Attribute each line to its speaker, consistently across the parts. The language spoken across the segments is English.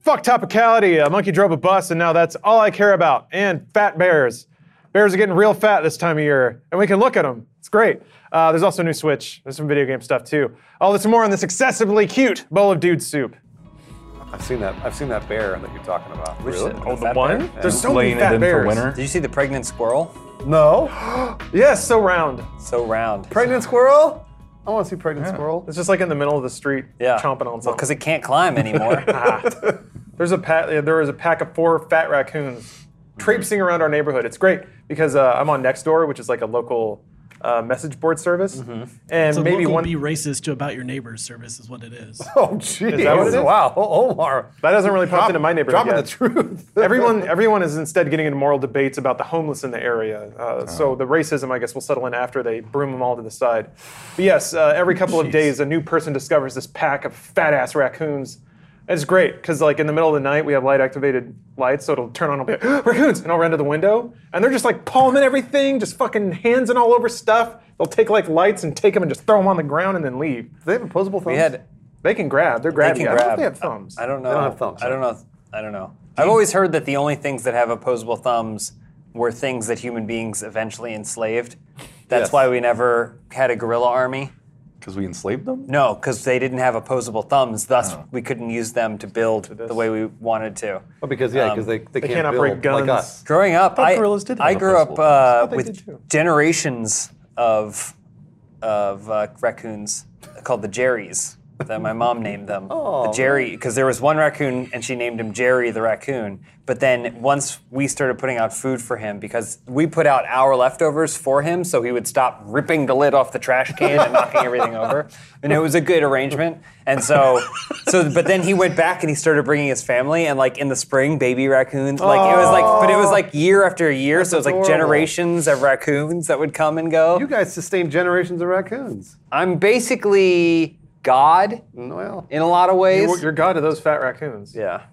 Speaker 1: Fuck topicality. A monkey drove a bus, and now that's all I care about. And fat bears. Bears are getting real fat this time of year, and we can look at them. It's great. Uh, there's also a new Switch. There's some video game stuff too. All this and more on this excessively cute bowl of dude soup.
Speaker 2: I've seen that. I've seen that bear that you're talking about.
Speaker 3: Really?
Speaker 1: Oh, the
Speaker 3: fat
Speaker 1: one?
Speaker 3: bear?
Speaker 1: There's so many
Speaker 3: Laying it
Speaker 1: fat
Speaker 3: in
Speaker 1: bears.
Speaker 3: for winter.
Speaker 1: Yes,
Speaker 3: Did
Speaker 2: Did you see the pregnant squirrel?
Speaker 4: No.
Speaker 1: so round.
Speaker 2: So round.
Speaker 4: Pregnant squirrel? I want to see pregnant squirrel.
Speaker 1: It's just like in the middle of the street, chomping on something.
Speaker 2: because it can't climb anymore.
Speaker 1: There's a pa- uh, there was a pack of four fat raccoons traipsing around our neighborhood. It's great because uh, I'm on Nextdoor, which is like a local uh, message board service, and
Speaker 5: Mm-hmm. It's a
Speaker 1: maybe
Speaker 5: local
Speaker 1: one
Speaker 5: be racist to about your neighbor's service is what it is.
Speaker 4: Oh, jeez.
Speaker 1: Is that what it is?
Speaker 4: Wow, Omar.
Speaker 1: that doesn't really pop into my neighborhood
Speaker 4: Dropping
Speaker 1: yet.
Speaker 4: the truth.
Speaker 1: everyone everyone is instead getting into moral debates about the homeless in the area. Uh, So the racism, I guess, will settle in after they broom them all to the side. But yes, uh, every couple of days, a new person discovers this pack of fat ass raccoons. It's great because, like, in the middle of the night, we have light activated lights, so it'll turn on. I'll be like, raccoons, and I'll run to the window, and they're just like palming everything, just fucking hands and all over stuff. They'll take like lights and take them and just throw them on the ground and then leave.
Speaker 4: Do they have opposable thumbs?
Speaker 2: we had.
Speaker 1: They can grab. They're
Speaker 2: They
Speaker 1: grabbing.
Speaker 2: can
Speaker 1: I don't think
Speaker 2: grab.
Speaker 1: they have thumbs.
Speaker 2: I don't know.
Speaker 4: don't have thumbs,
Speaker 2: I don't know. I don't know. I've always heard that the only things that have opposable thumbs were things that human beings eventually enslaved. That's
Speaker 4: Yes.
Speaker 2: why we never had a guerrilla army.
Speaker 3: Because we enslaved them?
Speaker 2: No, because they didn't have opposable thumbs. Thus, we couldn't use them to build the way we wanted to.
Speaker 4: Oh, because, yeah, because
Speaker 1: Um,
Speaker 4: they, they, can't
Speaker 1: cannot
Speaker 4: build
Speaker 1: break guns.
Speaker 4: like us.
Speaker 2: Growing up,
Speaker 3: thought
Speaker 2: I,
Speaker 3: gorillas did have
Speaker 2: I grew up
Speaker 3: opposable thumbs.
Speaker 2: uh,
Speaker 1: they did
Speaker 2: with
Speaker 1: too.
Speaker 2: generations of of uh, raccoons called the Jerrys that my mom named them. the Jerry, because there was one raccoon and she named him Jerry the raccoon. But then once we started putting out food for him, because we put out our leftovers for him, so he would stop ripping the lid off the trash can and knocking everything over. And it was a good arrangement. And so, so but then he went back and he started bringing his family, and like in the spring, baby raccoons. Like it was like, but it was like year after year, so it was like
Speaker 4: adorable.
Speaker 2: generations of raccoons that would come and go.
Speaker 4: You guys sustained generations of raccoons.
Speaker 2: I'm basically God
Speaker 4: Well,
Speaker 2: in a lot of ways.
Speaker 1: You're, you're god to those fat raccoons.
Speaker 2: yeah.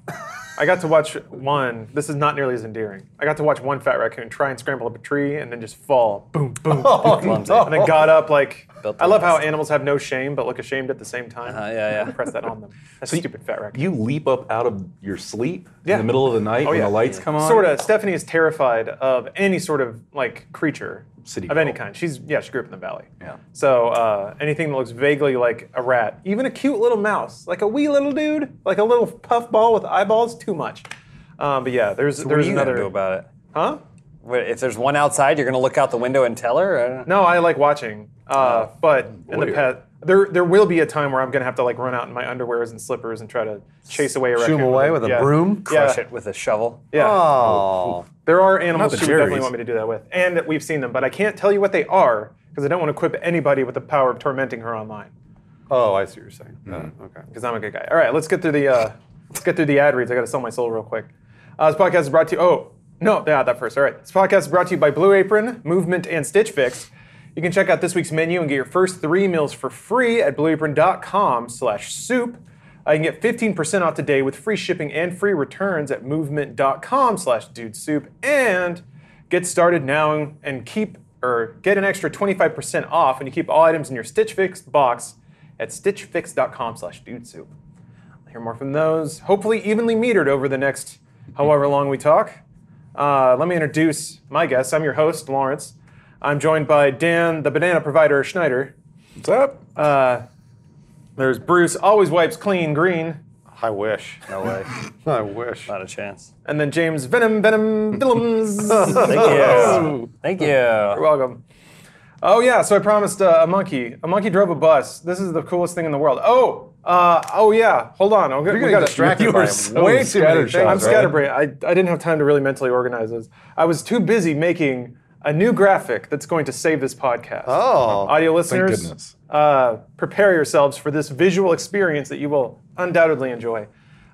Speaker 1: I got to watch one. This is not nearly as endearing. I got to watch one fat raccoon try and scramble up a tree and then just fall. Boom, boom. boom,
Speaker 2: no.
Speaker 1: And then got up like.
Speaker 2: Oh. Built
Speaker 1: I love
Speaker 2: their
Speaker 1: how
Speaker 2: nest.
Speaker 1: animals have no shame but look ashamed at the same time.
Speaker 2: Uh-huh, yeah, yeah.
Speaker 1: Press that on them. That's
Speaker 3: So you-
Speaker 1: stupid fat raccoon.
Speaker 3: You leap up out of your sleep
Speaker 1: Yeah.
Speaker 3: in the middle of the night when
Speaker 1: Oh, yeah.
Speaker 3: the lights come on?
Speaker 1: Sort of. Stephanie is terrified of any sort of like creature
Speaker 3: City
Speaker 1: of any
Speaker 3: girl.
Speaker 1: kind. She's yeah, she grew up in the valley.
Speaker 3: Yeah.
Speaker 1: So uh, anything that looks vaguely like a rat, even a cute little mouse, like a wee little dude, like a little puff ball with eyeballs, too much. Um, but yeah, there's
Speaker 2: What are
Speaker 1: there's
Speaker 2: you
Speaker 1: another.
Speaker 2: gonna do about it?
Speaker 1: huh?
Speaker 2: Wait, If there's one outside, you're gonna look out the window and tell her. I don't know.
Speaker 1: No, I like watching.
Speaker 4: Oh,
Speaker 1: Uh, but in the
Speaker 3: voyeur.
Speaker 1: pet, there there will be a time where I'm gonna have to like run out in my underwears and slippers and try to chase away a
Speaker 4: shoo
Speaker 1: raccoon.
Speaker 4: 'em away with a
Speaker 1: yeah.
Speaker 4: broom.
Speaker 2: Crush
Speaker 1: yeah.
Speaker 2: it with a shovel.
Speaker 1: Yeah.
Speaker 4: Oh.
Speaker 1: There are animals
Speaker 3: Not
Speaker 1: she
Speaker 3: the
Speaker 1: would definitely
Speaker 3: Jerry's.
Speaker 1: want me to do that with, and that we've seen them, but I can't tell you what they are because I don't want to equip anybody with the power of tormenting her online
Speaker 4: Oh, I see what you're saying.
Speaker 3: Mm-hmm.
Speaker 4: Uh, okay.
Speaker 1: because I'm a good guy. All right, let's get through the uh, let's get through the ad reads. I got to sell my soul real quick. Uh, this podcast is brought to you. Oh no, yeah, that first. All right, this podcast is brought to you by Blue Apron, Movement, and Stitch Fix. You can check out this week's menu and get your first three meals for free at blueapron.com/soup. Uh, you can get 15% off today with free shipping and free returns at movement.com/dudesoup and Get started now and keep or get an extra 25% off when you keep all items in your Stitch Fix box at stitchfix.com slash dudesoup. I'll hear more from those, hopefully evenly metered over the next however long we talk. Uh, let me introduce my guest. I'm your host, Lawrence. I'm joined by Dan, the banana provider, Schneider. Uh,
Speaker 3: What's up?
Speaker 1: There's Bruce, always wipes clean, green.
Speaker 4: I wish.
Speaker 2: No way.
Speaker 4: I wish.
Speaker 1: Uh,
Speaker 2: Not a chance.
Speaker 1: And then James Venom, Venom, Villums.
Speaker 2: Thank you. Thank you.
Speaker 1: You're welcome. Oh yeah, so I promised uh, a monkey. A monkey drove a bus. This is the coolest thing in the world. Oh, uh, oh yeah. Hold on. I'll get,
Speaker 4: You're
Speaker 1: we
Speaker 4: getting
Speaker 1: got
Speaker 4: distracted
Speaker 3: you
Speaker 4: by
Speaker 3: were
Speaker 4: him.
Speaker 3: so
Speaker 4: Way
Speaker 1: Way
Speaker 4: too
Speaker 1: too
Speaker 4: many
Speaker 1: many
Speaker 3: scattershot,
Speaker 4: things,
Speaker 1: things. I'm
Speaker 4: right?
Speaker 1: scatterbrained. I, I didn't have time to really mentally organize this. I was too busy making a new graphic that's going to save this podcast.
Speaker 4: Oh.
Speaker 1: Audio listeners,
Speaker 3: goodness.
Speaker 1: Uh, prepare yourselves for this visual experience that you will undoubtedly enjoy.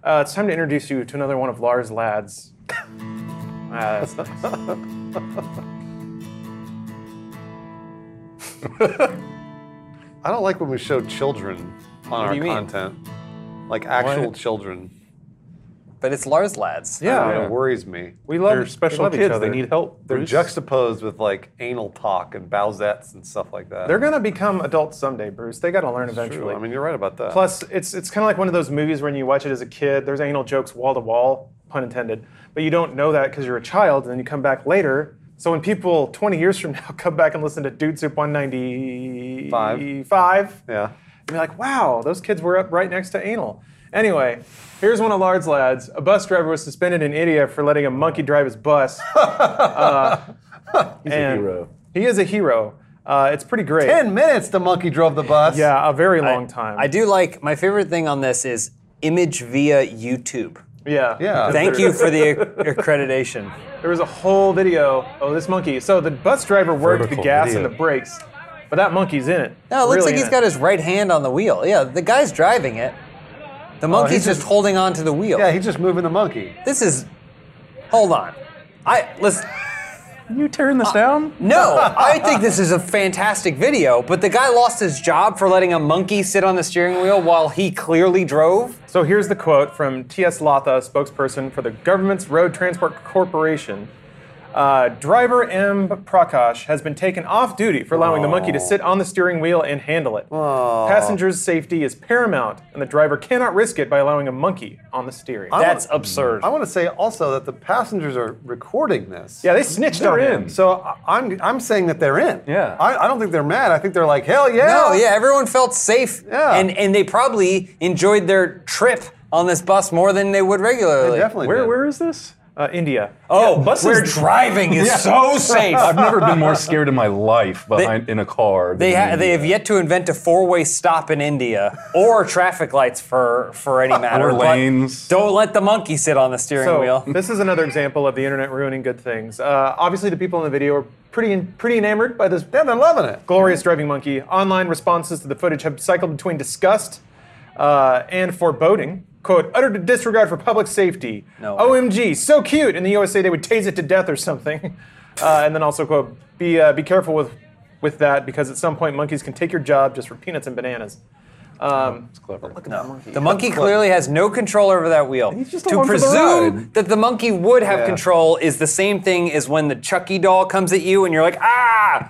Speaker 1: Uh, it's time to introduce you to another one of Lars' lads. Ah, that's nice.
Speaker 4: I don't like when we show children on
Speaker 2: do
Speaker 4: our
Speaker 2: you mean?
Speaker 4: content. Like actual children.
Speaker 2: but it's Lars lads.
Speaker 1: Yeah.
Speaker 4: It worries me.
Speaker 1: We love
Speaker 3: They're special
Speaker 1: we love each
Speaker 3: kids.
Speaker 1: other.
Speaker 3: They need help.
Speaker 4: They're
Speaker 3: Bruce.
Speaker 4: juxtaposed with like anal talk and bowsettes and stuff like that.
Speaker 1: They're gonna become adults someday, Bruce. They gotta learn
Speaker 4: True.
Speaker 1: eventually.
Speaker 4: I mean, you're right about that.
Speaker 1: Plus, it's it's kind of like one of those movies when you watch it as a kid. There's anal jokes wall to wall, pun intended. But you don't know that because you're a child, and then you come back later. So when people 20 years from now come back and listen to Dude Soup 195,
Speaker 4: yeah.
Speaker 1: and be like, wow, those kids were up right next to anal. Anyway, here's one of Lard's lads. A bus driver was suspended in India for letting a monkey drive his bus. Uh, and-
Speaker 3: He's a hero.
Speaker 1: he is a hero. Uh, it's pretty great.
Speaker 4: Ten minutes. The monkey drove the bus.
Speaker 1: Yeah, a very long time.
Speaker 2: I do like my favorite thing on this is image via YouTube.
Speaker 1: Yeah.
Speaker 4: Yeah.
Speaker 2: Thank you for the ac- accreditation.
Speaker 1: There was a whole video of this monkey. So the bus driver worked the
Speaker 3: Vertical
Speaker 1: gas
Speaker 3: video.
Speaker 1: and the brakes, but that monkey's in it.
Speaker 2: No, it looks
Speaker 1: Really
Speaker 2: like
Speaker 1: in
Speaker 2: he's got his right hand on the wheel. Yeah, the guy's driving it. The monkey's just, holding on to the wheel.
Speaker 4: Yeah. He's just moving the monkey.
Speaker 2: this is. Hold on. I listen.
Speaker 3: You tearing this down?
Speaker 2: No, I think this is a fantastic video. But the guy lost his job for letting a monkey sit on the steering wheel while he clearly drove.
Speaker 1: So here's the quote from T.S. Latha, spokesperson for the government's Road Transport Corporation. Uh, driver M. Prakash has been taken off duty for allowing the monkey to sit on the steering wheel and handle it. Passengers' safety is paramount, and the driver cannot risk it by allowing a monkey on the steering.
Speaker 2: That's absurd.
Speaker 4: I want to say also that the passengers are recording this.
Speaker 1: yeah, they snitched
Speaker 3: They're
Speaker 1: on him.
Speaker 3: in.
Speaker 4: So I- I'm I'm saying that they're in.
Speaker 3: Yeah.
Speaker 4: I, I don't think they're mad. I think they're like hell yeah.
Speaker 2: No, yeah, everyone felt safe.
Speaker 4: Yeah.
Speaker 2: And and they probably enjoyed their trip on this bus more than they would regularly.
Speaker 4: Definitely.
Speaker 3: Where
Speaker 4: did.
Speaker 3: where is this?
Speaker 1: Uh, India.
Speaker 2: Oh,
Speaker 3: buses-
Speaker 2: we're driving is so safe.
Speaker 3: I've never been more scared in my life behind in a car.
Speaker 2: They,
Speaker 3: than
Speaker 2: ha-
Speaker 3: in
Speaker 2: they have
Speaker 3: India.
Speaker 2: yet to invent a four-way stop in India or traffic lights for for any matter.
Speaker 3: Or
Speaker 2: but
Speaker 3: lanes.
Speaker 2: Don't let the monkey sit on the steering
Speaker 1: So
Speaker 2: wheel.
Speaker 1: this is another example of the internet ruining good things. Uh, obviously, the people in the video are pretty pretty enamored by this
Speaker 4: Yeah, they're loving it.
Speaker 1: glorious driving monkey. Online responses to the footage have cycled between disgust uh, and foreboding. "Quote: Utter disregard for public safety.
Speaker 2: No.
Speaker 1: OMG, so cute. In the USA, they would tase it to death or something. Uh, and then also quote: Be uh, be careful with with that because at some point monkeys can take your job just for peanuts and bananas. Um,
Speaker 3: It's clever.
Speaker 2: The monkey clearly has no control over that wheel.
Speaker 3: just
Speaker 2: to
Speaker 3: along for the
Speaker 2: presume
Speaker 3: ride.
Speaker 2: that the monkey would have
Speaker 4: Yeah.
Speaker 2: control is the same thing as when the Chucky doll comes at you and you're like, ah!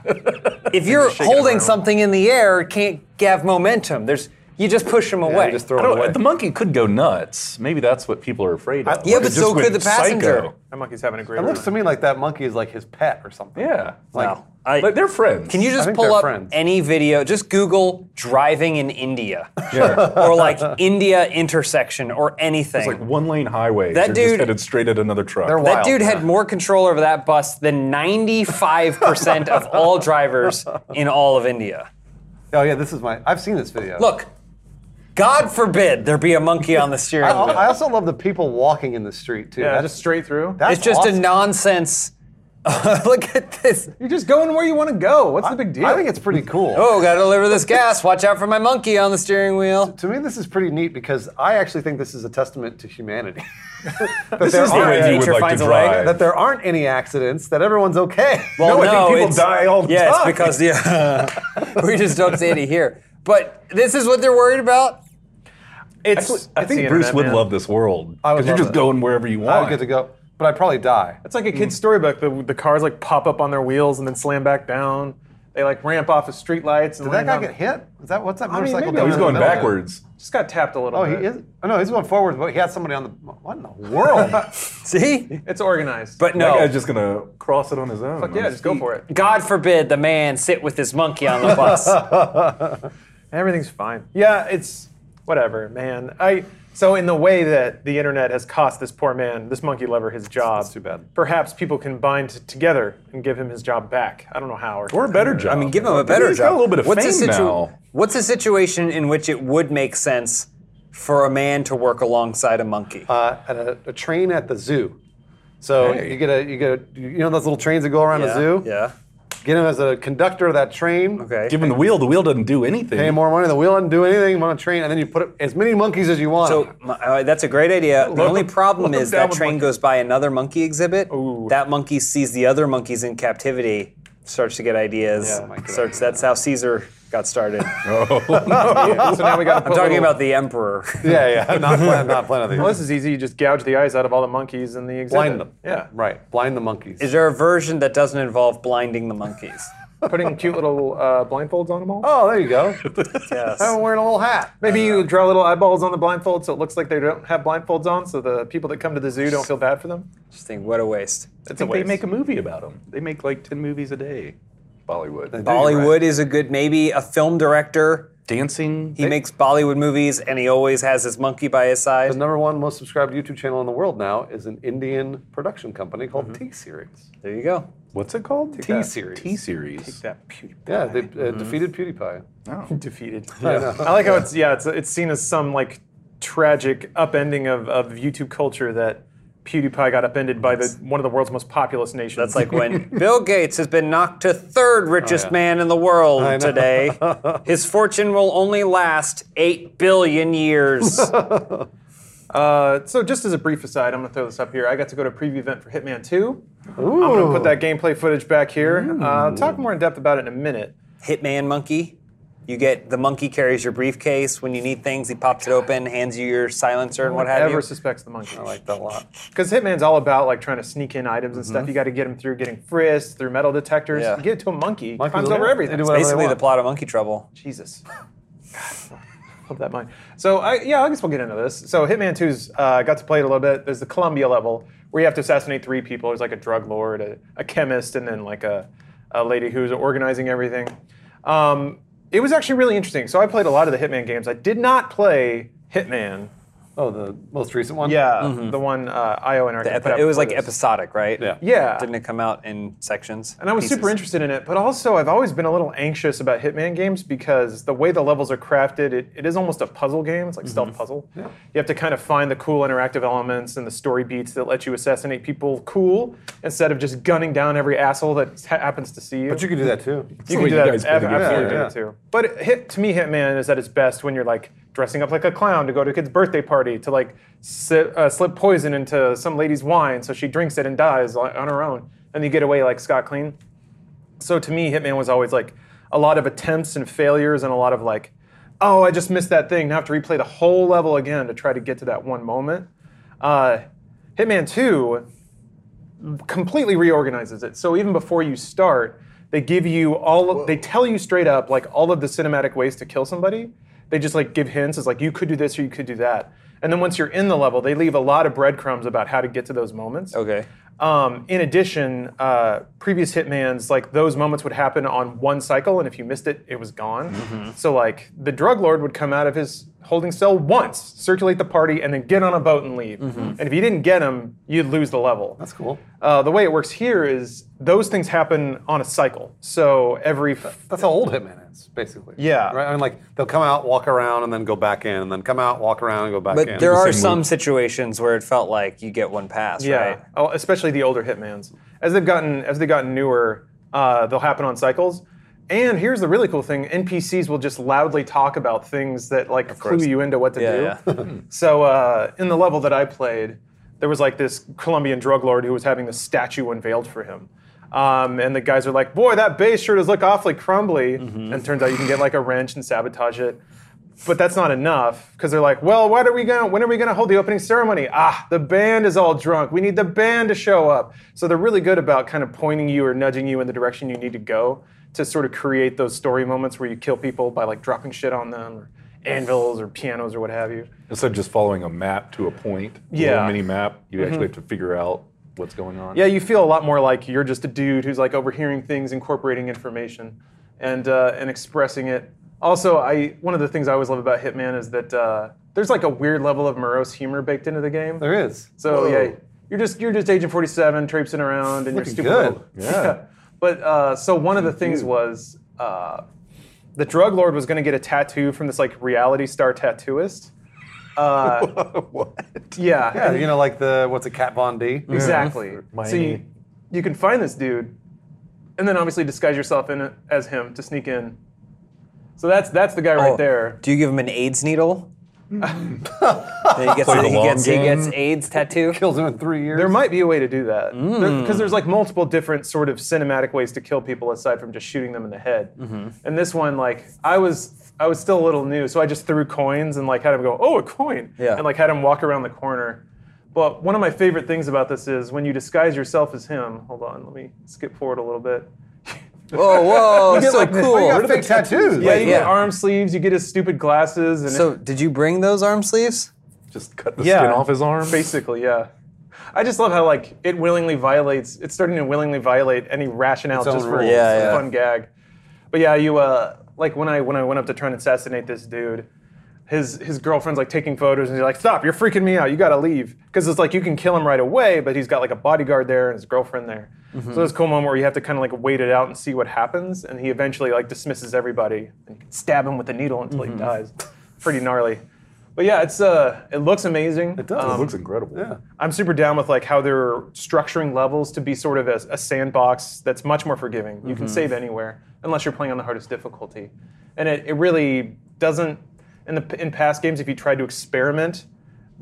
Speaker 2: if you're
Speaker 1: shaking it
Speaker 2: holding
Speaker 1: around.
Speaker 2: something in the air, it can't have momentum. There's you just push them away.
Speaker 4: you just throw
Speaker 3: I
Speaker 4: it away.
Speaker 3: don't, the monkey could go nuts. Maybe that's what people are afraid of.
Speaker 2: yeah,
Speaker 3: Like,
Speaker 2: but
Speaker 3: it
Speaker 2: so
Speaker 3: just
Speaker 2: could
Speaker 3: went
Speaker 2: the passenger.
Speaker 3: psycho.
Speaker 1: that monkey's having a great.
Speaker 4: It looks to me like that monkey is like his pet or something.
Speaker 3: Yeah.
Speaker 4: Like,
Speaker 2: Wow. I-
Speaker 3: Like, they're friends.
Speaker 2: Can you just
Speaker 4: think
Speaker 2: pull
Speaker 4: they're
Speaker 2: up
Speaker 4: friends.
Speaker 2: any video? Just Google driving in India
Speaker 3: Yeah.
Speaker 2: or like India intersection or anything.
Speaker 3: It's like one lane highway.
Speaker 2: That
Speaker 3: You're
Speaker 2: dude-
Speaker 3: just headed straight at another truck.
Speaker 4: They're
Speaker 2: that
Speaker 4: wild.
Speaker 2: dude had more control over that bus than 95% of all drivers in all of India.
Speaker 4: Oh yeah, this is my. I've seen this video.
Speaker 2: Look, God forbid there be a monkey on the
Speaker 4: I,
Speaker 2: steering wheel.
Speaker 4: I also love the people walking in the street too.
Speaker 1: yeah,
Speaker 4: That-
Speaker 1: just straight through.
Speaker 4: that's
Speaker 2: it's just a
Speaker 4: awesome.
Speaker 2: nonsense. Look at this.
Speaker 1: You're just going where you want to go. What's the big deal?
Speaker 4: I think it's pretty cool.
Speaker 2: Oh, gotta deliver this gas. Watch out for my monkey on the steering wheel.
Speaker 4: To me, this is pretty neat because I actually think this is a testament to humanity. that
Speaker 3: this
Speaker 4: there
Speaker 3: is the
Speaker 4: aren't-
Speaker 3: way you would
Speaker 2: nature
Speaker 3: like
Speaker 2: finds
Speaker 3: to
Speaker 2: a way.
Speaker 3: drive.
Speaker 4: that there aren't any accidents, that everyone's okay.
Speaker 2: Well,
Speaker 3: no, I think people
Speaker 2: it's-
Speaker 3: die all the
Speaker 2: yeah,
Speaker 3: time.
Speaker 2: it's because yeah, we just don't see any here. But this is what they're worried about.
Speaker 1: it's.
Speaker 3: Actually, I
Speaker 1: it's
Speaker 3: think
Speaker 1: the
Speaker 3: Bruce
Speaker 1: internet,
Speaker 3: would
Speaker 1: man.
Speaker 3: love this world
Speaker 4: I would
Speaker 3: because you're
Speaker 4: love
Speaker 3: just
Speaker 4: it.
Speaker 3: going wherever you
Speaker 4: I
Speaker 3: want.
Speaker 4: would get to go, but I'd probably die.
Speaker 1: It's like a kid's storybook. The, the cars like pop up on their wheels and then slam back down. They like ramp off of streetlights.
Speaker 4: Did that guy get hit? Is that what's that
Speaker 1: mean,
Speaker 4: motorcycle?
Speaker 1: maybe
Speaker 4: doing
Speaker 3: He's
Speaker 4: in the
Speaker 3: going
Speaker 4: middle?
Speaker 3: backwards.
Speaker 1: Just got tapped a little
Speaker 4: Oh, he
Speaker 1: bit.
Speaker 4: is. Oh, no, he's going forward, but he had somebody on the. What in the world?
Speaker 2: See,
Speaker 1: It's organized.
Speaker 2: but
Speaker 3: That
Speaker 2: no.
Speaker 3: guy's just gonna cross it on his own.
Speaker 1: Fuck yeah, just go for it.
Speaker 2: God forbid the man sit with his monkey on the bus.
Speaker 1: Everything's fine. Yeah, it's whatever, man. I so in the way that the internet has cost this poor man, this monkey lover, his job.
Speaker 4: that's too bad.
Speaker 1: Perhaps people can bind together and give him his job back. I don't know how.
Speaker 3: Or a better job.
Speaker 2: I mean, give him a better
Speaker 3: He's
Speaker 2: job.
Speaker 3: got a little bit of fame
Speaker 2: situ-
Speaker 3: now.
Speaker 2: What's a situation in which it would make sense for a man to work alongside a monkey?
Speaker 4: uh, at a, a train at the zoo. So
Speaker 3: Hey.
Speaker 4: you get a you get a, you know those little trains that go around
Speaker 2: yeah.
Speaker 4: the zoo.
Speaker 2: Yeah.
Speaker 4: Get him as a conductor of that train.
Speaker 2: Okay.
Speaker 3: Give him the wheel. The wheel doesn't do anything.
Speaker 4: Pay him more money. The wheel doesn't do anything. You want a train, and then you put as many monkeys as you want.
Speaker 2: so my, uh, that's a great idea. The only problem
Speaker 1: load
Speaker 2: is
Speaker 1: him down
Speaker 2: that
Speaker 1: with
Speaker 2: train
Speaker 1: monkeys.
Speaker 2: goes by another monkey exhibit. That monkey sees the other monkeys in captivity. starts to get ideas.
Speaker 1: Yeah. Oh my
Speaker 2: starts. That's how Caesar got started. Oh.
Speaker 1: So now we got.
Speaker 2: I'm talking about the emperor.
Speaker 4: Yeah, yeah. Not plan, not plan of the.
Speaker 1: Well, this is easy. You just gouge the eyes out of all the monkeys in the exhibit.
Speaker 4: blind them.
Speaker 1: Yeah.
Speaker 4: Right. Blind the monkeys.
Speaker 2: Is there a version that doesn't involve blinding the monkeys?
Speaker 1: Putting cute little uh, blindfolds on them all.
Speaker 4: oh, there you go.
Speaker 2: Yes.
Speaker 4: I'm wearing a little hat.
Speaker 1: Maybe you draw little eyeballs on the blindfold so it looks like they don't have blindfolds on, so the people that come to the zoo don't feel bad for them.
Speaker 2: Just think, what a waste.
Speaker 1: It's a
Speaker 6: think they
Speaker 1: waste.
Speaker 6: make a movie about them. They make like 10 movies a day. Bollywood.
Speaker 2: Bollywood is a good, maybe a film director.
Speaker 6: Dancing.
Speaker 2: He makes Bollywood movies, and he always has his monkey by his
Speaker 4: The
Speaker 2: side.
Speaker 4: number one most subscribed YouTube channel in the world now is an Indian production company called
Speaker 2: Mm-hmm.
Speaker 4: T Series.
Speaker 2: There you go.
Speaker 6: What's it called?
Speaker 4: T Series.
Speaker 6: T series.
Speaker 1: that PewDiePie
Speaker 4: Yeah, they uh,
Speaker 2: Mm-hmm.
Speaker 4: defeated PewDiePie.
Speaker 1: defeated. I like how it's yeah, it's it's seen as some like tragic upending of, of YouTube culture that PewDiePie got upended by the one of the world's most populous nations.
Speaker 2: That's like when Bill Gates has been knocked to third richest man in the world today. His fortune will only last 8 billion years.
Speaker 1: Uh, so just as a brief aside, I'm gonna throw this up here. I got to go to a preview event for Hitman 2. I'm gonna put that gameplay footage back here. Uh, talk more in depth about it in a minute.
Speaker 2: Hitman monkey. You get the monkey carries your briefcase when you need things. He pops it open, hands you your silencer and what have
Speaker 1: Ever
Speaker 2: you.
Speaker 1: suspects the monkey.
Speaker 4: I like that a lot.
Speaker 1: Because Hitman's all about like trying to sneak in items and stuff. You got to get them through getting frisked through metal detectors.
Speaker 2: Mm-hmm. Yeah.
Speaker 1: You Get it to a monkey.
Speaker 4: Monkeys
Speaker 1: climbs
Speaker 4: will-
Speaker 1: over
Speaker 4: they
Speaker 1: everything.
Speaker 4: do whatever they
Speaker 2: Basically, the
Speaker 4: want.
Speaker 2: plot of Monkey Trouble.
Speaker 1: Jesus. Hope that mind. So I, yeah, I guess we'll get into this. So Hitman 2's uh, got to play it a little bit. There's the Columbia level where you have to assassinate three people. There's like a drug lord, a, a chemist, and then like a, a lady who's organizing everything. Um, it was actually really interesting. So I played a lot of the Hitman games. I did not play Hitman.
Speaker 4: Oh, the most recent one.
Speaker 1: Yeah, the one uh, IO and
Speaker 2: Mm-hmm. The epi- it was like episodic, right?
Speaker 4: Yeah.
Speaker 1: Yeah.
Speaker 2: Didn't it come out in sections?
Speaker 1: And I was super
Speaker 2: Pieces?
Speaker 1: interested in it, but also I've always been a little anxious about Hitman games because the way the levels are crafted, it, it is almost a puzzle game. It's like
Speaker 2: Mm-hmm.
Speaker 1: stealth puzzle. You have to kind of find the cool interactive elements and the story beats that let you assassinate people cool instead of just gunning down every asshole that ha- happens to see you.
Speaker 4: But you could do that
Speaker 1: You
Speaker 4: too.
Speaker 3: the way
Speaker 1: can do
Speaker 3: you
Speaker 1: that.
Speaker 3: guys play the
Speaker 1: ab-
Speaker 3: game.
Speaker 1: absolutely
Speaker 4: Yeah,
Speaker 1: do it too. But it- hit to me, Hitman is at its best when you're like dressing up like a clown to go to a kid's birthday party to like si- uh, slip poison into some lady's wine so she drinks it and dies on on her own, and you get away like scot clean. So to me, Hitman was always like a lot of attempts and failures and a lot of like, oh, I just missed that thing. Now I have to replay the whole level again to try to get to that one moment. Uh, Hitman Two completely reorganizes it. So even before you start, they give you all. Of, they tell you straight up like all of the cinematic ways to kill somebody. They just like give hints. It's like you could do this or you could do that. And then once you're in the level, they leave a lot of breadcrumbs about how to get to those moments.
Speaker 2: Okay.
Speaker 1: Um, in addition, uh, previous Hitman's like those moments would happen on one cycle, and if you missed it, it was gone. So like the drug lord would come out of his holding cell once, circulate the party, and then get on a boat and leave. And if you didn't get him, you'd lose the level.
Speaker 4: That's cool.
Speaker 1: Uh, the way it works here is those things happen on a cycle. So every f-
Speaker 4: That's how old Hitman is, basically.
Speaker 1: Yeah.
Speaker 4: Right? I mean, like, they'll come out, walk around, and then go back in, and then come out, walk around, and go back in.
Speaker 2: But there are
Speaker 3: same
Speaker 2: some situations where it felt like you get one pass, right?
Speaker 1: Oh, especially the older Hitman's. As they've gotten as they've gotten newer, uh, they'll happen on cycles. And here's the really cool thing: NPCs will just loudly talk about things that like clue you into what to
Speaker 2: Yeah, Hmm.
Speaker 1: do. so uh, in the level that I played, there was like this Colombian drug lord who was having the statue unveiled for him. Um, and the guys are like, "Boy, that base sure does look awfully crumbly."
Speaker 2: Mm-hmm.
Speaker 1: And turns out you can get like a wrench and sabotage it. But that's not enough because they're like, well, what are we going? When are we going to hold the opening ceremony? Ah, the band is all drunk. We need the band to show up. So they're really good about kind of pointing you or nudging you in the direction you need to go to sort of create those story moments where you kill people by like dropping shit on them or anvils or pianos or what have you.
Speaker 3: Instead of just following a map to a point, a little
Speaker 1: Yeah.
Speaker 3: mini map, you
Speaker 6: Mm-hmm.
Speaker 3: actually have to figure out what's going on.
Speaker 1: Yeah, you feel a lot more like you're just a dude who's like overhearing things, incorporating information, and uh, and expressing it. Also, I one of the things I always love about Hitman is that uh, there's like a weird level of morose humor baked into the game.
Speaker 4: there is.
Speaker 1: So
Speaker 4: Whoa.
Speaker 1: yeah, you're just you're just Agent 47 traipsing around and you're
Speaker 4: Looking
Speaker 1: stupid.
Speaker 4: good.
Speaker 1: little- But uh, so one of the things was uh, the drug lord was going to get a tattoo from this like reality star tattooist. Uh, what? Yeah.
Speaker 4: Yeah,
Speaker 1: and-
Speaker 4: you know, like the, what's it, Kat Von D?
Speaker 1: Exactly. So you,
Speaker 3: Miami.
Speaker 1: you can find this dude, and then obviously disguise yourself in it as him to sneak in. So that's that's the guy right
Speaker 2: Oh,
Speaker 1: there.
Speaker 2: Do you give him an AIDS needle? He gets,
Speaker 3: Play the
Speaker 2: he,
Speaker 3: long
Speaker 2: gets, he
Speaker 3: game.
Speaker 2: gets AIDS tattoo.
Speaker 4: Kills him in three years.
Speaker 1: There might be a way to do that because
Speaker 2: Mm.
Speaker 1: there's like multiple different sort of cinematic ways to kill people aside from just shooting them in the head.
Speaker 2: Mm-hmm.
Speaker 1: And this one, like, I was I was still a little new, so I just threw coins and like had him go, oh, a coin,
Speaker 2: Yeah.
Speaker 1: and like had him walk around the corner. But one of my favorite things about this is when you disguise yourself as him. Hold on, let me skip forward a little bit.
Speaker 2: Whoa, whoa, so
Speaker 1: like,
Speaker 2: cool.
Speaker 1: oh, you
Speaker 4: got fake tattoos.
Speaker 1: Yeah,
Speaker 4: Like,
Speaker 1: you
Speaker 2: yeah.
Speaker 1: get arm sleeves, you get his stupid glasses, and
Speaker 2: So, did you bring those arm sleeves?
Speaker 4: just cut the
Speaker 1: yeah,
Speaker 3: Skin off his arm.
Speaker 1: Basically, yeah. I just love how like it willingly violates. It's starting to willingly violate any rationale
Speaker 4: own
Speaker 1: just for
Speaker 4: rules.
Speaker 2: Yeah,
Speaker 1: a
Speaker 2: yeah.
Speaker 1: fun gag. But yeah, you uh, like when I when I went up to try and assassinate this dude, his his girlfriend's like taking photos and he's like, "Stop! You're freaking me out. You gotta leave." Because it's like you can kill him right away, but he's got like a bodyguard there and his girlfriend there. So this cool moment where you have to kind of like wait it out and see what happens, and he eventually like dismisses everybody and you can stab him with a needle until he dies. Pretty gnarly. But yeah, it's uh, it looks amazing. Um, It
Speaker 4: does.
Speaker 3: It
Speaker 6: Um,
Speaker 3: looks incredible.
Speaker 4: Yeah.
Speaker 1: I'm super down with like how they're structuring levels to be sort of a, a sandbox that's much more forgiving. You
Speaker 4: Mm-hmm.
Speaker 1: can save anywhere unless you're playing on the hardest difficulty, and it, it really doesn't. In the in past games, if you tried to experiment,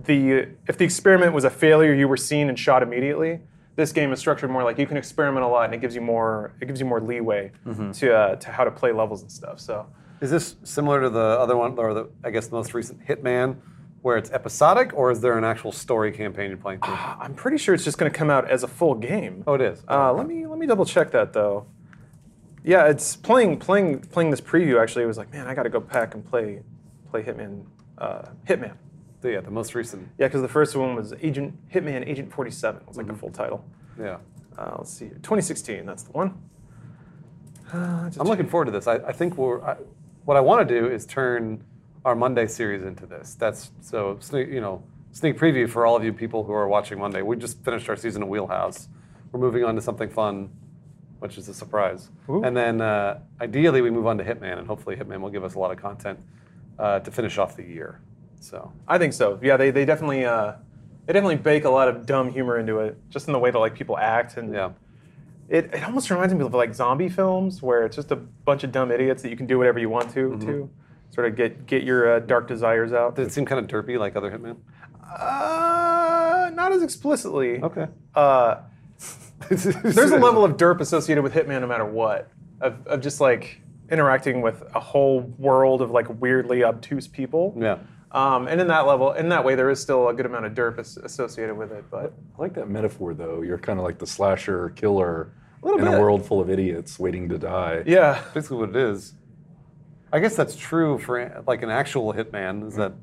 Speaker 1: the if the experiment was a failure, you were seen and shot immediately. This game is structured more like you can experiment a lot, and it gives you more it gives you more leeway
Speaker 4: Mm-hmm.
Speaker 1: to uh, to how to play levels and stuff. So
Speaker 4: Is this similar to the other one, or the I guess the most recent Hitman, where it's episodic, or is there an actual story campaign you're playing through?
Speaker 1: I'm pretty sure it's just going to come out as a full game.
Speaker 4: oh, it is.
Speaker 1: Ah. Uh, let me let me double check that though. Yeah, it's playing playing playing this preview. Actually, it was like, man, I got to go back and play play Hitman uh, Hitman.
Speaker 4: So, yeah, the most recent.
Speaker 1: Yeah, because the first one was Agent Hitman Agent Forty Seven. was
Speaker 4: Mm-hmm.
Speaker 1: like the full title.
Speaker 4: Yeah.
Speaker 1: Uh, let's see, here. 2016. That's the one. Uh, just-
Speaker 4: I'm looking forward to this. I, I think we're. I, what I want to do is turn our Monday series into this. That's so sneak, you know sneak preview for all of you people who are watching Monday. We just finished our season of Wheelhouse. We're moving on to something fun, which is a surprise. And then uh, ideally we move on to Hitman, and hopefully Hitman will give us a lot of content uh, to finish off the year. So
Speaker 1: I think so. Yeah, they they definitely uh, they definitely bake a lot of dumb humor into it, just in the way that like people act and
Speaker 4: yeah,
Speaker 1: It, it almost reminds me of like zombie films where it's just a bunch of dumb idiots that you can do whatever you want to
Speaker 4: Mm-hmm.
Speaker 1: to sort of get get your uh, dark desires out.
Speaker 4: does it seem kind of derpy like other Hitman?
Speaker 1: Uh, not as explicitly.
Speaker 4: Okay.
Speaker 1: Uh,
Speaker 4: There's
Speaker 1: there's a level of derp associated with Hitman, no matter what, of of just like interacting with a whole world of like weirdly obtuse people.
Speaker 4: yeah.
Speaker 1: Um, and in that level, in that way, there is still a good amount of derp as- associated with it, but.
Speaker 3: I like that metaphor though. You're kind of like the slasher killer
Speaker 1: little
Speaker 3: in
Speaker 1: bit.
Speaker 3: a world full of idiots waiting to die.
Speaker 1: Yeah,
Speaker 4: basically what it is. I guess that's true for like an actual hitman is that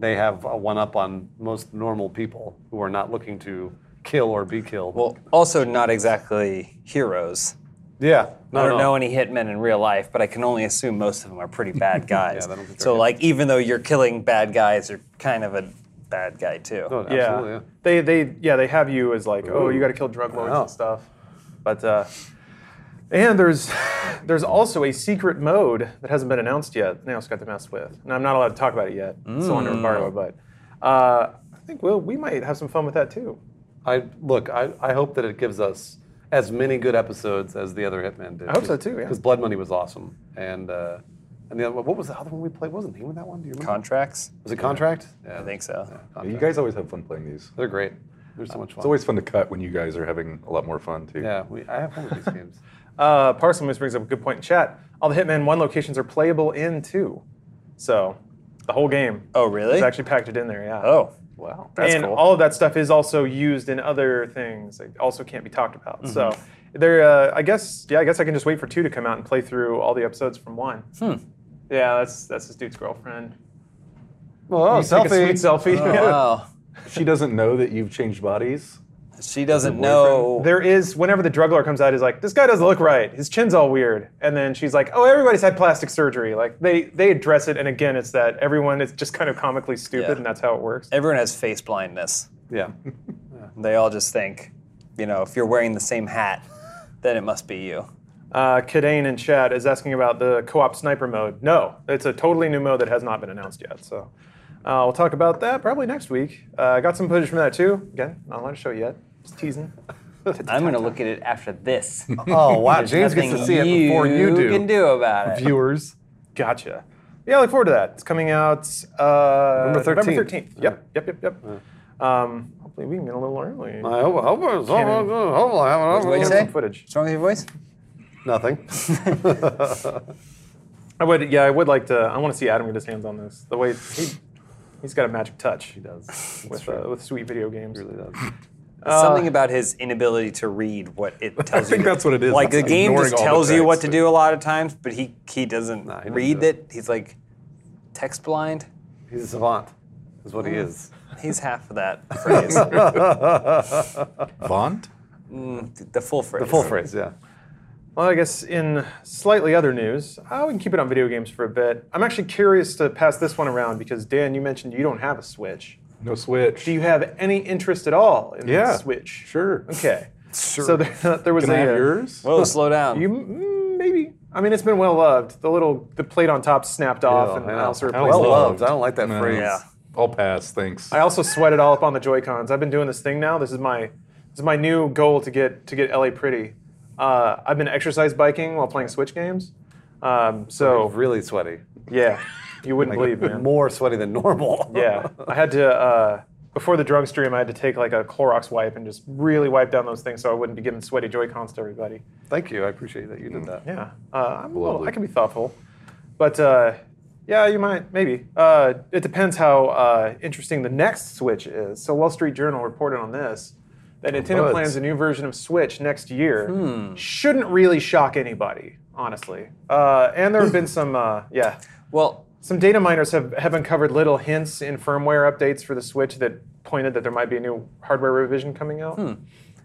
Speaker 4: they have a one up on most normal people who are not looking to kill or be killed.
Speaker 2: Well, also not exactly heroes.
Speaker 4: yeah, no,
Speaker 2: I don't
Speaker 4: no.
Speaker 2: know any hitmen in real life, but I can only assume most of them are pretty bad guys.
Speaker 4: Yeah, that'll be fair.
Speaker 2: so, like, even though you're killing bad guys, you're kind of a bad guy too.
Speaker 4: No,
Speaker 1: yeah.
Speaker 4: absolutely, yeah.
Speaker 1: They they yeah they have you as like oh you
Speaker 4: Ooh.
Speaker 1: got to kill drug lords
Speaker 4: Wow.
Speaker 1: and stuff, but uh, and there's there's also a secret mode that hasn't been announced yet. that I also got to mess with, and I'm not allowed to talk about it yet. It's still under embargo, but uh, I think we'll, we might have some fun with that too.
Speaker 4: I look. I, I hope that it gives us as many good episodes as the other Hitman did. I
Speaker 1: hope so, too, yeah.
Speaker 4: Because Blood Money was awesome, and uh, and the other, what was the other one we played? What was the name of that one? Do you remember?
Speaker 2: Contracts?
Speaker 4: was it Contract? Yeah,
Speaker 2: I think so.
Speaker 3: Yeah, You guys always have fun playing these.
Speaker 4: they're great. They're so much fun.
Speaker 3: It's always fun to cut when you guys are having a lot more fun too.
Speaker 4: yeah. We, I have fun with these games.
Speaker 1: Uh, Parcel Moose brings up a good point in chat. All the Hitman One locations are playable in two, so the whole game
Speaker 2: Oh, really?
Speaker 1: is actually packaged in there. Yeah.
Speaker 2: Oh,
Speaker 4: Wow.
Speaker 2: that's
Speaker 1: and
Speaker 2: cool.
Speaker 1: all of that stuff is also used in other things that also can't be talked about. So
Speaker 2: Mm-hmm.
Speaker 1: there, uh, I guess, yeah, I guess I can just wait for two to come out and play through all the episodes from one.
Speaker 2: Hmm.
Speaker 1: Yeah, that's that's this dude's girlfriend.
Speaker 4: Well, Oh,
Speaker 1: You take a sweet selfie.
Speaker 2: Oh, wow.
Speaker 3: She doesn't know that you've changed bodies.
Speaker 2: She doesn't know.
Speaker 1: There is whenever the drug lord comes out, he's like, "This guy doesn't look right. His chin's all weird." And then she's like, "Oh, everybody's had plastic surgery." Like they they address it, and again, it's that everyone is just kind of comically stupid,
Speaker 2: Yeah.
Speaker 1: and that's how it works.
Speaker 2: Everyone has face blindness.
Speaker 4: Yeah.
Speaker 2: They all just think, you know, if you're wearing the same hat, then it must be you.
Speaker 1: Uh, Kadane in chat is asking about the co-op sniper mode. No, it's a totally new mode that has not been announced yet. So uh, we'll talk about that probably next week. Uh, I got some footage from that too. Again, not allowed to show it yet. Just teasing.
Speaker 2: I'm going to look at it after this.
Speaker 4: Oh wow, James gets to
Speaker 2: Nothing
Speaker 4: see it before you do.
Speaker 2: can do about it.
Speaker 4: Viewers,
Speaker 1: Gotcha. Yeah, I look forward to that. It's coming out uh,
Speaker 4: November 13th.
Speaker 1: Yep, yep, yep, yep. Um, hopefully, we can get a little early.
Speaker 4: I hope, I hope, it's- I hope, I have it.
Speaker 2: What'd
Speaker 1: Get
Speaker 2: you say?
Speaker 1: some footage.
Speaker 2: What's wrong with your voice?
Speaker 4: Nothing.
Speaker 1: I would, yeah, I would like to. I want to see Adam get his hands on this. The way he, he's got a magic touch
Speaker 4: He does.
Speaker 1: with uh, with sweet video games.
Speaker 4: He does. Uh,
Speaker 2: It's something about his inability to read what it tells you.
Speaker 6: think
Speaker 2: to-
Speaker 6: that's what it is.
Speaker 2: Like the
Speaker 6: That's
Speaker 2: game
Speaker 6: ignoring
Speaker 2: just
Speaker 6: all the
Speaker 2: tells you what
Speaker 6: text.
Speaker 2: to do a lot of times, but he he doesn't
Speaker 4: Nah, he doesn't
Speaker 2: read
Speaker 4: do it.
Speaker 2: it. He's like text blind.
Speaker 4: He's a savant, is what he
Speaker 1: Uh-huh.
Speaker 4: is.
Speaker 2: He's half of that phrase.
Speaker 3: Vaunt?
Speaker 2: the full phrase.
Speaker 4: The full phrase, yeah.
Speaker 1: Well, I guess in slightly other news, uh, we can keep it on video games for a bit. I'm actually curious to pass this one around because Dan, you mentioned you don't have a Switch.
Speaker 3: No switch.
Speaker 1: Do you have any interest at all in
Speaker 6: Yeah,
Speaker 1: the Switch?
Speaker 6: Sure.
Speaker 1: Okay. So there, there was
Speaker 6: Can I
Speaker 1: a
Speaker 6: have
Speaker 1: uh,
Speaker 6: yours?
Speaker 2: Whoa, slow down.
Speaker 1: You mm, maybe. I mean, it's been well loved. The little the plate on top snapped off,
Speaker 4: Yeah,
Speaker 1: and
Speaker 4: I
Speaker 1: I
Speaker 4: know.
Speaker 1: also
Speaker 4: I
Speaker 1: replaced.
Speaker 4: Well
Speaker 1: it.
Speaker 4: loved. I don't like that
Speaker 3: No.
Speaker 4: phrase.
Speaker 2: Yeah.
Speaker 3: I'll pass, thanks.
Speaker 1: I also sweat it all up on the Joy Cons. I've been doing this thing now. This is my this is my new goal to get to get LA pretty. Uh, I've been exercise biking while playing Switch games. Um,
Speaker 4: Oh,
Speaker 1: so
Speaker 4: really sweaty.
Speaker 1: yeah, you wouldn't believe, man.
Speaker 4: More sweaty than normal.
Speaker 1: Yeah, I had to uh, before the drug stream. I had to take like a Clorox wipe and just really wipe down those things so I wouldn't be giving sweaty Joy Cons to everybody.
Speaker 4: Thank you. I appreciate that you did that.
Speaker 1: Yeah, uh, I'm a little,
Speaker 3: Lovely.
Speaker 1: I can be thoughtful, but uh, yeah, you might maybe. Uh, it depends how uh, interesting the next Switch is. So Wall Street Journal reported on this that Nintendo
Speaker 4: buds.
Speaker 1: plans a new version of Switch next year. Shouldn't really shock anybody, honestly. Uh, and there have been some uh, yeah.
Speaker 2: well,
Speaker 1: Some data miners have, have uncovered little hints in firmware updates for the Switch that pointed that there might be a new hardware revision coming out.
Speaker 2: Hmm.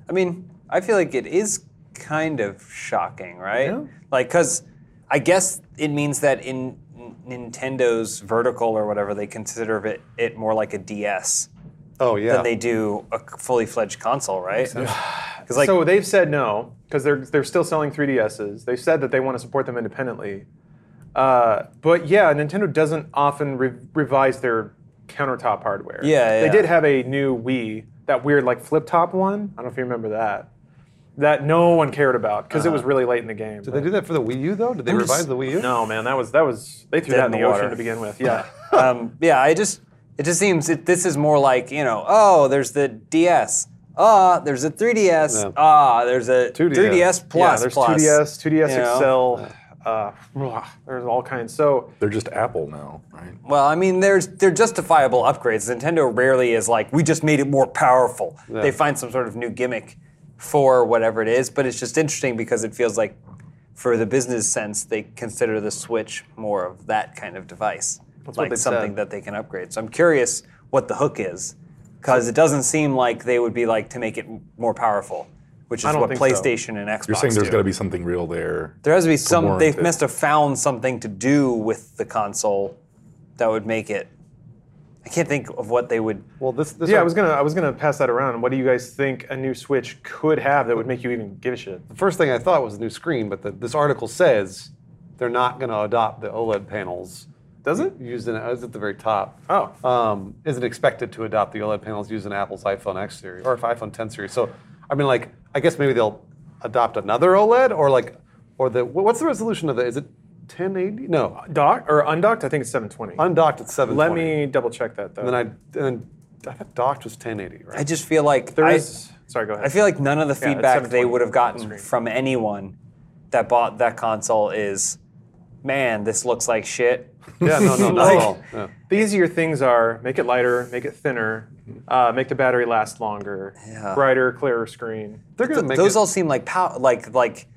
Speaker 2: I mean, I feel like it is kind of shocking, right?
Speaker 1: Yeah.
Speaker 2: Like, because I guess it means that in N- Nintendo's vertical or whatever, they consider it, it more like a DS
Speaker 4: Oh, yeah.
Speaker 2: than they do a fully fledged console, right? Because, like,
Speaker 1: so they've said no because they're they're still selling 3DSs. They've said that they want to support them independently. Uh, but yeah, Nintendo doesn't often re- revise their countertop hardware.
Speaker 2: Yeah,
Speaker 1: They
Speaker 2: yeah.
Speaker 1: did have a new Wii, that weird like flip top one. I don't know if you remember that. That no one cared about because
Speaker 2: Uh-huh.
Speaker 1: it was really late in the game.
Speaker 4: Did they do that for the Wii U though? Did they revise the Wii U?
Speaker 1: no, man, that was that was they threw
Speaker 2: Dead
Speaker 1: that
Speaker 2: in
Speaker 1: in the,
Speaker 2: the water.
Speaker 1: ocean to begin with. Yeah.
Speaker 2: um, yeah, I just it just seems it, this is more like you know oh there's the DS ah there's a 3DS
Speaker 4: Yeah.
Speaker 2: ah there's a
Speaker 4: 2DS.
Speaker 2: 3DS
Speaker 1: yeah,
Speaker 2: plus
Speaker 1: there's
Speaker 2: plus.
Speaker 1: 2DS, 2DS
Speaker 2: you know?
Speaker 1: Excel, uh, blah, there's all kinds. So
Speaker 3: They're just Apple now, right?
Speaker 2: Well, I mean, there's they're justifiable upgrades. Nintendo rarely is like, we just made it more powerful. They find some sort of new gimmick for whatever it is, but it's just interesting because it feels like, for the business sense, they consider the Switch more of that kind of device,
Speaker 1: what
Speaker 2: like
Speaker 1: they
Speaker 2: something
Speaker 1: said.
Speaker 2: that they can upgrade. So I'm curious what the hook is, because it doesn't seem like they would be like to make it m- more powerful, which is
Speaker 1: don't
Speaker 2: what
Speaker 1: think so.
Speaker 2: PlayStation and Xbox
Speaker 3: You're saying there's
Speaker 2: do.
Speaker 3: got to be something real there.
Speaker 2: There has to be some.
Speaker 3: warrant
Speaker 2: They
Speaker 3: it.
Speaker 2: must have found something to do with the console that would make it. I can't think of what they would.
Speaker 4: Well, this, this
Speaker 1: yeah, I was gonna I was gonna pass that around. What do you guys think a new Switch could have that would make you even give a shit?
Speaker 4: the first thing I thought was a new screen, but the, this article says they're not going to adopt the OLED panels.
Speaker 1: Does it?
Speaker 4: Used in it's at the very top.
Speaker 1: Oh.
Speaker 4: um, isn't expected to adopt the OLED panels used in Apple's iPhone X series or iPhone 10 series. So, I mean, like, I guess maybe they'll adopt another OLED or like, or the wh- what's the resolution of the? Is it 1080? No,
Speaker 1: Docked or undocked? I think it's 720.
Speaker 4: undocked at 720.
Speaker 1: Let me double check that though.
Speaker 4: And then I and then I thought docked was 1080, right?
Speaker 2: I just feel like
Speaker 1: There
Speaker 2: I,
Speaker 1: is- sorry, go ahead.
Speaker 2: I feel like none of the
Speaker 1: it's
Speaker 2: feedback they
Speaker 1: 720
Speaker 2: would have
Speaker 1: on
Speaker 2: gotten
Speaker 1: screen.
Speaker 2: from anyone that bought that console is, man, this looks like shit.
Speaker 4: yeah, no, no, not at all. Yeah.
Speaker 1: the easier things are make it lighter, make it thinner, uh, make the battery last longer,
Speaker 2: Mm-hmm. Yeah.
Speaker 1: brighter, clearer screen.
Speaker 4: They're gonna
Speaker 2: Th-
Speaker 4: make
Speaker 2: those
Speaker 4: it,
Speaker 2: all seem like pow- like like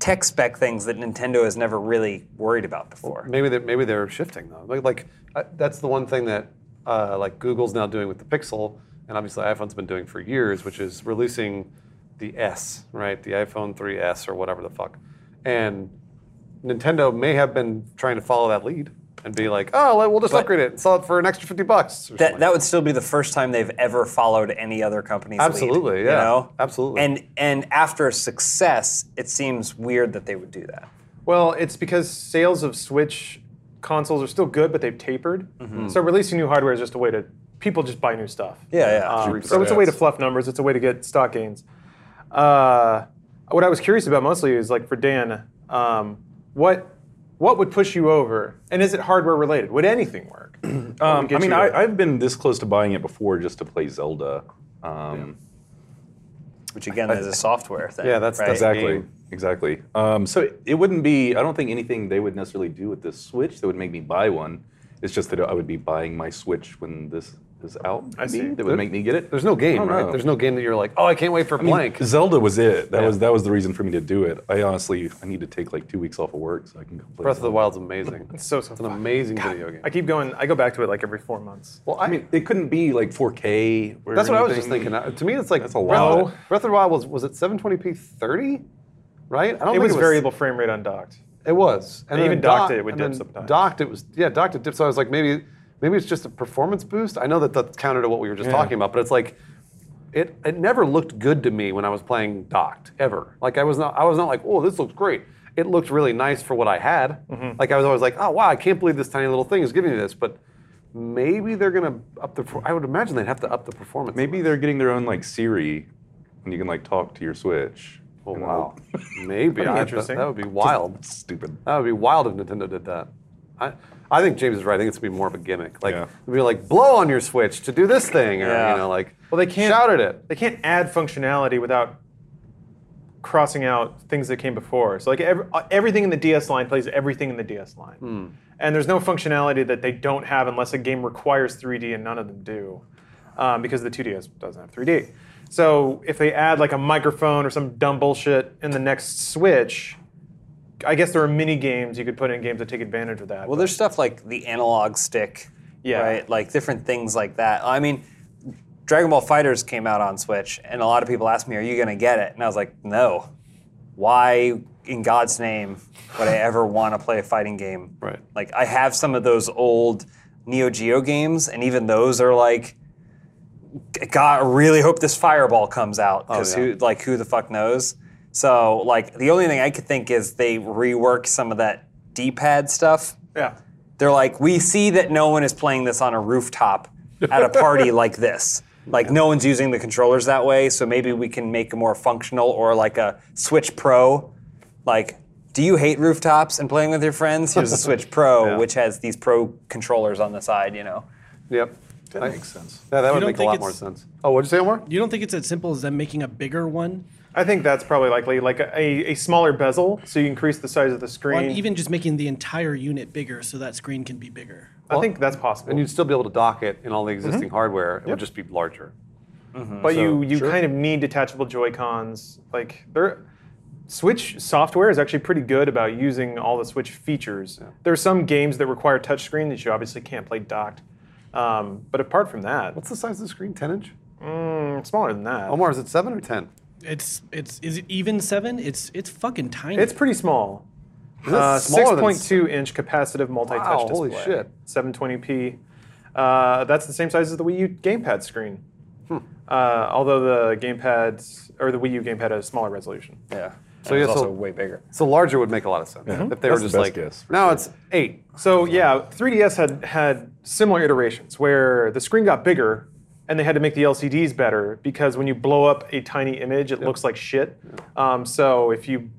Speaker 2: tech spec things that Nintendo has never really worried about before.
Speaker 4: maybe they're, maybe they're shifting though. Like, like I, that's the one thing that uh, like Google's now doing with the Pixel, and obviously iPhone's been doing for years, which is releasing the S, right? The iPhone 3S or whatever the fuck. And Nintendo may have been trying to follow that lead and be like, oh, well, we'll just upgrade it and sell it for an extra 50 bucks. Or
Speaker 2: That,
Speaker 4: something.
Speaker 2: that would still be the first time they've ever followed any other company's lead,
Speaker 4: Absolutely,
Speaker 2: you
Speaker 4: yeah.
Speaker 2: know?
Speaker 4: Absolutely.
Speaker 2: And and after success, it seems weird that they would do that.
Speaker 1: Well, it's because sales of Switch consoles are still good, but they've tapered. So releasing new hardware is just a way to people just buy new stuff.
Speaker 2: Yeah, yeah.
Speaker 1: Um,
Speaker 3: Cheap
Speaker 1: so it's a way to
Speaker 3: stats.
Speaker 1: fluff numbers. It's a way to get stock gains. Uh, what I was curious about mostly is like for Dan, um, what what would push you over? And is it hardware related? Would anything work? Um,
Speaker 3: I mean, I, I've been this close to buying it before just to play Zelda. Um,
Speaker 2: Which again is a software thing.
Speaker 4: Yeah, that's-
Speaker 2: right?
Speaker 4: that's
Speaker 3: Exactly. Exactly. Um, so it, it wouldn't be. I don't think anything they would necessarily do with this Switch that would make me buy one. It's just that I would be buying my Switch when this is out. I
Speaker 1: see.
Speaker 3: That would make me get it.
Speaker 4: There's no game,
Speaker 3: I don't
Speaker 4: right?
Speaker 3: know.
Speaker 4: There's no game that you're like, oh, I can't wait for
Speaker 3: I mean,
Speaker 4: blank.
Speaker 3: Zelda was it. That
Speaker 4: Yeah.
Speaker 3: was that was the reason for me to do it. I honestly I need to take like two weeks off of work so I can go play.
Speaker 4: Breath of the
Speaker 3: Zelda.
Speaker 4: Wild's amazing.
Speaker 1: It's so so
Speaker 4: It's an
Speaker 1: fun.
Speaker 4: amazing video game.
Speaker 1: I keep going. I go back to it like every four months.
Speaker 4: Well,
Speaker 3: I mean, it couldn't be like 4K. Or
Speaker 4: That's what I was just
Speaker 3: anything.
Speaker 4: thinking. Uh, To me, it's like
Speaker 3: That's a
Speaker 4: Breath of-
Speaker 3: lot.
Speaker 4: Breath of the Wild was was it 720p 30, right? I don't
Speaker 1: It
Speaker 4: think
Speaker 1: was variable frame rate undocked.
Speaker 4: It was, and
Speaker 1: They
Speaker 4: then
Speaker 1: even docked
Speaker 4: dock-
Speaker 1: it, it would
Speaker 4: and
Speaker 1: dip
Speaker 4: then
Speaker 1: sometimes.
Speaker 4: Docked it was yeah, docked it dipped. So I was like, maybe maybe it's just a performance boost. I know that that's counter to what we were just talking about, but it's like. It, it never looked good to me when I was playing docked ever. Like I was not I was not like oh this looks great. It looked really nice for what I had.
Speaker 1: Mm-hmm.
Speaker 4: Like I was always like oh wow I can't believe this tiny little thing is giving me this. But maybe they're gonna up the. per- I would imagine they'd have to up the performance.
Speaker 3: Maybe they're getting their own like Siri, and you can like talk to your Switch.
Speaker 4: Oh,
Speaker 3: You know?
Speaker 4: wow. Maybe. I, that,
Speaker 1: interesting.
Speaker 4: that would be wild.
Speaker 3: Stupid.
Speaker 4: That would be wild if Nintendo did that. I, I think James is right. I think it's gonna be more of a gimmick. Like
Speaker 3: Yeah.
Speaker 4: it'd be like blow on your Switch to do this thing, or
Speaker 2: Yeah.
Speaker 4: you know, like
Speaker 1: Well, they can't-
Speaker 4: shout at it.
Speaker 1: They can't add functionality without crossing out things that came before. So like ev- everything in the DS line plays everything in the DS line, and there's no functionality that they don't have unless a game requires 3D, and none of them do, um, because the 2DS doesn't have 3D. So if they add like a microphone or some dumb bullshit in the next Switch, I guess there are mini games you could put in games that take advantage of that.
Speaker 2: Well, there's stuff like the analog stick,
Speaker 1: Yeah.
Speaker 2: right? Like different things like that. I mean, Dragon Ball Fighters came out on Switch, and a lot of people asked me, "Are you going to get it?" And I was like, "No. Why, in God's name, would I ever want to play a fighting game?"
Speaker 4: Right.
Speaker 2: Like I have some of those old Neo Geo games, and even those are like, God, I really hope this Fireball comes out because
Speaker 4: yeah.
Speaker 2: who, like, who the fuck knows? So, like, the only thing I could think is they rework some of that D-pad stuff.
Speaker 1: yeah.
Speaker 2: They're like, we see that no one is playing this on a rooftop at a party like this. Like no one's using the controllers that way, so maybe we can make a more functional or like a Switch Pro. Like, do you hate rooftops and playing with your friends? Here's a Switch Pro, which has these pro controllers on the side, you know.
Speaker 4: Yep.
Speaker 3: That makes sense.
Speaker 4: Yeah, that would
Speaker 5: don't
Speaker 4: make a
Speaker 5: think
Speaker 4: lot more
Speaker 5: it's-
Speaker 4: sense. Oh, what'd you say, Omar?
Speaker 5: You don't think it's as simple as them making a bigger one,
Speaker 1: I think that's probably likely, like a, a smaller bezel, so you increase the size of the
Speaker 5: or
Speaker 1: screen.
Speaker 5: even just making the entire unit bigger so that screen can be bigger?
Speaker 1: I think that's possible.
Speaker 4: And you'd still be able to dock it in all the existing hardware. It would just be larger.
Speaker 1: But you
Speaker 4: So,
Speaker 1: you kind of need detachable Joy Cons. Like there, Switch software is actually pretty good about using all the Switch features. There are some games that require touchscreen that you obviously can't play docked. Um, but apart from that,
Speaker 4: What's the size of the screen? 10 inch?
Speaker 1: it's smaller than that.
Speaker 4: Omar, is it seven or 10?
Speaker 5: It's it's is it even seven? It's it's fucking tiny.
Speaker 1: It's pretty small.
Speaker 4: Is that
Speaker 1: Uh,
Speaker 4: smaller than-
Speaker 1: 6.2 inch capacitive multi-touch
Speaker 4: Wow,
Speaker 1: display.
Speaker 4: holy shit.
Speaker 1: 720p. Uh, that's the same size as the Wii U gamepad screen.
Speaker 4: Hmm.
Speaker 1: Uh, although the gamepad or the Wii U gamepad has a smaller resolution.
Speaker 2: Yeah.
Speaker 4: So
Speaker 2: So it's
Speaker 4: yeah, so-
Speaker 2: also way bigger.
Speaker 4: So larger would make a lot of sense if they were
Speaker 3: That's the
Speaker 4: just
Speaker 3: best
Speaker 4: like
Speaker 3: guess, for
Speaker 4: now it's eight.
Speaker 1: So yeah, 3DS had had similar iterations where the screen got bigger and they had to make the LCDs better because when you blow up a tiny image, it looks like shit. Um, so if you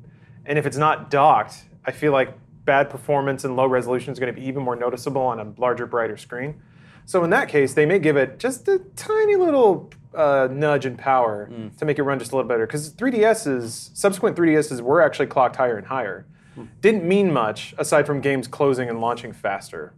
Speaker 1: and if it's not docked, I feel like bad performance and low resolution is going to be even more noticeable on a larger, brighter screen. So in that case, they may give it just a tiny little uh, nudge in power
Speaker 4: Hmm.
Speaker 1: to make it run just a little better. Because 3DSs, subsequent 3DSs were actually clocked higher and higher.
Speaker 4: Hmm.
Speaker 1: Didn't mean much aside from games closing and launching faster.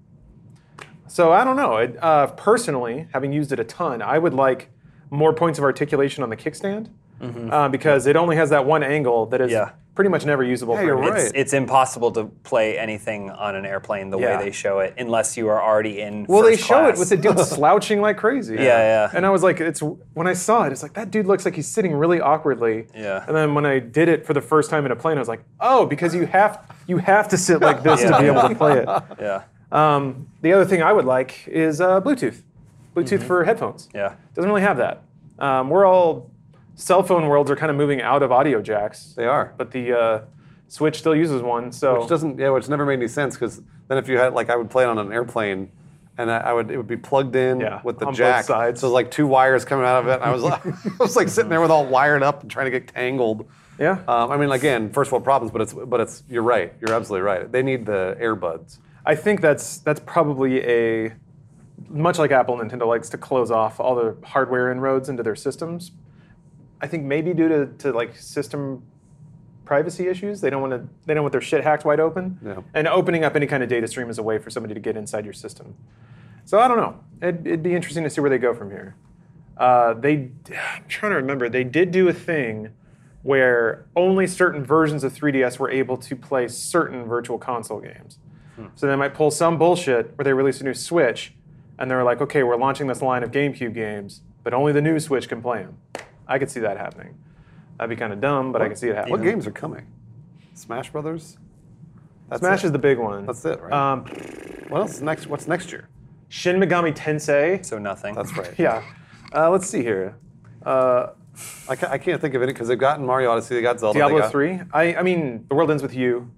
Speaker 1: So I don't know. It, uh, personally, having used it a ton, I would like more points of articulation on the kickstand
Speaker 4: Mm-hmm.
Speaker 1: uh, because it only has that one angle that is
Speaker 2: Yeah.
Speaker 1: pretty much never usable. for
Speaker 4: you're
Speaker 1: anything.
Speaker 4: right.
Speaker 2: It's, it's impossible to play anything on an airplane the
Speaker 1: Yeah.
Speaker 2: way they show it unless you are already in.
Speaker 1: Well, they
Speaker 2: first
Speaker 1: show it
Speaker 2: class.
Speaker 1: with the dude slouching like crazy.
Speaker 2: yeah.
Speaker 1: And I was like, it's when I saw it, it's like that dude looks like he's sitting really awkwardly.
Speaker 2: Yeah.
Speaker 1: And then when I did it for the first time in a plane, I was like, oh, because you have you have to sit like this to be able to play it.
Speaker 2: Yeah.
Speaker 1: Um, the other thing I would like is uh, Bluetooth, Bluetooth for headphones.
Speaker 2: Mm-hmm. Yeah.
Speaker 1: Doesn't really have that. Um, we're all cell phone worlds are kind of moving out of audio jacks.
Speaker 4: They are.
Speaker 1: But the uh, Switch still uses one, so
Speaker 4: which doesn't yeah which never made any sense because then if you had like i would play it on an airplane and I, I would it would be plugged in
Speaker 1: Yeah,
Speaker 4: with the
Speaker 1: on both
Speaker 4: jack.
Speaker 1: sides.
Speaker 4: So it was like two wires coming out of it. And I was like, I was like sitting there with all wired up and trying to get tangled.
Speaker 1: Yeah.
Speaker 4: Um, I mean, again, first world problems, but it's but it's you're right. You're absolutely right. They need the earbuds.
Speaker 1: I think that's that's probably a much like Apple, Nintendo likes to close off all the hardware inroads into their systems. I think maybe due to, to like system privacy issues, they don't want to they don't want their shit hacked wide open.
Speaker 4: Yeah.
Speaker 1: And opening up any kind of data stream is a way for somebody to get inside your system. So I don't know. It'd, it'd be interesting to see where they go from here. Uh, they I'm trying to remember. They did do a thing where only certain versions of 3DS were able to play certain virtual console games. So they might pull some bullshit where they release a new Switch, and they're like, okay, we're launching this line of GameCube games, but only the new Switch can play them. I could see that happening. That'd be kind of dumb, but I could see it happening.
Speaker 4: What games are coming? Smash Brothers. That's
Speaker 1: Smash
Speaker 4: it.
Speaker 1: is the big one.
Speaker 4: That's it, right?
Speaker 1: Um,
Speaker 4: what else is next? What's next year?
Speaker 1: Shin Megami Tensei.
Speaker 2: So nothing.
Speaker 4: That's right.
Speaker 1: Yeah. Uh, let's see here. Uh,
Speaker 4: I, ca- I can't think of any because they've gotten Mario Odyssey, they got Zelda, they
Speaker 1: Diablo
Speaker 4: got-
Speaker 1: three. I, I mean, the world ends with you.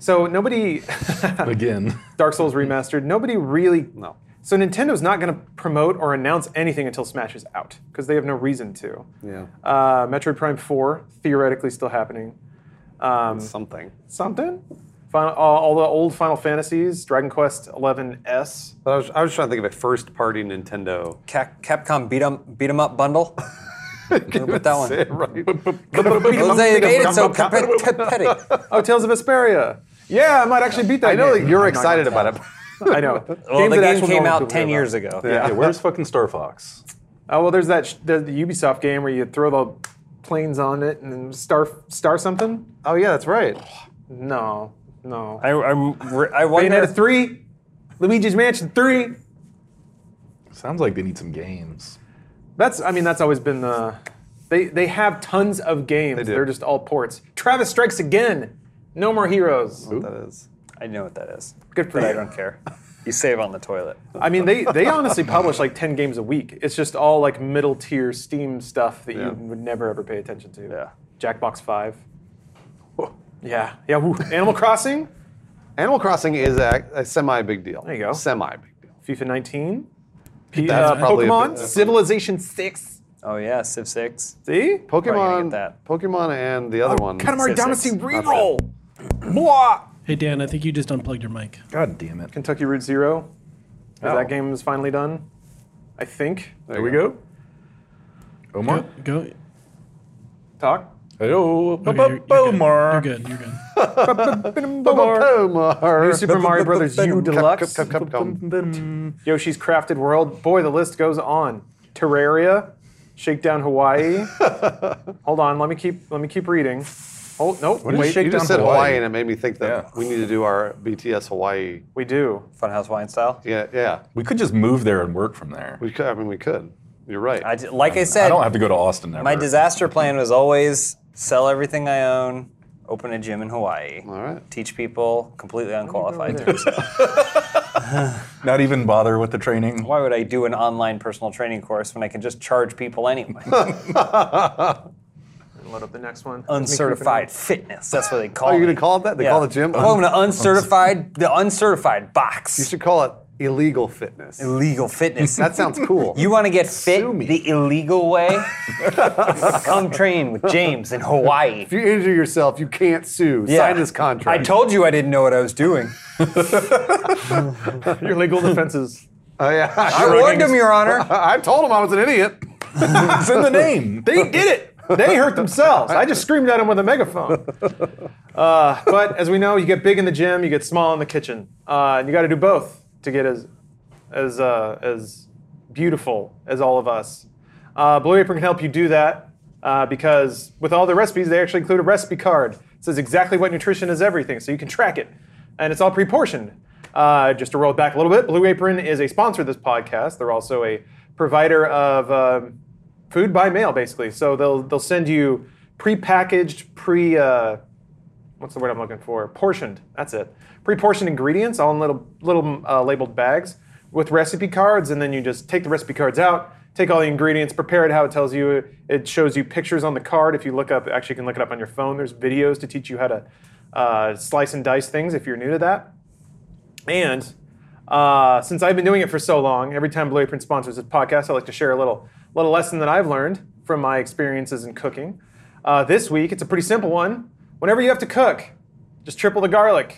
Speaker 1: So nobody.
Speaker 3: Again.
Speaker 1: Dark Souls remastered. Nobody really.
Speaker 4: No.
Speaker 1: So Nintendo's not going to promote or announce anything until Smash is out because they have no reason to.
Speaker 4: Yeah.
Speaker 1: Uh, Metroid Prime Four theoretically still happening. Um,
Speaker 4: Something.
Speaker 1: something. Final, all, all the old Final Fantasies, Dragon Quest Eleven S.
Speaker 4: But I was, I was trying to think of a first party Nintendo.
Speaker 2: Cap- Capcom beat 'em beat 'em up bundle. Put that one.
Speaker 4: right.
Speaker 2: Well, they made it so compet- competitive.
Speaker 1: Oh, Tales of Vesperia. Yeah, I might actually beat that.
Speaker 4: I know
Speaker 1: game.
Speaker 4: that you're
Speaker 1: I'm not
Speaker 4: excited
Speaker 1: gonna-
Speaker 4: about it.
Speaker 1: I know.
Speaker 2: Well,
Speaker 1: Games that
Speaker 2: the game
Speaker 1: actual
Speaker 2: came
Speaker 1: normal
Speaker 2: out
Speaker 1: people
Speaker 2: ten
Speaker 1: care
Speaker 2: years
Speaker 1: about.
Speaker 2: ago.
Speaker 3: Yeah, where's fucking Star Fox?
Speaker 1: Oh well, there's that sh- there's the Ubisoft game where you throw the planes on it and star star something.
Speaker 4: Oh yeah, that's right.
Speaker 1: No, no.
Speaker 2: I, I'm, re- I wonder.
Speaker 1: Bayonetta three, Luigi's Mansion three.
Speaker 3: Sounds like they need some games.
Speaker 1: That's I mean that's always been the they they have tons of games. They
Speaker 4: do.
Speaker 1: are just all ports. Travis Strikes Again. No more heroes.
Speaker 4: That is.
Speaker 2: I know what that is.
Speaker 1: Good for
Speaker 2: but I
Speaker 1: you.
Speaker 2: don't care. You save on the toilet.
Speaker 1: I mean they they honestly publish like ten games a week. It's just all like middle tier Steam stuff that
Speaker 4: Yeah.
Speaker 1: you would never ever pay attention to.
Speaker 2: Yeah.
Speaker 1: Jackbox Five. Yeah. Yeah. woo. Animal Crossing.
Speaker 4: Animal Crossing is a, a semi big deal.
Speaker 1: There you go.
Speaker 4: Semi big deal.
Speaker 1: FIFA 19. P-
Speaker 4: That's
Speaker 1: uh,
Speaker 4: probably a
Speaker 1: Pokemon.
Speaker 4: bit- that's-
Speaker 1: Civilization 6.
Speaker 2: Oh yeah, Civ Six.
Speaker 1: See?
Speaker 2: gonna
Speaker 4: Pokemon,
Speaker 2: get that.
Speaker 4: Pokemon, and the other one.
Speaker 1: Oh, Katamari
Speaker 2: Civ six.
Speaker 1: Damacy reroll. Blah.
Speaker 5: Hey Dan, I think you just unplugged your mic.
Speaker 3: God damn it.
Speaker 1: Kentucky Route Zero. 'Cause
Speaker 3: Oh.
Speaker 1: That game is finally done. I think.
Speaker 3: There we go. Omar?
Speaker 5: Go. Okay,
Speaker 1: Talk.
Speaker 3: Hello.
Speaker 5: you're, you're good. You're
Speaker 3: Omar.
Speaker 5: good. You're good.
Speaker 1: New
Speaker 4: Pokemon.
Speaker 1: Super Mario Brothers U Deluxe.
Speaker 4: Cup, cup, cup, cup.
Speaker 1: Yoshi's Crafted World. Boy, the list goes on. Terraria. Shakedown Hawaii. Hold on, let me keep let me keep reading. Oh nope.
Speaker 3: is
Speaker 1: Wait,
Speaker 3: Shake-
Speaker 4: You just
Speaker 3: Shakedown
Speaker 4: said Hawaii.
Speaker 3: Hawaii.
Speaker 4: and it made me think that
Speaker 3: Yeah.
Speaker 4: we need to do our BTS Hawaii.
Speaker 1: we do.
Speaker 2: Funhouse Wine style.
Speaker 4: Yeah, yeah.
Speaker 3: We could just move there and work from there.
Speaker 4: We could. I mean, we could. You're right.
Speaker 2: I d- like I said,
Speaker 3: I don't have to go to Austin ever.
Speaker 2: my disaster plan was always sell everything I own, open a gym in Hawaii,
Speaker 4: All right.
Speaker 2: teach people completely unqualified. to-
Speaker 3: Not even bother with the training.
Speaker 2: Why would I do an online personal training course when I can just charge people anyway?
Speaker 1: Load up the next one.
Speaker 2: uncertified fitness. That's what they call.
Speaker 4: Oh, you're
Speaker 2: me.
Speaker 4: gonna call it that? They call the gym.
Speaker 2: Oh, I'm gonna uncertified the uncertified
Speaker 4: You
Speaker 2: box.
Speaker 4: should call it illegal fitness.
Speaker 2: Illegal fitness.
Speaker 4: That sounds cool.
Speaker 2: You want to get fit
Speaker 4: Sue me.
Speaker 2: the illegal way? Come train with James in Hawaii.
Speaker 4: if you injure yourself, you can't sue.
Speaker 2: Yeah.
Speaker 4: Sign this contract.
Speaker 2: I told you I didn't know what I was doing.
Speaker 1: Your legal defenses.
Speaker 4: Oh, yeah.
Speaker 2: I warned him, Your Honor.
Speaker 4: I, I told him I was an idiot.
Speaker 3: It's in the name.
Speaker 1: They did it. They hurt themselves. I just screamed at them with a megaphone. Uh, but as we know, you get big in the gym, you get small in the kitchen, uh, and you got to do both to get as as uh, as beautiful as all of us. Uh, Blue Apron can help you do that uh, because with all the recipes, they actually include a recipe card. It says exactly what nutrition is everything, so you can track it, and it's all pre-portioned. Uh, just to roll it back a little bit, Blue Apron is a sponsor of this podcast. They're also a provider of um food by mail, basically. So they'll they'll send you pre-packaged, pre uh, what's the word I'm looking for? Portioned. That's it. Pre-portioned ingredients, all in little little uh, labeled bags with recipe cards, and then you just take the recipe cards out, take all the ingredients, prepare it how it tells you. It shows you pictures on the card. If you look up, actually, you can look it up on your phone. There's videos to teach you how to uh, slice and dice things if you're new to that, and Uh, since I've been doing it for so long, every time Blue Apron sponsors this podcast, I like to share a little little lesson that I've learned from my experiences in cooking. Uh, this week, it's a pretty simple one. Whenever you have to cook, just triple the garlic,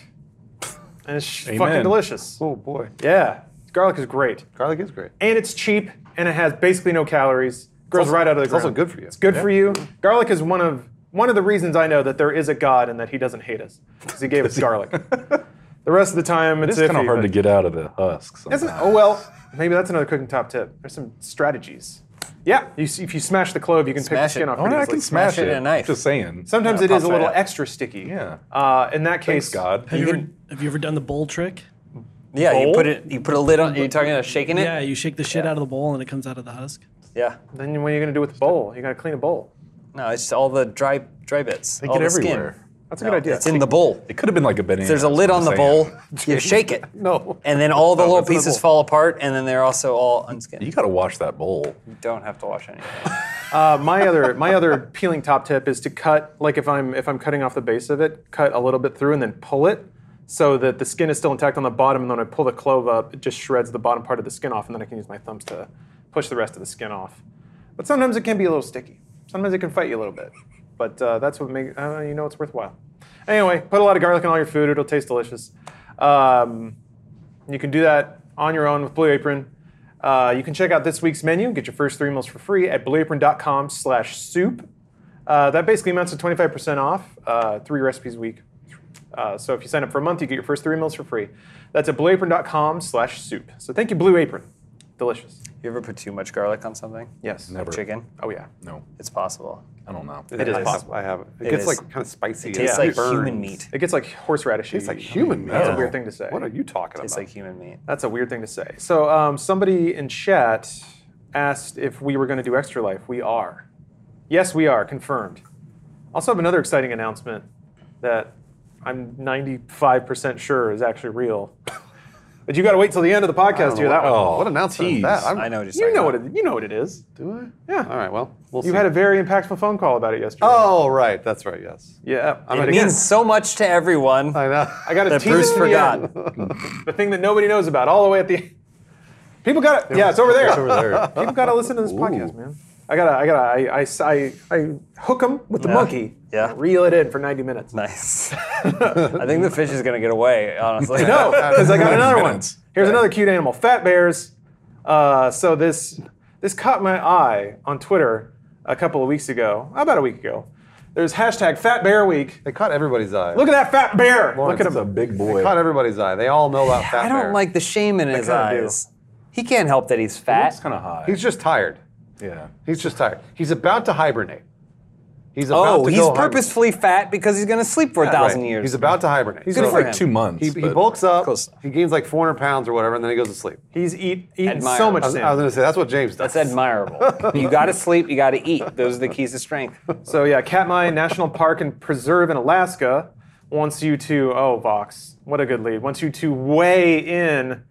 Speaker 1: and it's sh- fucking
Speaker 6: Amen.
Speaker 1: delicious.
Speaker 4: Oh boy,
Speaker 1: Yeah, garlic is great,
Speaker 4: garlic is great.
Speaker 1: and it's cheap, and it has basically no calories. Grows right out of the
Speaker 4: It's
Speaker 1: ground.
Speaker 4: also good for you.
Speaker 1: It's good for you. Garlic is one of one of the reasons I know that there is a God and that He doesn't hate us because He gave us garlic. the rest of the time, it's,
Speaker 3: It's kind
Speaker 1: iffy,
Speaker 3: of hard
Speaker 1: but-
Speaker 3: to get out of the husks.
Speaker 1: Isn't-
Speaker 3: sometimes.
Speaker 1: oh well, maybe that's another cooking top tip. There's some strategies. Yeah, you, s- if you smash the clove, you can pick the
Speaker 2: Smash it.
Speaker 1: skin off.
Speaker 3: Oh,
Speaker 1: pretty
Speaker 3: no, I
Speaker 1: easily.
Speaker 3: can smash,
Speaker 2: Smash it in a knife.
Speaker 3: Just saying.
Speaker 1: Sometimes it
Speaker 2: Yeah,
Speaker 1: is a
Speaker 2: pops right
Speaker 1: little
Speaker 2: out.
Speaker 1: extra sticky.
Speaker 3: Yeah.
Speaker 1: Uh, in that
Speaker 3: Thanks,
Speaker 1: case,
Speaker 3: God.
Speaker 5: Have you, ever,
Speaker 1: can-
Speaker 5: have you ever done the bowl trick?
Speaker 2: Yeah, you
Speaker 1: Bowl?
Speaker 2: put it. You put a lid on. Are you talking about shaking it?
Speaker 5: Yeah, you shake the shit out of the bowl and it comes out of the husk.
Speaker 2: Yeah.
Speaker 1: Then what are you gonna do with the bowl? You gotta clean a bowl.
Speaker 2: No, it's all the dry dry bits. all
Speaker 3: get
Speaker 2: the skin.
Speaker 3: everywhere.
Speaker 1: That's a
Speaker 2: No,
Speaker 1: good idea.
Speaker 2: It's in the bowl.
Speaker 3: It could have been like a banana.
Speaker 2: There's a lid on the
Speaker 3: I'm
Speaker 2: bowl.
Speaker 3: saying.
Speaker 2: You shake it.
Speaker 4: No.
Speaker 2: And then all the
Speaker 3: No,
Speaker 2: little
Speaker 3: it's in the
Speaker 2: pieces
Speaker 3: bowl.
Speaker 2: fall apart, and then they're also all unskinned.
Speaker 3: You
Speaker 2: You
Speaker 3: got to wash that bowl.
Speaker 2: don't have to wash anything.
Speaker 1: Uh, my other my other peeling top tip is to cut like if I'm if I'm cutting off the base of it, cut a little bit through and then pull it so that the skin is still intact on the bottom. And then when I pull the clove up, it just shreds the bottom part of the skin off, and then I can use my thumbs to push the rest of the skin off. But sometimes it can be a little sticky. Sometimes it can fight you a little bit. But uh, that's what makes uh, you know it's worthwhile. Anyway, put a lot of garlic in all your food; it'll taste delicious. Um, you can do that on your own with Blue Apron. Uh, you can check out this week's menu. Get your first three meals for free at blueapron.com slash soup. Uh, that basically amounts to 25% off, uh, three recipes a week. Uh, so if you sign up for a month, you get your first three meals for free. That's at blueapron.com slash soup. So thank you, Blue Apron. Delicious.
Speaker 2: You ever put too much garlic on something?
Speaker 1: Yes.
Speaker 3: Never.
Speaker 2: Chicken?
Speaker 1: Oh, yeah.
Speaker 3: No,
Speaker 2: It's possible.
Speaker 3: I don't know.
Speaker 1: It is
Speaker 4: I-
Speaker 1: possible.
Speaker 4: I have it. It,
Speaker 2: It
Speaker 4: gets
Speaker 2: is.
Speaker 4: like kind of spicy.
Speaker 2: It
Speaker 4: and
Speaker 2: tastes
Speaker 1: Yeah.
Speaker 2: like
Speaker 4: burns.
Speaker 2: human meat.
Speaker 1: It gets like horseradish.
Speaker 4: It's like human meat.
Speaker 1: That's a weird thing to say.
Speaker 4: What are you talking
Speaker 2: It's
Speaker 4: about?
Speaker 2: like human meat.
Speaker 1: That's a weird thing to say. So um, somebody in chat asked if we were going to do Extra Life. We are. Yes, we are. Confirmed. Also have another exciting announcement that I'm 95% sure is actually real. But you got to wait till the end of the podcast to hear that one.
Speaker 3: Oh,
Speaker 4: what announcement is
Speaker 3: geez.
Speaker 4: that? I'm,
Speaker 2: I know what you're
Speaker 1: You
Speaker 2: talking
Speaker 1: know what
Speaker 2: about.
Speaker 1: it, you know what it is.
Speaker 4: Do I?
Speaker 1: Yeah.
Speaker 4: All right. Well, we'll
Speaker 1: You
Speaker 4: see.
Speaker 1: had a very impactful phone call about it yesterday.
Speaker 4: Oh right, that's right. Yes.
Speaker 1: yeah.
Speaker 4: I'm gonna
Speaker 2: It means so much to everyone
Speaker 4: I know.
Speaker 1: I got a
Speaker 2: that
Speaker 1: tease
Speaker 2: Bruce
Speaker 1: at the
Speaker 2: forgot.
Speaker 1: end. The thing that nobody knows about, all the way at the. People got it. Yeah, it's over there.
Speaker 3: It's over there.
Speaker 1: People gotta listen to this podcast, man. I gotta, I gotta, I, I, I, I hook them with the
Speaker 2: Yeah.
Speaker 1: monkey.
Speaker 2: Yeah.
Speaker 1: and Reel it in for 90 minutes. No,
Speaker 2: Nice. I think the fish is gonna get away, honestly.
Speaker 1: because Oh, I got another one.
Speaker 3: minutes.
Speaker 1: Here's another cute animal, fat bears. Uh, so this, this caught my eye on Twitter a couple of weeks ago, about a week ago. There's hashtag Fat Bear Week.
Speaker 4: They caught everybody's eye.
Speaker 1: Look at that fat bear. Look at
Speaker 3: It's a
Speaker 1: him.
Speaker 3: big
Speaker 4: they
Speaker 3: boy.
Speaker 4: caught everybody's eye. They all know about fat
Speaker 2: I don't
Speaker 4: bear.
Speaker 2: like the shame in his
Speaker 1: kinda do.
Speaker 2: eyes. He can't help that he's fat.
Speaker 3: That's kind of high.
Speaker 4: He's just tired.
Speaker 3: yeah.
Speaker 4: He's just tired. He's about to hibernate. He's about
Speaker 2: oh,
Speaker 4: to
Speaker 2: he's
Speaker 4: go hibernate.
Speaker 2: purposefully fat because he's gonna sleep for a
Speaker 4: Yeah,
Speaker 2: thousand
Speaker 4: right.
Speaker 2: years.
Speaker 4: He's about to hibernate. He's
Speaker 2: Good
Speaker 3: It's
Speaker 2: for
Speaker 3: like
Speaker 2: him.
Speaker 3: two months.
Speaker 4: He, he
Speaker 3: but-
Speaker 4: bulks up.
Speaker 2: Close.
Speaker 4: He gains like 400 pounds or whatever, and then he goes to sleep.
Speaker 1: He's eat, eating
Speaker 2: Admire
Speaker 1: so
Speaker 2: him.
Speaker 1: much
Speaker 4: I was, I was
Speaker 1: sand.
Speaker 4: gonna say that's what James does.
Speaker 2: That's admirable. you gotta sleep, you gotta eat. Those are the keys to strength.
Speaker 1: So yeah, Katmai National Park and Preserve in Alaska wants you to oh Vox, what a good lead. Wants you to weigh in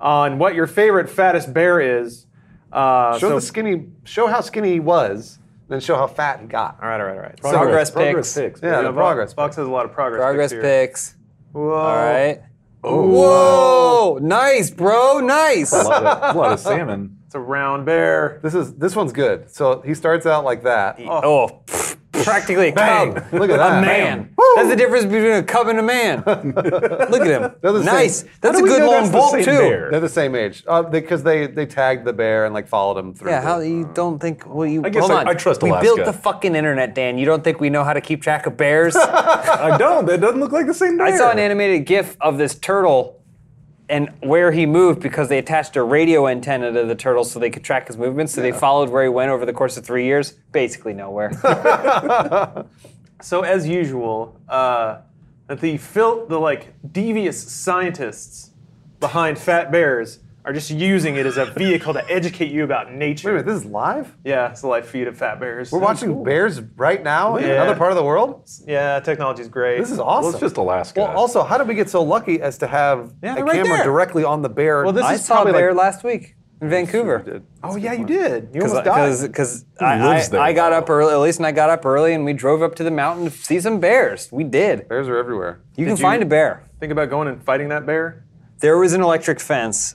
Speaker 1: on what your favorite fattest bear is. Uh,
Speaker 4: Show
Speaker 1: so-
Speaker 4: the skinny. Show how skinny he was, then show how fat he got.
Speaker 1: all right, all right, all right. So,
Speaker 2: Progress, picks.
Speaker 3: Progress picks.
Speaker 4: Yeah, the
Speaker 1: Vo-
Speaker 4: progress.
Speaker 1: Vox has a lot of progress.
Speaker 2: Progress
Speaker 1: picks. here.
Speaker 2: picks.
Speaker 1: Whoa.
Speaker 3: Oh.
Speaker 2: All right. Whoa! Nice, bro. Nice.
Speaker 3: a, lot of, a lot of salmon.
Speaker 1: It's a round bear.
Speaker 4: This is this one's good. So he starts out like that.
Speaker 2: Oh, pff, practically a
Speaker 4: Bang.
Speaker 2: cub.
Speaker 4: Look at that.
Speaker 2: A man. That's the difference between a cub and a man. Look at him.
Speaker 4: They're the same-
Speaker 2: nice. That's a
Speaker 3: How do we
Speaker 2: good
Speaker 3: know
Speaker 2: long
Speaker 3: that's the
Speaker 2: bolt
Speaker 3: same
Speaker 2: too.
Speaker 3: bear?
Speaker 4: They're the same age because uh, they, 'cause they they tagged the bear and like followed him through.
Speaker 2: Yeah, how
Speaker 4: the,
Speaker 2: you don't think? Well, you
Speaker 3: guess
Speaker 2: hold
Speaker 3: I-
Speaker 2: on.
Speaker 3: I trust
Speaker 2: we
Speaker 3: Alaska.
Speaker 2: built the fucking internet, Dan. You don't think we know how to keep track of bears? I
Speaker 3: I don't. That doesn't look like the same bear.
Speaker 2: saw an animated GIF of this turtle and where he moved because they attached a radio antenna to the turtle so they could track his movements. So they followed where he went over the course of three years, basically nowhere.
Speaker 1: So as usual, uh, the fil- the like devious scientists behind fat bears are just using it as a vehicle to educate you about nature.
Speaker 4: Wait a minute, this is live.
Speaker 1: Yeah, it's the live feed of fat bears.
Speaker 4: We're watching bears right now in
Speaker 1: Yeah.
Speaker 4: another part of the world.
Speaker 1: Yeah, technology's great.
Speaker 4: This is
Speaker 3: Well,
Speaker 4: awesome.
Speaker 3: it's just Alaska.
Speaker 4: Well, also, how did we get so lucky as to have
Speaker 1: Yeah,
Speaker 4: a
Speaker 1: they're right
Speaker 4: camera
Speaker 1: there.
Speaker 4: directly on the bear?
Speaker 1: Well, this
Speaker 2: I
Speaker 1: is
Speaker 2: saw a
Speaker 1: probably
Speaker 2: bear
Speaker 1: like-
Speaker 2: last week in Vancouver.
Speaker 1: Oh yeah, you did. You almost died.
Speaker 2: Because because I,
Speaker 3: lives
Speaker 2: I,
Speaker 3: there,
Speaker 2: I got up
Speaker 3: though?
Speaker 2: early. At least and I got up early, and we drove up to the mountain to see some bears. We did.
Speaker 4: bears are everywhere.
Speaker 2: You
Speaker 1: Did
Speaker 2: can
Speaker 1: you-
Speaker 2: find a bear.
Speaker 1: Think about going and fighting that bear.
Speaker 2: There was an electric fence,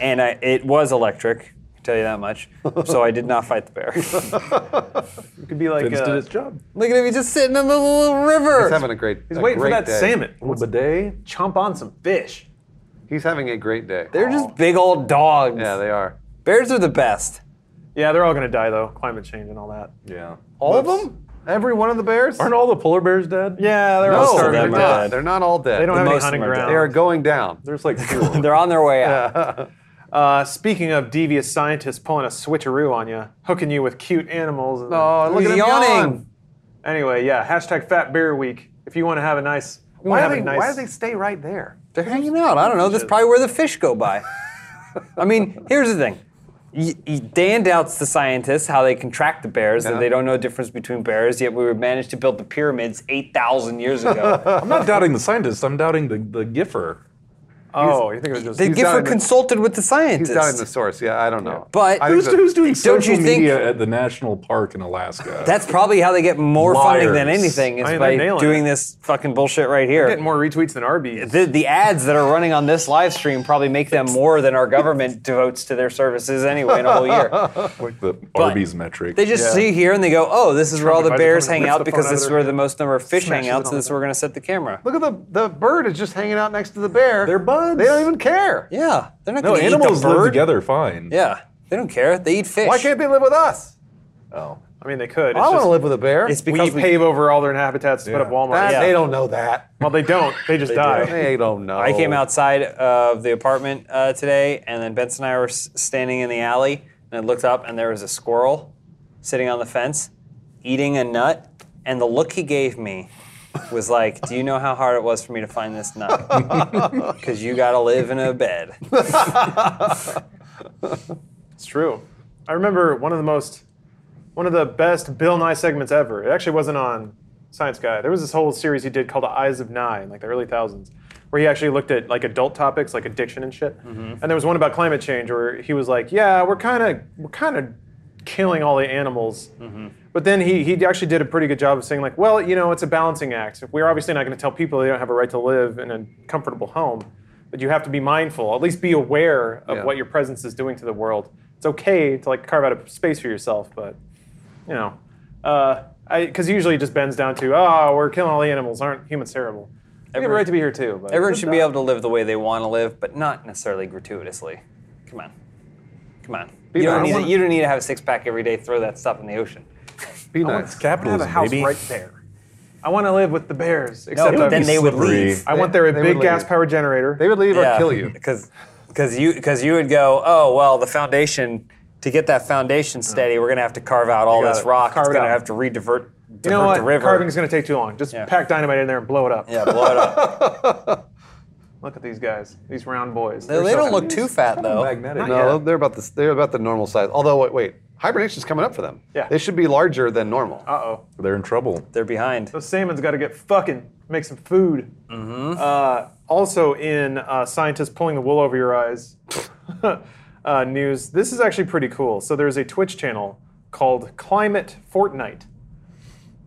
Speaker 2: and I, it was electric. I can tell you that much. So I did not fight the bear.
Speaker 1: It could be like
Speaker 3: Vince did
Speaker 1: uh,
Speaker 3: its job.
Speaker 2: Look at him, he's just sitting in the little river.
Speaker 4: He's having a great.
Speaker 1: he's
Speaker 4: a
Speaker 1: waiting for
Speaker 4: great
Speaker 1: that
Speaker 4: day.
Speaker 1: salmon.
Speaker 3: Little bidet.
Speaker 1: Chomp on some fish.
Speaker 4: He's having a great day.
Speaker 2: They're just big old dogs.
Speaker 4: Oh. yeah, they are.
Speaker 2: Bears are the best.
Speaker 1: Yeah, they're all gonna die though. Climate change and all that.
Speaker 3: Yeah.
Speaker 4: All of them? Every one of the bears?
Speaker 3: Aren't all the polar bears dead?
Speaker 1: Yeah, they're all
Speaker 2: Most
Speaker 4: no,
Speaker 2: of
Speaker 1: starving.
Speaker 4: they're
Speaker 2: them
Speaker 1: to
Speaker 2: are
Speaker 1: death.
Speaker 4: not.
Speaker 2: dead.
Speaker 4: They're not all dead.
Speaker 1: They don't
Speaker 2: The
Speaker 1: have any
Speaker 2: most of them
Speaker 1: hunting
Speaker 2: are dead.
Speaker 1: ground.
Speaker 4: They are going down.
Speaker 3: There's like four.
Speaker 2: They're on their way out.
Speaker 1: Uh, speaking of devious scientists pulling a switcheroo on you, hooking you with cute animals. and-
Speaker 4: Oh, look
Speaker 2: He's
Speaker 4: at him
Speaker 2: yawning.
Speaker 4: yawn.
Speaker 1: Anyway, yeah. Hashtag Fat Bear Week. If you want to have a nice, you
Speaker 4: Why,
Speaker 1: wanna
Speaker 4: are
Speaker 1: have
Speaker 4: they,
Speaker 1: a nice.
Speaker 4: why do they stay right there?
Speaker 2: They're hanging out. I don't know. That's probably where the fish go by. I mean, here's the thing. Y- y- Dan doubts the scientists how they can track the bears, that they don't know the difference between bears, yet we would manage to build the pyramids 8,000 years ago.
Speaker 3: I'm not doubting the scientists. I'm doubting the, the Giffer.
Speaker 1: oh, you think it was just?
Speaker 2: the
Speaker 4: down
Speaker 2: Giffer
Speaker 4: in the-
Speaker 2: consulted with the
Speaker 4: He's
Speaker 2: scientists.
Speaker 4: down in the source. Yeah, I don't know.
Speaker 2: But-
Speaker 4: I think
Speaker 3: Who's,
Speaker 4: that-
Speaker 3: who's doing
Speaker 2: Don't
Speaker 3: social
Speaker 2: you think-
Speaker 3: media at the national park in Alaska?
Speaker 2: That's probably how they get more funding than
Speaker 3: Liars.
Speaker 2: anything is
Speaker 1: I mean, they're
Speaker 2: by
Speaker 1: nailing
Speaker 2: doing
Speaker 1: it.
Speaker 2: this fucking bullshit right here.
Speaker 1: Getting more retweets than Arby's.
Speaker 2: the, the ads that are running on this live stream probably make them more than our government devotes to their services anyway in a whole year.
Speaker 3: like the Arby's metric.
Speaker 2: They just see here and they go, oh, this is where all the
Speaker 1: advisor
Speaker 2: bears
Speaker 1: comes and
Speaker 2: hang
Speaker 1: rips
Speaker 2: out
Speaker 1: the phone
Speaker 2: because
Speaker 1: out of
Speaker 2: this is
Speaker 1: their
Speaker 2: where the most number of fish hang
Speaker 1: smashes
Speaker 2: out,
Speaker 1: it
Speaker 2: so
Speaker 1: on
Speaker 2: this is
Speaker 1: the-
Speaker 2: where we're going to set the camera.
Speaker 4: Look at the the bird is just hanging out next to the bear. They're buds. They don't even care.
Speaker 2: Yeah, they're not
Speaker 3: no,
Speaker 2: going to
Speaker 3: animals
Speaker 2: eat the bird.
Speaker 3: live together fine.
Speaker 2: Yeah, they don't care. They eat fish.
Speaker 4: Why can't they live with us?
Speaker 3: Oh.
Speaker 1: I mean, they could. It's
Speaker 4: I want
Speaker 1: just,
Speaker 4: to live with a bear.
Speaker 2: It's
Speaker 1: we
Speaker 2: because we,
Speaker 1: pave over all their habitats to put
Speaker 3: Yeah.
Speaker 1: up Walmart.
Speaker 4: That-
Speaker 2: Yeah.
Speaker 4: They don't know that.
Speaker 1: Well, they don't. They just die.
Speaker 4: They don't know.
Speaker 2: I
Speaker 3: Oh.
Speaker 2: came outside of the apartment uh, today, and then Benson and I were s- standing in the alley, and I looked up, and there was a squirrel sitting on the fence eating a nut, and the look he gave me was like, "Do you know how hard it was for me to find this nut? Because you got to live in a bed."
Speaker 1: It's true. I remember one of the most, one of the best Bill Nye segments ever. It actually wasn't on Science Guy. There was this whole series he did called The Eyes of Nye in like the early thousands, where he actually looked at like adult topics like addiction and shit. And there was one about climate change where he was like, "Yeah, we're kind of, we're kind of killing all the animals." But then he, he actually did a pretty good job of saying like, well, you know, it's a balancing act. We're obviously not going to tell people they don't have a right to live in a comfortable home, but you have to be mindful. At least be aware of
Speaker 4: Yeah.
Speaker 1: what your presence is doing to the world. It's okay to like carve out a space for yourself, but you know, because usually it just bends down to, oh, we're killing all the animals. Aren't humans terrible? We have a
Speaker 2: Every-
Speaker 1: right to be here too. But
Speaker 2: Everyone should be able to live the way they want to live, but not necessarily gratuitously. Come on, come on. You
Speaker 4: I
Speaker 2: don't, need to,
Speaker 4: wanna-
Speaker 2: you don't need to have a six pack every day. Throw that stuff in the ocean.
Speaker 4: Be
Speaker 3: It's
Speaker 4: nice.
Speaker 1: have
Speaker 3: capitalism,
Speaker 1: a house
Speaker 3: baby.
Speaker 1: right there. I want to live with the bears.
Speaker 2: No,
Speaker 1: Except
Speaker 2: but
Speaker 1: I-
Speaker 2: then
Speaker 3: be
Speaker 2: they would
Speaker 3: slippery.
Speaker 2: leave.
Speaker 1: I want their
Speaker 4: they
Speaker 1: big
Speaker 4: would leave.
Speaker 1: gas powered generator.
Speaker 4: They would leave or kill you.
Speaker 2: because because you because you would go oh well the foundation to get that foundation steady we're gonna have to carve out all
Speaker 1: You got
Speaker 2: this
Speaker 1: it.
Speaker 2: rock
Speaker 1: Carve
Speaker 2: it's
Speaker 1: it
Speaker 2: gonna
Speaker 1: out.
Speaker 2: have to redivert divert
Speaker 1: you know what?
Speaker 2: the river
Speaker 1: Carving's going to take too long. Just
Speaker 2: Yeah.
Speaker 1: pack dynamite in there and blow it up.
Speaker 2: yeah blow it up
Speaker 1: Look at these guys, these round boys.
Speaker 2: they, they don't look too fat though
Speaker 3: Magnetic.
Speaker 4: No, they're about the they're about the normal size. Although wait, wait, hibernation's coming up for them.
Speaker 1: Yeah.
Speaker 4: they should be larger than normal.
Speaker 1: Uh oh.
Speaker 3: They're in trouble.
Speaker 2: they're behind
Speaker 1: Those salmon's got to get fucking make some food. Uh, also in uh, scientists pulling the wool over your eyes uh, news. This is actually pretty cool. So there's a Twitch channel called Climate Fortnite.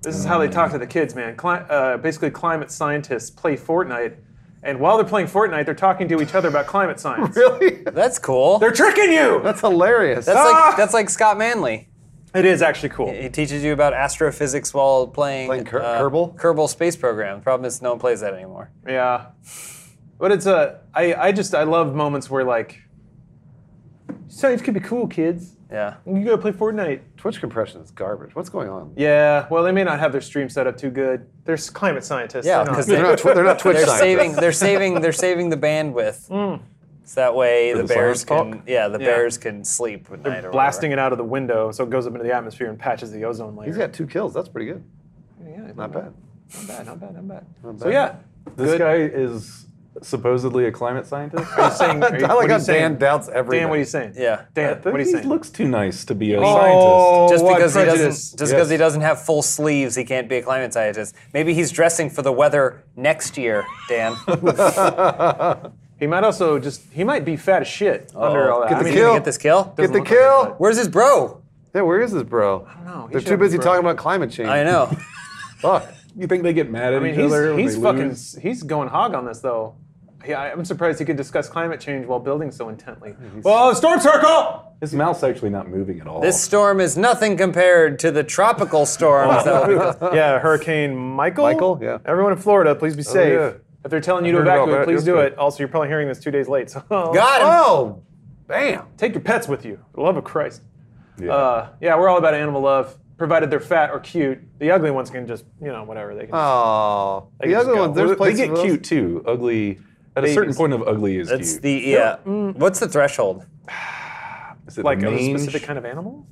Speaker 1: This is how they talk to the kids, man. Cli- uh, basically, climate scientists play Fortnite, and while they're playing Fortnite, they're talking to each other about climate science.
Speaker 4: really?
Speaker 2: that's cool
Speaker 1: They're tricking you.
Speaker 4: That's hilarious.
Speaker 2: that's
Speaker 1: Ah!
Speaker 2: like that's like Scott Manley
Speaker 1: It is actually cool.
Speaker 2: he teaches you about astrophysics while playing uh,
Speaker 4: Playing Ker- Kerbal?
Speaker 2: Kerbal Space Program the problem is no one plays that anymore
Speaker 1: Yeah. But it's a I I just I love moments where like science could be cool, kids.
Speaker 2: yeah
Speaker 1: You gotta play Fortnite.
Speaker 4: Twitch compression is garbage. What's going on?
Speaker 1: Yeah, well they may not have their stream set up too good. They're s- climate scientists.
Speaker 2: Yeah,
Speaker 1: they're not-
Speaker 2: 'cause
Speaker 4: They're not, twi- they're not Twitch
Speaker 2: they're
Speaker 4: scientists.
Speaker 2: saving they're saving they're saving the bandwidth so that way the,
Speaker 3: the
Speaker 2: bears
Speaker 3: science
Speaker 2: can
Speaker 3: talk?
Speaker 2: yeah the
Speaker 1: Mm. Yeah.
Speaker 2: bears can sleep at night or whatever.
Speaker 1: blasting it out of the window so it goes up into the atmosphere and patches the ozone layer.
Speaker 4: He's got two kills. That's pretty good.
Speaker 1: yeah,
Speaker 4: Not bad.
Speaker 1: Not bad, not bad, not bad.
Speaker 4: Not
Speaker 1: So
Speaker 4: bad.
Speaker 1: yeah.
Speaker 3: This guy is supposedly a climate scientist.
Speaker 1: Are you saying, are you,
Speaker 4: I
Speaker 1: what
Speaker 4: like
Speaker 1: are
Speaker 4: how
Speaker 1: you saying?
Speaker 4: Dan doubts everything.
Speaker 1: Dan, what are you saying?
Speaker 2: Yeah.
Speaker 1: Dan, what are you
Speaker 3: he
Speaker 1: saying?
Speaker 3: looks too nice to be a
Speaker 1: oh,
Speaker 3: scientist.
Speaker 2: just
Speaker 1: what
Speaker 2: because he doesn't
Speaker 1: prejudice.
Speaker 2: just because he
Speaker 3: Yes.
Speaker 2: doesn't have full sleeves, he can't be a climate scientist. Maybe he's dressing for the weather next year, Dan.
Speaker 1: He might also just he might be fat as shit
Speaker 4: Oh.
Speaker 1: under all that.
Speaker 4: Get
Speaker 1: I
Speaker 4: the
Speaker 1: mean,
Speaker 2: Did
Speaker 4: kill.
Speaker 2: Oh, he get this kill?
Speaker 4: Get
Speaker 1: Doesn't
Speaker 4: the
Speaker 1: look like it,
Speaker 4: kill.
Speaker 1: but-
Speaker 2: Where's his bro?
Speaker 4: yeah, where is this bro? I don't
Speaker 1: know. He
Speaker 4: They're
Speaker 1: should
Speaker 4: too
Speaker 1: have a
Speaker 4: busy
Speaker 1: bro.
Speaker 4: talking about climate change.
Speaker 2: I know.
Speaker 4: Fuck.
Speaker 3: You think they get mad at
Speaker 1: I mean,
Speaker 3: each other? when
Speaker 1: he's, he's
Speaker 3: they
Speaker 1: fucking
Speaker 3: lose?
Speaker 1: he's going hog on this though. Yeah, I- I'm surprised he could discuss climate change while building so intently. Well, storm circle.
Speaker 3: His mouth's actually not moving at all.
Speaker 2: This storm is nothing compared to the tropical storms. that will be
Speaker 1: Yeah, Hurricane Michael.
Speaker 4: Michael, yeah. Oh,
Speaker 1: Everyone in Florida, please be safe.
Speaker 4: yeah.
Speaker 1: If they're telling you to
Speaker 4: heard about
Speaker 1: evacuate,
Speaker 4: that
Speaker 1: please do
Speaker 4: yesterday.
Speaker 1: it. Also, you're probably hearing this two days late, so
Speaker 2: Got him.
Speaker 4: Oh, bam!
Speaker 1: take your pets with you. For the love of Christ.
Speaker 3: yeah.
Speaker 1: Uh, yeah, we're all about animal love, provided they're fat or cute. The ugly ones can just, you know, whatever they can.
Speaker 4: Oh, the
Speaker 1: just
Speaker 4: other
Speaker 1: go.
Speaker 4: one. There's
Speaker 3: they
Speaker 4: places
Speaker 3: get
Speaker 4: for those.
Speaker 3: cute too. Ugly. At a certain
Speaker 1: Babies.
Speaker 3: point of ugly is
Speaker 2: That's
Speaker 3: cute.
Speaker 2: the yeah.
Speaker 1: Mm.
Speaker 2: What's the threshold?
Speaker 3: is it
Speaker 1: like
Speaker 3: mange?
Speaker 1: a specific kind of animal.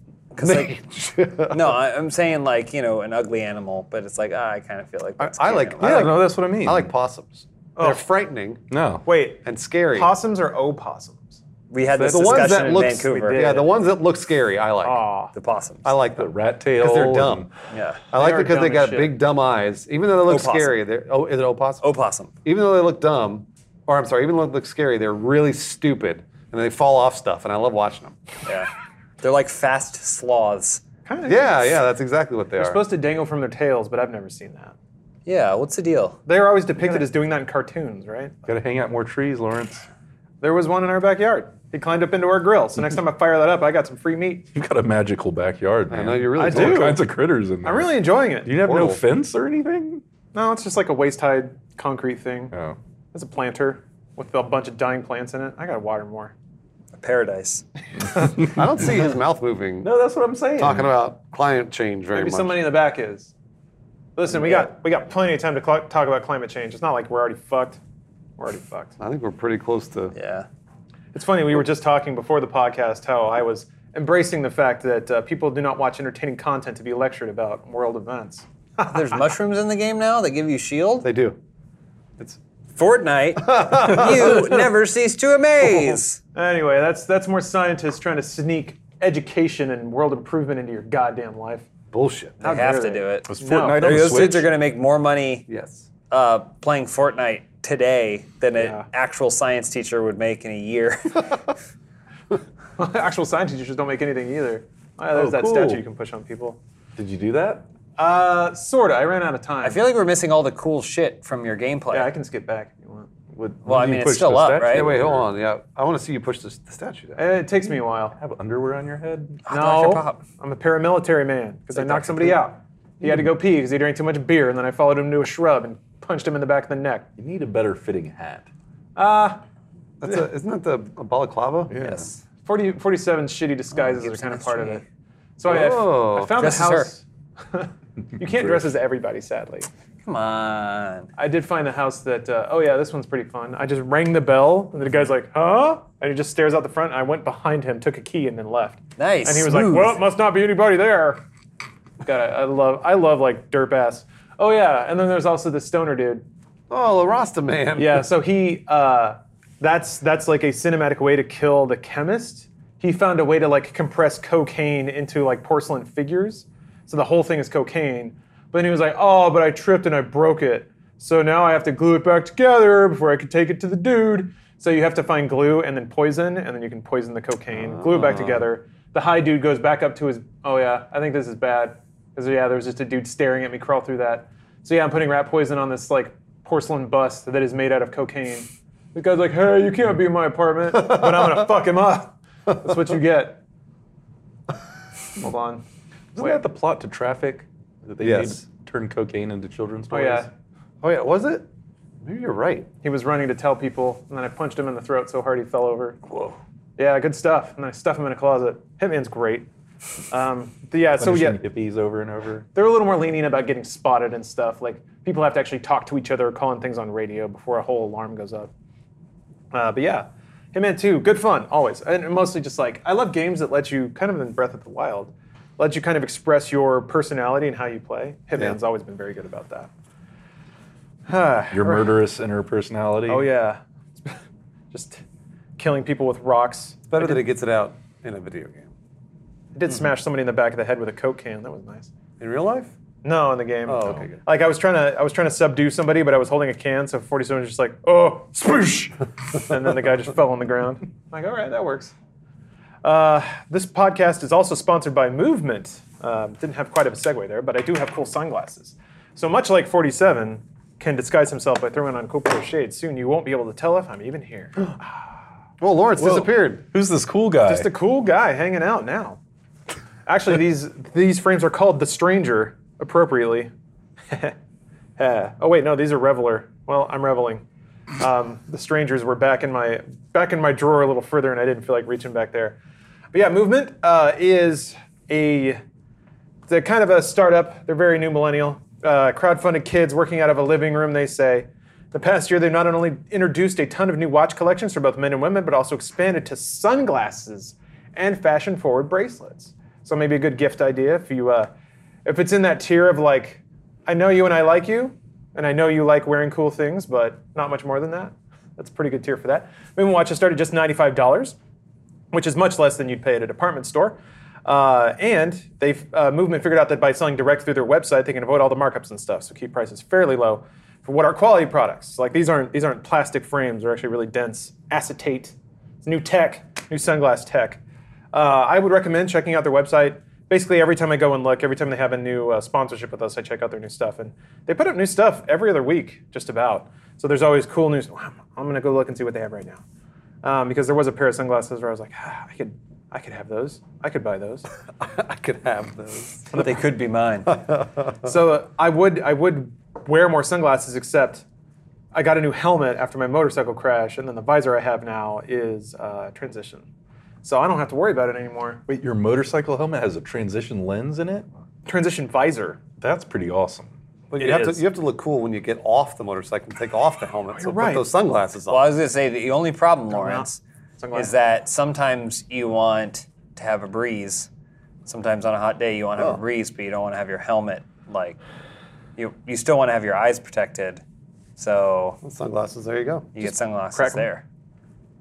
Speaker 2: 'Cause, like, no, I, I'm saying like you know an ugly animal, but it's like ah, I kind of feel like that's
Speaker 4: I
Speaker 2: cute
Speaker 4: like-
Speaker 2: animal.
Speaker 3: I
Speaker 4: I
Speaker 3: don't know. That's what I mean.
Speaker 4: I like possums. They're frightening
Speaker 3: No.
Speaker 1: Wait,
Speaker 4: and scary.
Speaker 1: Oh. possums or opossums?
Speaker 2: we had this
Speaker 4: the ones
Speaker 2: discussion
Speaker 4: that
Speaker 2: in
Speaker 4: look-
Speaker 2: Vancouver.
Speaker 4: Yeah, the ones that look scary, I like.
Speaker 1: Aw.
Speaker 2: the possums.
Speaker 4: I like
Speaker 3: The
Speaker 4: them
Speaker 3: rat tail.
Speaker 4: because they're
Speaker 3: and-
Speaker 4: dumb.
Speaker 2: yeah,
Speaker 4: I like
Speaker 1: are
Speaker 4: because they
Speaker 1: dumb
Speaker 4: got
Speaker 1: as shit.
Speaker 4: big dumb eyes, even though they look
Speaker 2: Opossum.
Speaker 4: scary. They're oh, is it opossum?
Speaker 2: opossum.
Speaker 4: even though they look dumb, or I'm sorry, even though they look scary, they're really stupid and they fall off stuff, and I love watching them.
Speaker 2: Yeah, they're like fast sloths.
Speaker 1: Kind of.
Speaker 4: Yeah, yeah, that's exactly what they are.
Speaker 1: They're supposed to dangle from their tails, but I've never seen that.
Speaker 2: Yeah, what's the deal?
Speaker 1: They're always depicted as doing that in cartoons, right?
Speaker 3: Gotta hang out more trees, Lawrence.
Speaker 1: There was one in our backyard. He climbed up into our grill. So next time I fire that up, I got some free meat.
Speaker 3: You've got a magical backyard, man.
Speaker 4: I know you really
Speaker 1: I
Speaker 3: All
Speaker 1: do.
Speaker 3: kinds of critters in there.
Speaker 1: I'm really enjoying it.
Speaker 3: You have no
Speaker 4: Horrible.
Speaker 3: fence or anything?
Speaker 1: No, it's just like a waist-high concrete thing.
Speaker 3: Oh.
Speaker 1: It's a planter with a bunch of dying plants in it. I gotta water more.
Speaker 2: Paradise.
Speaker 4: I don't see his mouth moving.
Speaker 1: No, that's what I'm saying.
Speaker 4: Talking about climate change very
Speaker 1: Maybe
Speaker 4: much.
Speaker 1: somebody in the back is. Listen, we got we got plenty of time to cl- talk about climate change. It's not like we're already fucked. We're already fucked.
Speaker 4: I think we're pretty close to.
Speaker 2: Yeah,
Speaker 1: It's funny. We were just talking before the podcast how I was embracing the fact that uh, people do not watch entertaining content to be lectured about world events.
Speaker 2: there's mushrooms in the game now that give you shield.
Speaker 4: They do.
Speaker 2: Fortnite, you never cease to amaze.
Speaker 1: Anyway, that's that's more scientists trying to sneak education and world improvement into your goddamn life.
Speaker 4: Bullshit.
Speaker 2: They have to
Speaker 1: dare they.
Speaker 2: do it.
Speaker 3: Was Fortnite on the
Speaker 2: Those
Speaker 3: Switch?
Speaker 2: kids are gonna make more money
Speaker 4: Yes.
Speaker 2: uh, playing Fortnite today than an
Speaker 1: Yeah.
Speaker 2: actual science teacher would make in a year.
Speaker 1: Actual science teachers don't make anything either. Uh, there's
Speaker 3: Oh,
Speaker 1: that
Speaker 3: cool.
Speaker 1: statue you can push on people.
Speaker 3: Did you do that?
Speaker 1: Uh, sorta. I ran out of time.
Speaker 2: I feel like we're missing all the cool shit from your gameplay.
Speaker 1: yeah, I can skip back if you want.
Speaker 3: Would,
Speaker 2: Well, I mean, it's still up, right?
Speaker 4: Hey, wait, hold on. Yeah, I want to see you push this, the statue down.
Speaker 1: Eh, It takes me a while.
Speaker 3: Have underwear on your head?
Speaker 2: Dr.
Speaker 1: No,
Speaker 2: Pop.
Speaker 1: I'm a paramilitary man because I knocked somebody out. He had to go pee because he drank too much beer, and then I followed him to a shrub and punched him in the back of the neck.
Speaker 3: You need a better fitting hat.
Speaker 1: Ah,
Speaker 4: That's a, isn't that the a balaclava?
Speaker 2: Yes.
Speaker 1: 40, 47 shitty disguises are
Speaker 2: Gibson
Speaker 1: kind of
Speaker 2: has
Speaker 1: part of
Speaker 2: three.
Speaker 1: it. So I, I f-
Speaker 4: Oh,
Speaker 1: I found the
Speaker 2: dress as her.
Speaker 1: house. you can't dress as everybody, sadly.
Speaker 2: Come on.
Speaker 1: I did find the house that, uh, oh yeah, this one's pretty fun. I just rang the bell, and the guy's like, huh? And he just stares out the front, and I went behind him, took a key, and then left.
Speaker 2: Nice.
Speaker 1: And he was
Speaker 2: smooth.
Speaker 1: like, "Well, it must not be anybody there." God, I, I love, I love like derp ass. Oh yeah, and then there's also the stoner dude.
Speaker 4: Oh, the Rasta man.
Speaker 1: Yeah, so he, uh, that's that's like a cinematic way to kill the chemist. He found a way to like compress cocaine into like porcelain figures, so the whole thing is cocaine. But then he was like, "Oh, but I tripped and I broke it, so now I have to glue it back together before I could take it to the dude." So you have to find glue and then poison, and then you can poison the cocaine, glue it back together. The high dude goes back up to his. Oh yeah, I think this is bad. Because yeah, there was just a dude staring at me crawl through that. So yeah, I'm putting rat poison on this like porcelain bust that is made out of cocaine. The guy's like, "Hey, you can't be in my apartment," but I'm gonna fuck him up. That's what you get. Hold on.
Speaker 3: Isn't that the plot to Traffic? That they
Speaker 4: Yes.
Speaker 3: made turn cocaine into children's
Speaker 1: Oh
Speaker 3: toys?
Speaker 1: yeah,
Speaker 4: Oh yeah, was it? Maybe you're right.
Speaker 1: he was running to tell people, and then I punched him in the throat so hard he fell over. Whoa. Yeah, good stuff. And then I stuff him in a closet. Hitman's great. Um, but yeah, so yeah,
Speaker 3: Punishing hippies over and over.
Speaker 1: they're a little more lenient about getting spotted and stuff. Like people have to actually talk to each other or call in things on radio before a whole alarm goes up. Uh, but yeah, Hitman 2, good fun, always. And mostly just like, I love games that let you, kind of in Breath of the Wild, let you kind of express your personality and how you play. Hitman's
Speaker 4: Yeah.
Speaker 1: always been very good about that.
Speaker 3: Your murderous inner personality.
Speaker 1: Oh, yeah. just killing people with rocks.
Speaker 4: It's better that it gets it out in a video game.
Speaker 1: I did smash somebody in the back of the head with a Coke can. That was nice.
Speaker 4: In real life?
Speaker 1: No, in the game.
Speaker 4: Oh, okay, good.
Speaker 1: Like I was trying to, I was trying to subdue somebody, but I was holding a can, so 47 was just like, oh, sploosh, and then the guy just fell on the ground. like, all right, that works. Uh, this podcast is also sponsored by Movement. Uh, didn't have quite of a segue there, but I do have cool sunglasses. So much like 47, can disguise himself by throwing on Corporal Shade. Soon you won't be able to tell if I'm even here.
Speaker 4: Well, Lawrence disappeared.
Speaker 3: Who's this cool guy?
Speaker 1: Just a cool guy hanging out now. Actually, these these frames are called the Stranger appropriately. Eh. oh wait, no, these are Reveler. Well, I'm reveling. Um, the Strangers were back in my back in my drawer a little further, and I didn't feel like reaching back there. But yeah, movement uh, is a they're kind of a startup. They're very new millennial. Uh, crowdfunded kids working out of a living room, they say. The past year, they've not only introduced a ton of new watch collections for both men and women, but also expanded to sunglasses and fashion forward bracelets. So maybe a good gift idea if you, uh, if it's in that tier of like, I know you and I like you, and I know you like wearing cool things, but not much more than that. That's a pretty good tier for that. Movement watches start at just ninety-five dollars which is much less than you'd pay at a department store. Uh, and they've uh, movement figured out that by selling direct through their website, they can avoid all the markups and stuff, so keep prices fairly low for what are quality products. Like these aren't these aren't plastic frames; they're actually really dense acetate. It's new tech, new sunglass tech. Uh, I would recommend checking out their website. Basically, every time I go and look, every time they have a new uh, sponsorship with us, I check out their new stuff, and they put up new stuff every other week, just about. So there's always cool news. I'm, I'm gonna go look and see what they have right now um, because there was a pair of sunglasses where I was like, ah, I could, I could have those. I could buy those.
Speaker 4: I could have those.
Speaker 2: But they could be mine.
Speaker 1: so uh, I would, I would wear more sunglasses. Except, I got a new helmet after my motorcycle crash, and then the visor I have now is uh, transition. So I don't have to worry about it anymore.
Speaker 3: Wait, your motorcycle helmet has a transition lens in it?
Speaker 1: Transition visor.
Speaker 3: That's pretty awesome.
Speaker 4: But
Speaker 2: It
Speaker 4: you have, to,
Speaker 2: is.
Speaker 4: you have to look cool when you get off the motorcycle and take off the helmet. So
Speaker 1: right.
Speaker 4: put those sunglasses on.
Speaker 2: Well, I was going to say the only problem, Lawrence,
Speaker 1: Sunglasses.
Speaker 2: is that sometimes you want to have a breeze. Sometimes on a hot day you want to
Speaker 1: Oh.
Speaker 2: have a breeze, but you don't want to have your helmet like you. You still want to have your eyes protected, so
Speaker 4: sunglasses, there you go.
Speaker 2: you get sunglasses
Speaker 1: crack 'em.
Speaker 2: there.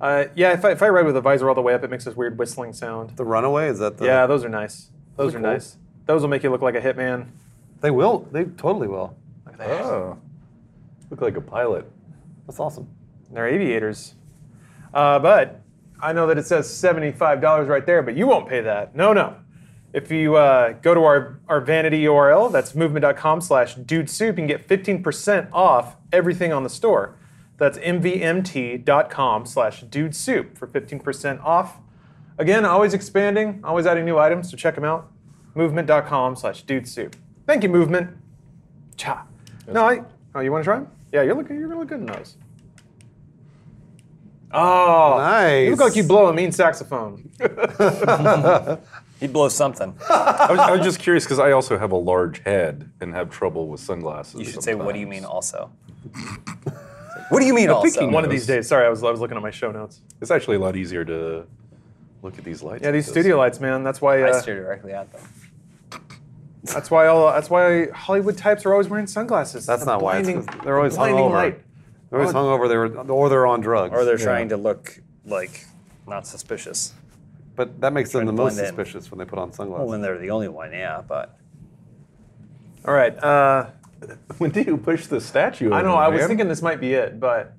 Speaker 1: Uh, yeah, if I, if I ride with the visor all the way up, it makes this weird whistling sound.
Speaker 4: The runaway, is that the.
Speaker 1: yeah, those are nice. Those,
Speaker 4: Those
Speaker 1: are
Speaker 4: are cool.
Speaker 1: nice. Those will make you look like a hitman.
Speaker 4: They will. They totally will.
Speaker 3: Oh. Look like a pilot.
Speaker 4: That's awesome.
Speaker 1: They're aviators. Uh, but I know that it says $75 right there, but you won't pay that. No, no. If you uh, go to our, our vanity URL, that's movement.com slash dude soup, you can get 15% off everything on the store. That's mvmt.com slash dude soup for 15% off. Again, always expanding, always adding new items, so check them out. Movement.com slash dude soup. Thank you, Movement. Cha. No, I. Oh, you want to try 'em? Yeah, you're looking. You're really good in those. Oh,
Speaker 4: Nice.
Speaker 1: You look like you blow a mean saxophone.
Speaker 2: He blows something.
Speaker 3: I was, I was just curious because I also have a large head and have trouble with sunglasses.
Speaker 2: You should say, "What do you mean?" Also. What do you mean?
Speaker 3: think he
Speaker 2: Also,
Speaker 1: One of
Speaker 3: knows.
Speaker 1: these days. Sorry, I was I was looking at my show notes.
Speaker 3: It's actually a lot easier to look at these lights.
Speaker 1: Yeah,
Speaker 3: like
Speaker 1: these
Speaker 3: this.
Speaker 1: studio lights, man. That's why.
Speaker 2: I
Speaker 1: Uh,
Speaker 2: stare directly at them.
Speaker 1: that's why all. That's why Hollywood types are always wearing sunglasses.
Speaker 4: That's
Speaker 1: The
Speaker 4: not why. It's
Speaker 1: blinding-
Speaker 4: 'cause they're always
Speaker 1: blinding
Speaker 4: hungover.
Speaker 1: light.
Speaker 4: They're always hungover. They were, or they're on drugs.
Speaker 2: Or they're trying to look like not suspicious.
Speaker 4: but that makes them the
Speaker 2: to
Speaker 4: most
Speaker 2: blend in.
Speaker 4: suspicious when they put on sunglasses.
Speaker 2: Well, when they're the only one, yeah. But
Speaker 1: All right. Uh,
Speaker 3: When do you push the statue?
Speaker 1: I know.
Speaker 3: over,
Speaker 1: I was
Speaker 3: man?
Speaker 1: thinking this might be it, but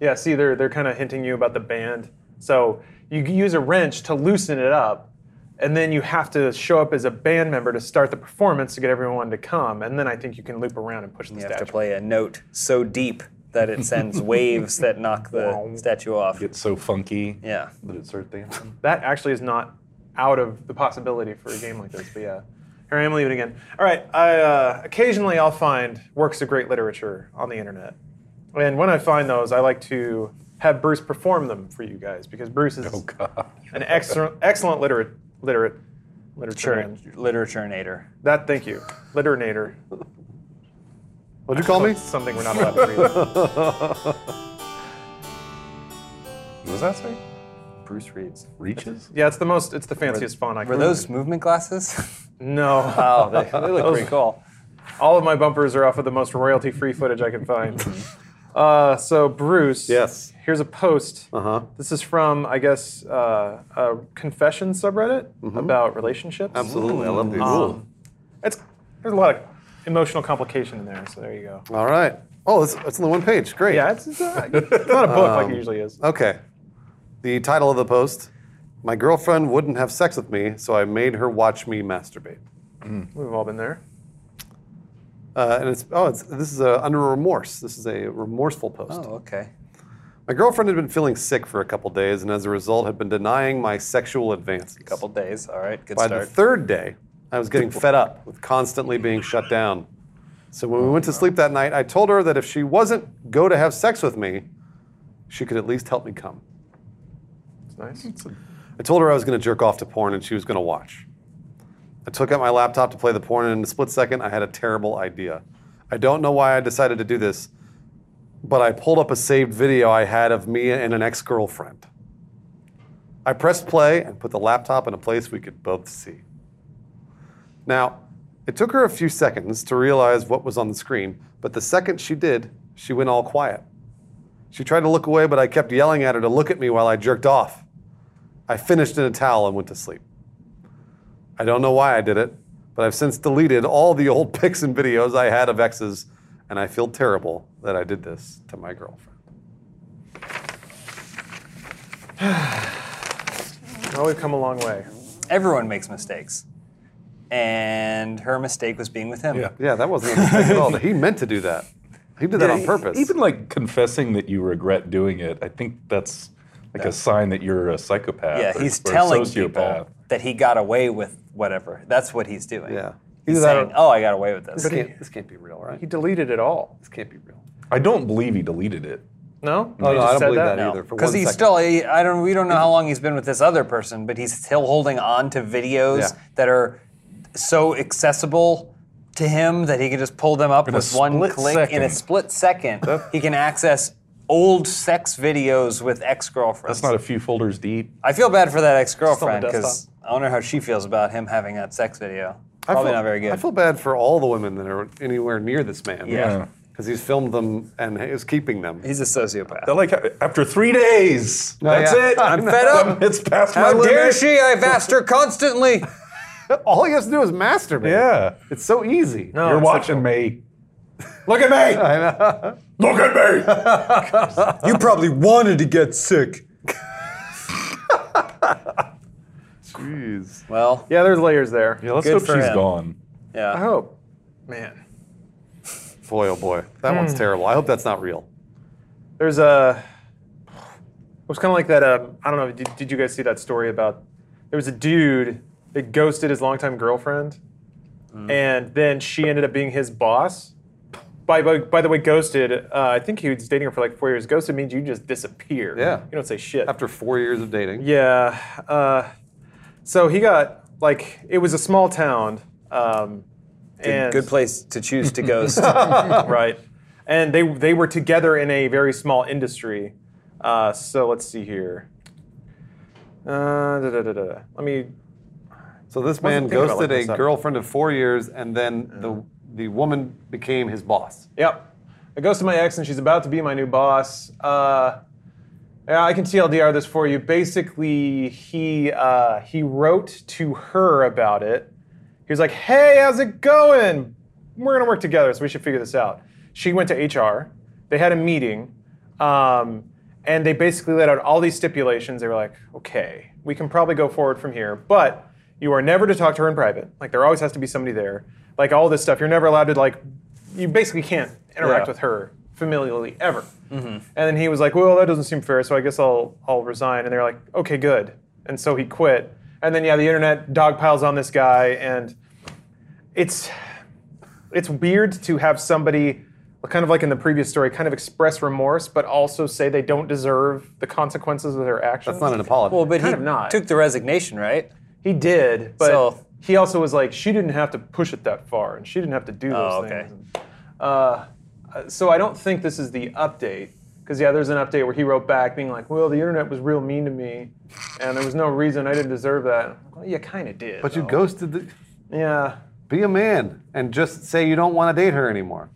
Speaker 1: yeah. See, they're they're kind of hinting you about the band. So you can use a wrench to loosen it up, and then you have to show up as a band member to start the performance to get everyone to come, and then I think you can loop around and push the
Speaker 2: you have
Speaker 1: statue.
Speaker 2: to play a note so deep that it sends waves that knock the statue off.
Speaker 3: It's so funky
Speaker 2: Yeah.
Speaker 3: that it starts dancing.
Speaker 1: That actually is not out of the possibility for a game like this, but yeah. Here I am leaving again. All right, I, uh, occasionally I'll find works of great literature on the internet. And when I find those, I like to have Bruce perform them for you guys because Bruce is
Speaker 3: Oh God.
Speaker 1: an excellent, excellent literate, literate, literature man.
Speaker 2: Literature nader.
Speaker 1: That, thank you. Literinator.
Speaker 4: What'd you call me?
Speaker 1: Something we're not allowed to read.
Speaker 3: What was that say?
Speaker 2: Bruce reads.
Speaker 3: Reaches?
Speaker 1: Yeah, it's the most, it's the fanciest font I can
Speaker 2: Were
Speaker 4: Hmm.
Speaker 2: those movement glasses?
Speaker 1: No.
Speaker 2: oh, they, they look pretty cool.
Speaker 1: All of my bumpers are off of the most royalty-free footage I can find. uh, so Bruce,
Speaker 4: Yes.
Speaker 1: here's a post.
Speaker 4: Uh
Speaker 2: Uh-huh.
Speaker 4: huh.
Speaker 1: This is from, I guess, uh, a confession subreddit
Speaker 2: Mm-hmm.
Speaker 1: about relationships.
Speaker 4: Absolutely. I love these.
Speaker 1: Um, it's there's a lot of emotional complication in there. So there you go.
Speaker 4: All right. Oh, it's, it's only one page. Great.
Speaker 1: Yeah, it's, it's, uh, it's not a book like
Speaker 2: Um,
Speaker 1: it usually is.
Speaker 4: Okay. The title of the post My girlfriend wouldn't have sex with me, so I made her watch me masturbate.
Speaker 1: We've all been there.
Speaker 4: Uh, and it's oh, it's, this is a under remorse. This is a remorseful post.
Speaker 2: Oh, okay.
Speaker 4: My girlfriend had been feeling sick for a couple days, and as a result, had been denying my sexual advances.
Speaker 2: Couple days. All right. Good
Speaker 4: By
Speaker 2: start.
Speaker 4: the third day, I was getting fed up with constantly being shut down. So when we went to sleep that night, I told her that if she wasn't go to have sex with me, she could at least help me come.
Speaker 1: It's nice.
Speaker 4: I told her I was going to jerk off to porn and she was going to watch. I took out my laptop to play the porn, and in a split second, I had a terrible idea. I don't know why I decided to do this, but I pulled up a saved video I had of me and an ex girlfriend. I pressed play and put the laptop in a place we could both see. Now, it took her a few seconds to realize what was on the screen, but the second she did, she went all quiet. She tried to look away, but I kept yelling at her to look at me while I jerked off. I finished in a towel and went to sleep. I don't know why I did it, but I've since deleted all the old pics and videos I had of exes, and I feel terrible that I did this to my girlfriend.
Speaker 1: Well, we've come a long way.
Speaker 2: Everyone makes mistakes, and her mistake was being with him.
Speaker 3: Yeah.
Speaker 4: Yeah, that wasn't a mistake at all. He meant to do that. He did that on
Speaker 3: Yeah,
Speaker 4: purpose.
Speaker 3: e- Even like confessing that you regret doing it, I think that's like a sign that you're a psychopath.
Speaker 2: Yeah,
Speaker 3: or-
Speaker 2: he's
Speaker 3: or a
Speaker 2: telling
Speaker 3: sociopath.
Speaker 2: people that he got away with whatever. That's what he's doing.
Speaker 4: yeah.
Speaker 2: He's
Speaker 4: Either that
Speaker 2: saying,
Speaker 4: or-
Speaker 2: "Oh, I got away with this."
Speaker 4: this, can't, this can't be real, right?
Speaker 1: He deleted it all.
Speaker 4: This can't be real.
Speaker 3: I don't believe he deleted it.
Speaker 1: No?
Speaker 4: Oh,
Speaker 1: You
Speaker 4: no,
Speaker 1: just
Speaker 4: I don't
Speaker 1: said
Speaker 4: believe that,
Speaker 1: No.
Speaker 4: either. For
Speaker 2: Because
Speaker 4: one
Speaker 2: he's
Speaker 4: second.
Speaker 2: still, he- I don't, we don't know how long he's been with this other person, but he's still holding on to videos
Speaker 4: Yeah.
Speaker 2: that are so accessible to him that he can just pull them up
Speaker 3: a
Speaker 2: with one
Speaker 3: split
Speaker 2: click in a
Speaker 3: second.
Speaker 2: split second. he can access old sex videos with ex-girlfriends.
Speaker 3: That's not a few folders deep.
Speaker 2: I feel bad for that ex-girlfriend
Speaker 1: It's on the
Speaker 2: because I wonder how she feels about him having that sex video.
Speaker 4: I
Speaker 2: Probably
Speaker 4: feel-
Speaker 2: not very good.
Speaker 4: I feel bad for all the women that are anywhere near this man.
Speaker 2: Yeah.
Speaker 4: Because he's filmed them and is keeping them.
Speaker 2: he's a sociopath.
Speaker 3: They're like after three days. that's
Speaker 4: yeah.
Speaker 3: it. I'm
Speaker 2: fed up.
Speaker 3: It's past
Speaker 2: How
Speaker 3: my
Speaker 2: dare
Speaker 3: limit.
Speaker 2: she? I've asked her constantly.
Speaker 4: all he has to do is masturbate.
Speaker 3: Yeah.
Speaker 4: It's so easy.
Speaker 1: No,
Speaker 3: You're
Speaker 1: it's
Speaker 3: watching me. Look at me. Look at me.
Speaker 2: you probably wanted to get sick.
Speaker 4: Jeez.
Speaker 2: Well,
Speaker 1: Yeah, there's layers there.
Speaker 3: Yeah, let's
Speaker 2: Good
Speaker 3: hope
Speaker 2: for
Speaker 3: she's
Speaker 2: him.
Speaker 3: gone.
Speaker 1: I
Speaker 2: yeah.
Speaker 1: hope. Man.
Speaker 4: Boy, oh boy, that one's
Speaker 2: Hmm.
Speaker 4: terrible. I hope that's not real.
Speaker 1: There's a. It was kind of like that. Um, I don't know. Did, did you guys see that story about? There was a dude that ghosted his longtime girlfriend, and then she ended up being his boss. By, by, by the way, ghosted. Uh, I think he was dating her for like four years. Ghosted means you just disappear.
Speaker 4: Yeah.
Speaker 1: You don't say shit.
Speaker 4: After four years of dating,
Speaker 1: Yeah. Uh, so he got like it was a small town. Um, and
Speaker 2: Good place to choose to ghost.
Speaker 1: right. And they they were together in a very small industry. Uh, so let's see here. Uh, da, da, da, da. Let me.
Speaker 4: so this man
Speaker 1: thinking about like
Speaker 4: ghosted a
Speaker 1: this, huh?
Speaker 4: girlfriend of four years, and then the the woman became his boss.
Speaker 1: Yep. I goes to my ex, and she's about to be my new boss. Uh, yeah, I can TLDR this for you. Basically, he uh, he wrote to her about it. He was like, "Hey, how's it going? We're gonna work together, so we should figure this out." She went to HR. They had a meeting, um, and they basically laid out all these stipulations. They were like, "Okay, we can probably go forward from here, but you are never to talk to her in private. Like, there always has to be somebody there. Like all this stuff. You're never allowed to like. You basically can't interact
Speaker 4: Yeah.
Speaker 1: with her familially ever." And then he was like, "Well, that doesn't seem fair, so I guess I'll I'll resign." And they're like, "Okay, good." And so he quit. And then yeah, the internet dogpiles on this guy, and it's it's weird to have somebody kind of like in the previous story kind of express remorse but also say they don't deserve the consequences of their actions
Speaker 4: That's not an apology.
Speaker 2: well, but
Speaker 1: Kind
Speaker 2: he
Speaker 1: of not.
Speaker 2: took the resignation, right?
Speaker 1: he did but
Speaker 2: So-
Speaker 1: he also was like she didn't have to push it that far and she didn't have to do those
Speaker 2: Oh, okay.
Speaker 1: things uh, so i don't think this is the update because yeah there's an update where he wrote back being like well the internet was real mean to me and there was no reason i didn't deserve that well you kind of did
Speaker 4: but you
Speaker 1: though.
Speaker 4: ghosted the.
Speaker 1: yeah
Speaker 4: Be a man and just say you don't want to date her anymore.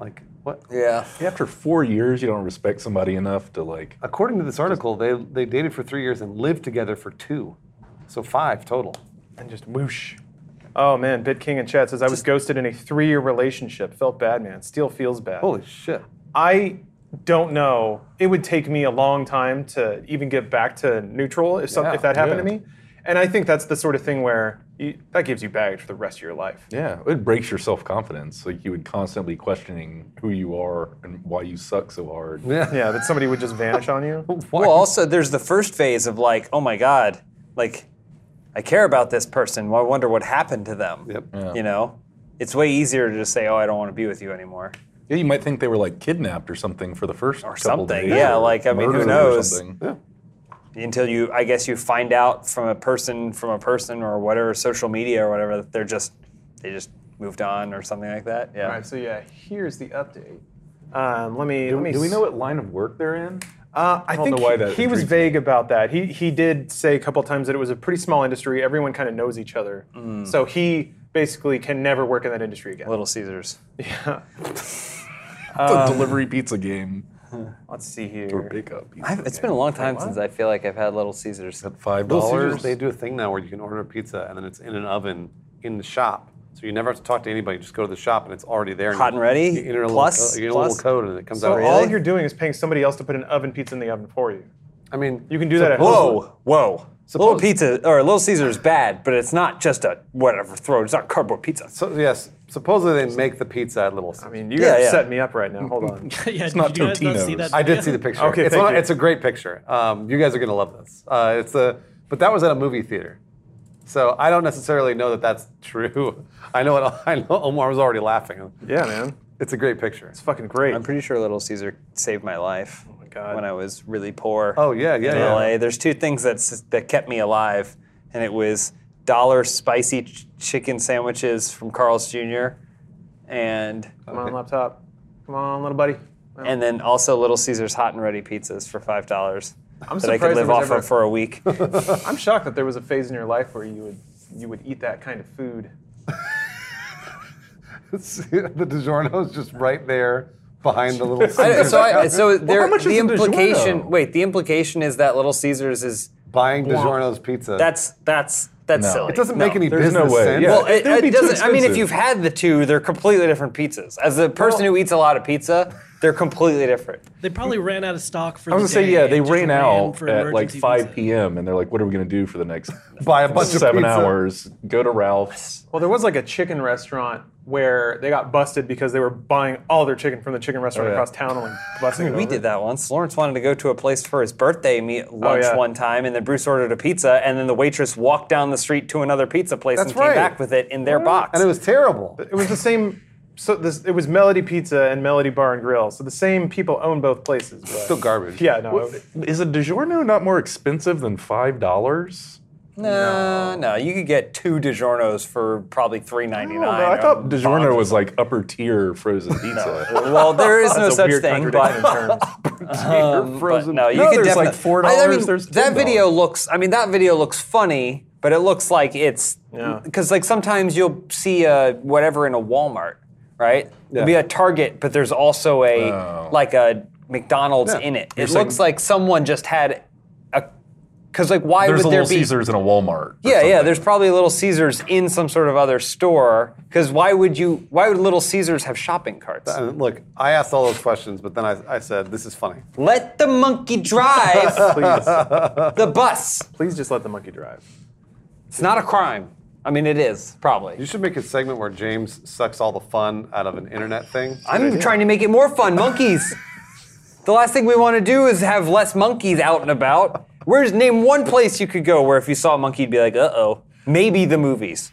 Speaker 4: Like what?
Speaker 2: Yeah.
Speaker 3: After four years, you don't respect somebody enough to like.
Speaker 4: According to this article, they they dated for three years and lived together for two, so five total.
Speaker 1: and just whoosh. Oh man, Bit King in chat says I was ghosted in a three-year relationship. Felt bad, man. Still feels bad.
Speaker 4: Holy shit!
Speaker 1: I don't know. It would take me a long time to even get back to neutral if some,
Speaker 4: Yeah,
Speaker 1: if that happened
Speaker 3: yeah.
Speaker 1: to me. And I think that's the sort of thing where you, that gives you baggage for the rest of your life.
Speaker 3: Yeah, it breaks your self confidence. Like you would constantly questioning who you are and why you suck so hard.
Speaker 1: Yeah, that somebody would just vanish on you.
Speaker 2: Well, also there's the first phase of like, oh my god, like I care about this person. Well, I wonder what happened to them.
Speaker 4: Yep.
Speaker 2: You know, it's way easier to just say, oh, I don't want to be with you anymore.
Speaker 3: Yeah, you might think they were like kidnapped or something for the first or
Speaker 2: something, yeah, like, I mean, who knows?
Speaker 3: Yeah.
Speaker 2: Until you, I guess, you find out from a person, from a person or whatever, social media or whatever, that they're just they just moved on or something like that. Yeah.
Speaker 1: All right, so yeah, here's the update. Um, let me. let me
Speaker 3: Do we
Speaker 1: s-
Speaker 3: know what line of work they're in?
Speaker 1: Uh, I,
Speaker 3: don't
Speaker 1: think
Speaker 3: know why
Speaker 1: he-
Speaker 3: that
Speaker 1: he, was
Speaker 3: intrigues me.
Speaker 1: vague about that. He he did say a couple times that it was a pretty small industry. Everyone kind of knows each other, so he basically can never work in that industry again.
Speaker 2: Little Caesars.
Speaker 3: The delivery pizza game
Speaker 1: Let's see
Speaker 3: or
Speaker 1: here.
Speaker 3: pickup pizza.
Speaker 2: I've, it's been a long time since I feel like I've had Little Caesars.
Speaker 3: Five
Speaker 4: Little Caesars,
Speaker 3: dollars.
Speaker 4: they do a thing now where you can order a pizza and then it's in an oven in the shop. So you never have to talk to anybody. You just go to the shop and it's already there.
Speaker 2: Hot
Speaker 4: you-
Speaker 2: and ready?
Speaker 4: You enter a
Speaker 2: Plus?
Speaker 4: little, co- you enter a
Speaker 2: Plus?
Speaker 4: little code and it comes
Speaker 1: So
Speaker 4: out.
Speaker 1: all you're doing is paying somebody else to put an oven pizza in the oven for you.
Speaker 4: I mean,
Speaker 1: You can do that at home.
Speaker 2: Whoa, whoa. Little
Speaker 4: Suppose-
Speaker 2: Pizza or Little Caesars bad, but it's not just a whatever throw. It's not cardboard pizza.
Speaker 4: So yes, supposedly they make the pizza at Little.
Speaker 1: I
Speaker 4: Caesars.
Speaker 1: mean, you
Speaker 2: Yeah,
Speaker 1: guys
Speaker 2: yeah.
Speaker 1: set me up right now. Hold on.
Speaker 5: yeah,
Speaker 3: It's not
Speaker 5: did you guys not see
Speaker 3: Totino's.
Speaker 5: that?
Speaker 4: I did
Speaker 5: video?
Speaker 4: see the picture.
Speaker 1: Okay,
Speaker 4: it's,
Speaker 1: thank
Speaker 4: one-
Speaker 1: you.
Speaker 4: it's a great picture. Um, you guys are gonna love this. Uh, it's a, but that was at a movie theater, so I don't necessarily know that that's true. I know it, I know Omar was already laughing.
Speaker 1: yeah, man,
Speaker 4: It's a great picture.
Speaker 1: it's fucking great.
Speaker 2: I'm pretty sure Little Caesar saved my life oh my
Speaker 1: God.
Speaker 2: when I was really poor.
Speaker 4: Oh, yeah, yeah,
Speaker 2: in
Speaker 4: yeah.
Speaker 2: LA, there's two things that that kept me alive, and it was dollar spicy ch- chicken sandwiches from Carl's Jr. and
Speaker 1: Come on, laptop. Come on, little buddy.
Speaker 2: and then also Little Caesar's hot and ready pizzas for five dollars
Speaker 1: I'm
Speaker 2: that I
Speaker 1: surprised
Speaker 2: could
Speaker 1: there
Speaker 2: live
Speaker 1: was
Speaker 2: off
Speaker 1: ever-
Speaker 2: of for a week.
Speaker 1: I'm shocked that there was a phase in your life where you would you would eat that kind of food.
Speaker 4: It's- the DiGiorno is just right there behind the little.
Speaker 2: I,
Speaker 4: Caesars.
Speaker 2: so I, so there,
Speaker 3: much
Speaker 2: the
Speaker 3: is a DiGiorno?
Speaker 2: implication. Wait, the implication is that Little Caesar's is
Speaker 4: buying DiGiorno's pizza.
Speaker 2: that's that's that's
Speaker 3: No.
Speaker 2: silly.
Speaker 4: it doesn't make any
Speaker 3: there's
Speaker 4: business
Speaker 3: no way.
Speaker 4: sense.
Speaker 3: Yeah.
Speaker 2: Well, it,
Speaker 3: That would
Speaker 2: it
Speaker 3: be too
Speaker 2: doesn't. I mean, if
Speaker 3: expensive.
Speaker 2: you've had the two, they're completely different pizzas. As a person who eats a lot of pizza, they're completely different.
Speaker 5: They probably ran out of stock for.
Speaker 3: I was
Speaker 5: the
Speaker 3: gonna say
Speaker 5: day
Speaker 3: yeah.
Speaker 5: and
Speaker 3: They
Speaker 5: just
Speaker 3: ran out
Speaker 5: for
Speaker 3: at like
Speaker 5: emergency
Speaker 3: 5
Speaker 5: pizza.
Speaker 3: p.m. and they're like, "What are we gonna do for the next
Speaker 4: buy a bunch of
Speaker 3: seven
Speaker 4: pizza.
Speaker 3: hours? Go to Ralph's."
Speaker 1: Well, there was like a chicken restaurant where they got busted because they were buying all their chicken from the chicken restaurant
Speaker 3: yeah.
Speaker 1: across town and like, busting. it
Speaker 2: Oh, We
Speaker 1: over.
Speaker 2: did that once. Lawrence wanted to go to a place for his birthday
Speaker 4: Oh,
Speaker 2: meet lunch
Speaker 1: yeah.
Speaker 2: one time, and then Bruce ordered a pizza, and then the waitress walked down the street to another pizza place
Speaker 4: That's
Speaker 2: and
Speaker 4: right.
Speaker 2: came back with it in their box.
Speaker 4: and it was terrible.
Speaker 1: It was the same. So this it was Melody Pizza and Melody Bar and Grill. So the same people own both places. But
Speaker 4: Still garbage.
Speaker 1: yeah, no. it-
Speaker 3: Is a DiGiorno not more expensive than five dollars?
Speaker 2: no, no, you could get two DiGiornos for probably three ninety
Speaker 3: I,
Speaker 2: nine.
Speaker 3: thought DiGiorno was like upper tier frozen pizza.
Speaker 2: Well, there is no
Speaker 1: That's a
Speaker 2: such
Speaker 1: weird
Speaker 2: thing,
Speaker 1: contradiction
Speaker 2: but
Speaker 1: in terms.
Speaker 2: Um, but no, you
Speaker 3: No,
Speaker 2: could
Speaker 3: there's, like,
Speaker 2: definite-
Speaker 3: $4,
Speaker 2: I, I mean,
Speaker 3: there's
Speaker 2: that
Speaker 3: $10.
Speaker 2: video looks. I mean, that video looks funny, but it looks like it's
Speaker 1: Yeah.
Speaker 2: because like sometimes you'll see a whatever in a Walmart, right? It'll be a Target, but there's also a
Speaker 3: Oh.
Speaker 2: like a McDonald's in it. It looks like someone just had a because like why
Speaker 3: There's a
Speaker 2: would there
Speaker 3: Little
Speaker 2: be?
Speaker 3: Caesars and a Walmart. or
Speaker 2: Yeah, yeah.
Speaker 3: something.
Speaker 2: There's probably Little Caesars in some sort of other store. Because why would you? Why would Little Caesars have shopping carts?
Speaker 4: And look, I asked all those questions, but then I, I said, "This is funny."
Speaker 2: Let the monkey drive the bus.
Speaker 1: Please just let the monkey drive.
Speaker 2: It's not a crime. I mean, it is
Speaker 4: You
Speaker 2: probably.
Speaker 4: should make a segment where James sucks all the fun out of an internet thing.
Speaker 2: I'm trying to make it more fun. Monkeys. the last thing we want to do is have less monkeys out and about. Where's name one place you could go where if you saw a monkey, you'd be like, uh oh, maybe the movies.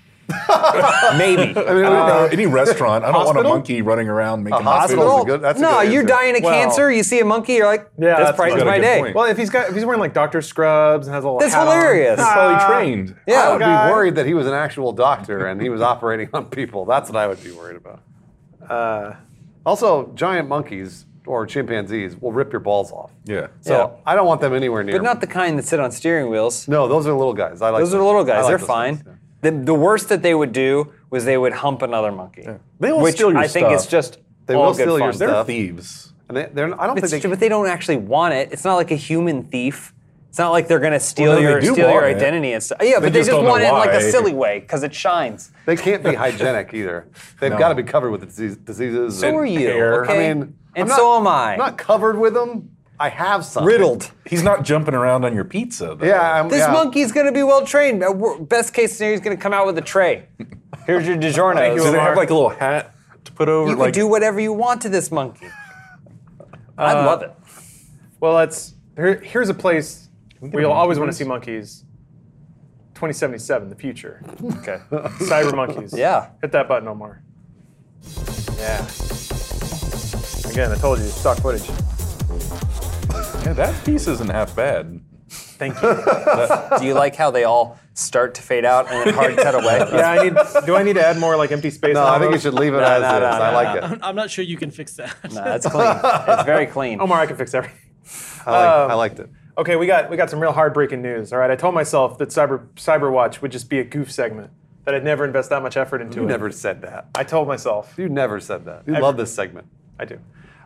Speaker 2: maybe.
Speaker 3: I don't know, any restaurant. I don't want a
Speaker 4: hospital?
Speaker 3: monkey running around making
Speaker 4: hospital?
Speaker 3: food.
Speaker 4: That's a good- that's a
Speaker 2: no,
Speaker 4: good
Speaker 2: you're
Speaker 4: answer.
Speaker 2: dying of
Speaker 1: Well-
Speaker 2: cancer. You see a monkey, you're like,
Speaker 1: Yeah,
Speaker 2: this
Speaker 1: that's
Speaker 2: brightens
Speaker 3: got a
Speaker 2: my
Speaker 3: good
Speaker 2: day.
Speaker 3: point.
Speaker 1: Well, if he's got if he's wearing like doctor scrubs and has a little
Speaker 2: That's
Speaker 1: hat on-
Speaker 2: hilarious.
Speaker 3: He's probably trained.
Speaker 2: Yeah.
Speaker 4: I would
Speaker 1: guy.
Speaker 4: be worried that he was an actual doctor and he was operating on people. That's what I would be worried about.
Speaker 2: Uh,
Speaker 4: also, giant monkeys or chimpanzees will rip your balls off.
Speaker 3: Yeah.
Speaker 4: So I don't want them anywhere near.
Speaker 2: But
Speaker 4: me.
Speaker 2: not the kind that sit on steering wheels.
Speaker 4: no, those are little guys. I like
Speaker 2: Those are
Speaker 4: those.
Speaker 2: little
Speaker 4: I
Speaker 2: guys.
Speaker 4: like
Speaker 2: They're
Speaker 4: those
Speaker 2: fine.
Speaker 4: guys, yeah.
Speaker 2: The, the worst that they would do was they would hump another monkey.
Speaker 3: They will
Speaker 2: which
Speaker 3: steal your
Speaker 2: I think
Speaker 3: stuff.
Speaker 2: it's just
Speaker 4: They
Speaker 2: all
Speaker 4: will
Speaker 2: good
Speaker 4: steal your
Speaker 2: fun.
Speaker 4: stuff.
Speaker 3: They're
Speaker 4: Stuff.
Speaker 3: thieves.
Speaker 4: And they, they're, I don't
Speaker 2: It's
Speaker 4: think they.
Speaker 2: true, but they don't actually want it. It's not like a human thief. It's not like they're gonna steal
Speaker 3: Well, no, they
Speaker 2: your
Speaker 3: do
Speaker 2: steal your
Speaker 3: want it.
Speaker 2: identity and stuff. Yeah, but they
Speaker 3: just
Speaker 2: just,
Speaker 3: don't know
Speaker 2: want it in like a
Speaker 3: why.
Speaker 2: silly way because it shines.
Speaker 4: They can't be hygienic either. They've got to be covered with disease, diseases.
Speaker 2: So
Speaker 4: and
Speaker 2: are you?
Speaker 4: hair.
Speaker 2: okay?
Speaker 4: I mean,
Speaker 2: and
Speaker 4: I'm
Speaker 2: so
Speaker 4: not-
Speaker 2: am I.
Speaker 4: I'm not covered with them, I have some.
Speaker 7: Riddled. He's not jumping around on your pizza. Though.
Speaker 4: Yeah, I'm,
Speaker 2: This
Speaker 4: yeah.
Speaker 2: monkey's gonna be well trained. Uh, wor- Best case scenario, he's gonna come out with a tray. Here's your DiGiorno.
Speaker 7: Do they have like a little hat to put over?
Speaker 2: you
Speaker 7: like,
Speaker 2: can do whatever you want to this monkey.
Speaker 3: Uh,
Speaker 2: I love it.
Speaker 1: Well, that's here, here's a place we'll
Speaker 7: a monkey
Speaker 1: always want to
Speaker 7: race?
Speaker 1: see monkeys. 2077, the future.
Speaker 2: Okay.
Speaker 1: Cyber monkeys.
Speaker 2: Yeah.
Speaker 1: Hit that button, Omar. Yeah. Again, I told you, stock footage.
Speaker 7: yeah, that piece isn't half bad.
Speaker 1: Thank you.
Speaker 2: Do you like how they all start to fade out and then hard cut away?
Speaker 1: yeah, I need. Do I need to add more like empty space?
Speaker 4: No,
Speaker 1: on
Speaker 4: I think you
Speaker 1: those?
Speaker 4: should leave it
Speaker 2: No,
Speaker 4: as
Speaker 2: no,
Speaker 4: is.
Speaker 2: no,
Speaker 4: I
Speaker 2: no,
Speaker 4: like it.
Speaker 5: I'm, I'm not sure you can fix that.
Speaker 2: Nah, it's clean. It's very clean.
Speaker 1: Omar, I can fix everything.
Speaker 4: I, like,
Speaker 2: Um,
Speaker 4: I liked it.
Speaker 1: Okay, we got we got some real heartbreaking news. All right, I told myself that Cyber Cyberwatch would just be a goof segment that I'd never invest that much effort into
Speaker 4: You
Speaker 1: it.
Speaker 4: never said that.
Speaker 1: I told myself.
Speaker 4: You never said that. You love this segment.
Speaker 1: I do.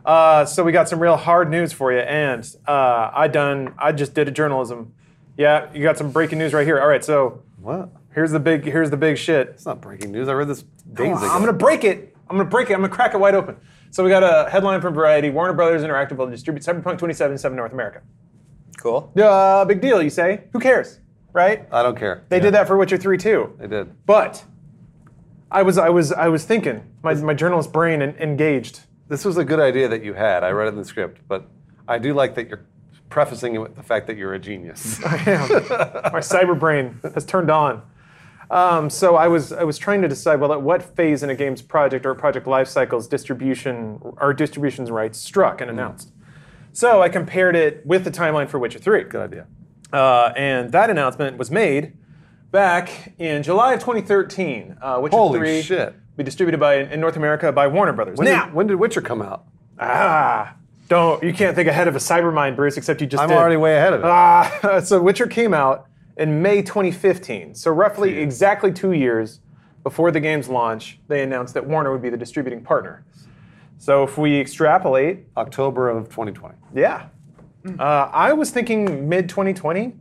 Speaker 1: Uh, so we got some real hard news for you, and uh, I done. I just did a journalism. Yeah, you got some breaking news right here. All right, so
Speaker 4: What?
Speaker 1: here's the big here's the big shit.
Speaker 4: It's not breaking news. I read this days ago.
Speaker 1: I'm gonna break it. I'm gonna break it. I'm gonna crack it wide open. So we got a headline from Variety: Warner Brothers Interactive will distribute Cyberpunk 2077 North America.
Speaker 2: Cool.
Speaker 1: Uh, big deal, you say? Who cares, right?
Speaker 4: I don't care.
Speaker 1: They did that for Witcher 3 too.
Speaker 4: They did.
Speaker 1: But I was I was I was thinking. My my journalist brain en- engaged.
Speaker 4: This was a good idea that you had. I read it in the script, but I do like that you're prefacing it with the fact that you're a genius.
Speaker 1: my cyber brain has turned on. Um, so I was I was trying to decide well at what phase in a game's project or project life cycle's distribution or distribution's rights struck
Speaker 4: Mm.
Speaker 1: and announced. So I compared it with the timeline for Witcher 3.
Speaker 4: good idea.
Speaker 1: Uh, and that announcement was made back in July of 2013. Uh, Witcher
Speaker 4: Holy
Speaker 1: 3
Speaker 4: shit.
Speaker 1: be distributed by in North America by Warner Brothers.
Speaker 4: When,
Speaker 1: now,
Speaker 4: did, when did Witcher come out?
Speaker 1: ah, don't you can't think ahead of a cyber mind, Bruce, except you just
Speaker 4: I'm
Speaker 1: did.
Speaker 4: already way ahead of it.
Speaker 1: Ah, so Witcher came out in May 2015. So roughly exactly two years before the game's launch, they announced that Warner would be the distributing partner. So if we extrapolate,
Speaker 4: October of 2020.
Speaker 1: yeah, uh, I was thinking mid 2020,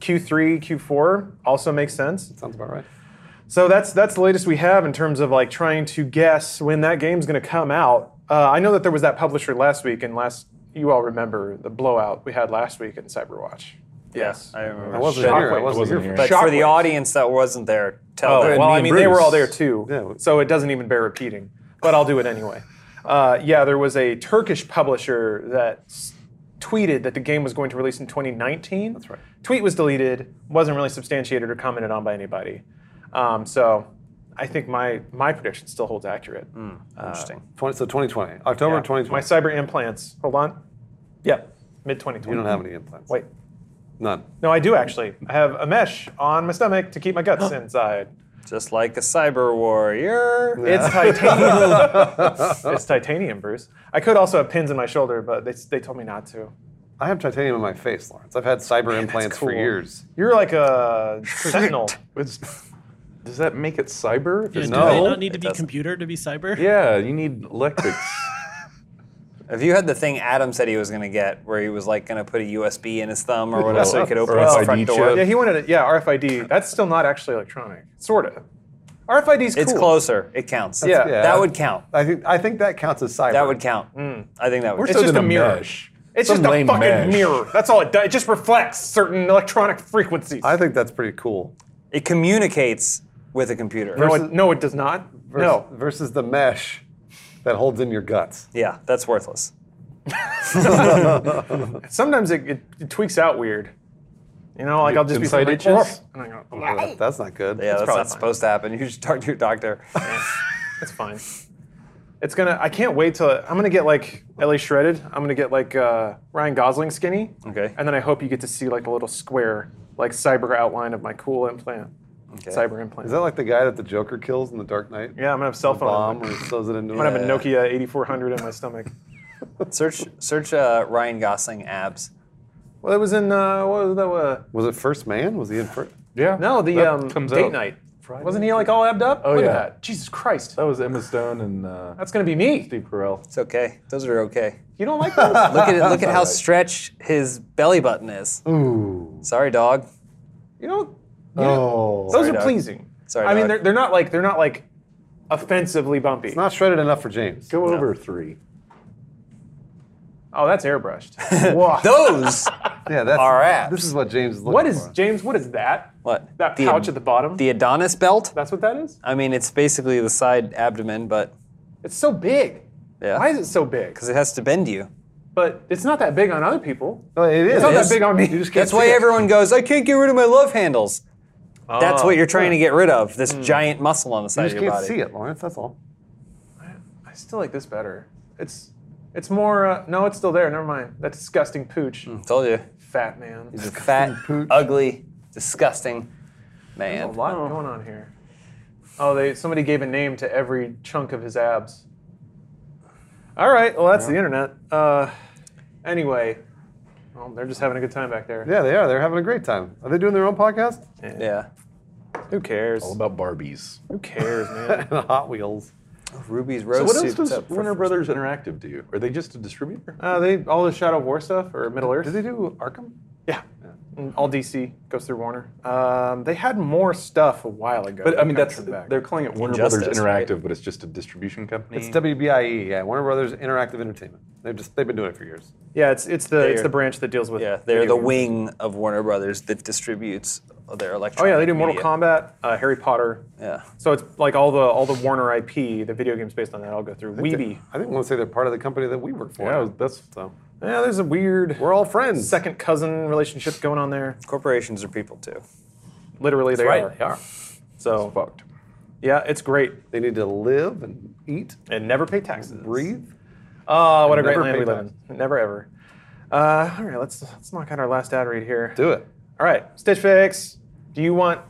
Speaker 1: Q3, Q4 also makes sense.
Speaker 4: Sounds about right.
Speaker 1: So that's that's the latest we have in terms of like trying to guess when that game's going to come out. Uh, I know that there was that publisher last week, and last you all remember the blowout we had last week in Cyberwatch.
Speaker 2: Yes, I remember.
Speaker 4: I wasn't here. I
Speaker 1: Shockwave.
Speaker 4: wasn't,
Speaker 7: Wasn't
Speaker 4: here.
Speaker 7: here.
Speaker 2: But for the
Speaker 1: Shockwaves.
Speaker 2: audience that wasn't there, tell them.
Speaker 7: and
Speaker 1: Oh, well,
Speaker 7: me
Speaker 1: I mean, they were
Speaker 7: Bruce.
Speaker 1: all there too,
Speaker 4: Yeah.
Speaker 1: so it doesn't even bear repeating. But I'll do it anyway. Uh, yeah, there was a Turkish publisher that s- tweeted that the game was going to release in 2019. That's
Speaker 4: right.
Speaker 1: Tweet was deleted, wasn't really substantiated or commented on by anybody. Um, so I think my my prediction still holds accurate.
Speaker 2: Interesting.
Speaker 4: 20, so 2020. October
Speaker 1: Yeah.
Speaker 4: 2020.
Speaker 1: My cyber implants. Hold on. Yeah, mid 2020.
Speaker 4: you don't have any implants.
Speaker 1: Wait.
Speaker 4: None.
Speaker 1: No, I do actually. I have a mesh on my stomach to keep my guts inside.
Speaker 2: Just like a cyber warrior.
Speaker 1: It's titanium. it's titanium, Bruce. I could also have pins in my shoulder, but they, they told me not to.
Speaker 4: I have titanium in my face, Lawrence. I've had cyber implants for
Speaker 1: cool.
Speaker 4: years.
Speaker 1: You're like a sentinel.
Speaker 3: It's, does that make it cyber? If
Speaker 5: Yeah,
Speaker 3: it's
Speaker 5: Do they
Speaker 4: No,
Speaker 5: not need to
Speaker 2: it
Speaker 5: be
Speaker 2: doesn't.
Speaker 5: computer to be cyber?
Speaker 3: yeah, you need electrics.
Speaker 2: If you had the thing Adam said he was going to get, where he was like going to put a USB in his thumb or whatever, so he could open
Speaker 3: Or
Speaker 2: his
Speaker 3: RFID
Speaker 2: front door.
Speaker 3: chip.
Speaker 1: Yeah, he wanted it. Yeah, RFID. That's still not actually electronic. Sort of. RFID's cool.
Speaker 2: It's closer. It counts.
Speaker 1: Yeah.
Speaker 4: Yeah.
Speaker 2: That would count.
Speaker 4: I think I think that counts as cyber.
Speaker 2: That would count. I think that would.
Speaker 1: It's
Speaker 7: So
Speaker 1: just
Speaker 7: did
Speaker 1: a mirror.
Speaker 7: mesh.
Speaker 1: It's
Speaker 7: Some
Speaker 1: just a
Speaker 7: lame
Speaker 1: fucking
Speaker 7: mesh.
Speaker 1: mirror. That's all it does. It just reflects certain electronic frequencies.
Speaker 4: I think that's pretty cool.
Speaker 2: it communicates with a computer.
Speaker 1: no, it, no, it does not.
Speaker 4: Vers-
Speaker 1: no.
Speaker 4: Versus the mesh that holds in your guts.
Speaker 2: Yeah, that's worthless.
Speaker 1: Sometimes it, it, it tweaks out weird. You know, like I'll just
Speaker 3: Inside
Speaker 1: be
Speaker 3: itches?
Speaker 1: something like, and I go,
Speaker 4: Well, that- that's not good.
Speaker 2: Yeah, that's
Speaker 1: probably
Speaker 2: not
Speaker 1: fine.
Speaker 2: supposed to happen. You should talk to your doctor.
Speaker 1: It's fine. It's gonna. I can't wait till I'm gonna get like Ellie shredded. I'm gonna get like uh, Ryan Gosling skinny.
Speaker 2: Okay.
Speaker 1: And then I hope you get to see like a little square, like cyber outline of my cool implant.
Speaker 2: Okay.
Speaker 1: Cyber implant.
Speaker 4: Is that like the guy that the Joker kills in the Dark Knight?
Speaker 1: yeah, I'm gonna have cell phone. on
Speaker 4: Bomb
Speaker 1: my-
Speaker 4: or throws it into
Speaker 1: I'm gonna have a Nokia 8400 in my stomach.
Speaker 2: Search search uh, Ryan Gosling abs.
Speaker 1: Well, that was in uh, what was that? Uh,
Speaker 4: Was it First Man? Was he in first?
Speaker 3: yeah.
Speaker 1: no, the
Speaker 3: that
Speaker 1: um,
Speaker 3: comes
Speaker 1: date
Speaker 3: out.
Speaker 1: night. Wasn't he like all abbed up?
Speaker 3: Oh,
Speaker 1: Look
Speaker 3: yeah.
Speaker 1: at that. Jesus Christ.
Speaker 3: That was Emma Stone and uh,
Speaker 1: That's gonna be me.
Speaker 3: Steve Carell.
Speaker 2: It's okay. Those are okay.
Speaker 1: You don't like that?
Speaker 2: Look at it, look at how stretched his belly button is. Ooh. Sorry, dog.
Speaker 1: you know,
Speaker 4: Oh.
Speaker 1: those are
Speaker 2: Doc.
Speaker 1: pleasing.
Speaker 2: Sorry,
Speaker 1: I mean,
Speaker 2: Doc.
Speaker 1: they're, they're not like they're not like offensively bumpy.
Speaker 4: Not shredded enough for James.
Speaker 3: Go over three.
Speaker 1: Oh, that's airbrushed. Whoa.
Speaker 2: Those.
Speaker 4: Yeah, that's
Speaker 2: Our apps.
Speaker 4: This is what James is looking
Speaker 1: what is
Speaker 4: for.
Speaker 1: James? What is that?
Speaker 2: what?
Speaker 1: That
Speaker 2: the,
Speaker 1: pouch at the bottom.
Speaker 2: The Adonis belt.
Speaker 1: that's what that is.
Speaker 2: I mean, it's basically the side abdomen, but
Speaker 1: It's so big.
Speaker 2: yeah,
Speaker 1: Why is it so big?
Speaker 2: because it has to bend you.
Speaker 1: But it's not that big on other people.
Speaker 4: No, it is.
Speaker 1: It's not
Speaker 2: It
Speaker 1: that
Speaker 2: is.
Speaker 1: big on me.
Speaker 2: That's why everyone goes, I can't get rid of my love handles. That's what you're trying to get rid of. This giant muscle on the
Speaker 4: You
Speaker 2: side
Speaker 4: just
Speaker 2: of your
Speaker 4: can't
Speaker 2: body.
Speaker 4: see it, Lawrence. That's all.
Speaker 1: I still like this better. It's it's more. Uh, no, it's still there. Never mind. That disgusting pooch.
Speaker 2: Told you,
Speaker 1: Fat man.
Speaker 2: he's a fat, ugly, disgusting
Speaker 1: There's
Speaker 2: man.
Speaker 1: a lot going on here. Oh, they somebody gave a name to every chunk of his abs. All right, well that's the internet. Uh, anyway, well, they're just having a good time back there.
Speaker 4: Yeah, they are. They're having a great time. Are they doing their own podcast?
Speaker 2: Yeah.
Speaker 1: Who cares?
Speaker 3: All about Barbies.
Speaker 1: Who cares, man?
Speaker 4: the Hot Wheels.
Speaker 2: Ruby's roast.
Speaker 3: So what else
Speaker 2: soup's
Speaker 3: does
Speaker 2: up for-
Speaker 3: Warner Brothers Interactive do? Are they just a distributor?
Speaker 1: uh, they all the Shadow of War stuff or Middle Earth.
Speaker 4: Did they do Arkham?
Speaker 1: Yeah. And all DC goes through Warner. Um, they had more stuff a while ago.
Speaker 3: But I mean,
Speaker 1: Kinda
Speaker 3: that's
Speaker 1: trimmed back.
Speaker 3: they're calling it Warner
Speaker 2: Injustice,
Speaker 3: Brothers
Speaker 2: right?
Speaker 3: Interactive, but it's just a distribution company.
Speaker 4: It's WBIE, E, yeah, Warner Brothers Interactive Entertainment. They've just they've been doing it for years.
Speaker 1: yeah. It's it's the it's
Speaker 2: are-
Speaker 1: the branch that deals with
Speaker 2: Yeah, they're
Speaker 1: video
Speaker 2: the
Speaker 1: games.
Speaker 2: wing of Warner Brothers that distributes their
Speaker 1: Oh
Speaker 2: electronic.
Speaker 1: yeah, they do Mortal
Speaker 2: media.
Speaker 1: Kombat, uh, Harry Potter.
Speaker 2: Yeah.
Speaker 1: So it's like all the all the Warner IP, the video games based on that, all go through Weeby.
Speaker 4: I think I want to say they're part of the company that we work for.
Speaker 3: Yeah, that's
Speaker 4: So
Speaker 1: Yeah, there's a weird
Speaker 4: we're all friends.
Speaker 1: second cousin relationship going on there.
Speaker 2: Corporations are people too.
Speaker 1: Literally, they
Speaker 4: right.
Speaker 1: are.
Speaker 4: They are.
Speaker 1: So
Speaker 3: fucked.
Speaker 1: yeah, it's great.
Speaker 4: They need to live and eat,
Speaker 1: And never pay taxes.
Speaker 4: breathe.
Speaker 1: Oh, what a great
Speaker 4: Never
Speaker 1: land
Speaker 4: pay
Speaker 1: we live in. Never ever. Uh, all right, let's let's knock out our last ad read here.
Speaker 4: Do it.
Speaker 1: All right, Stitch Fix. Do you want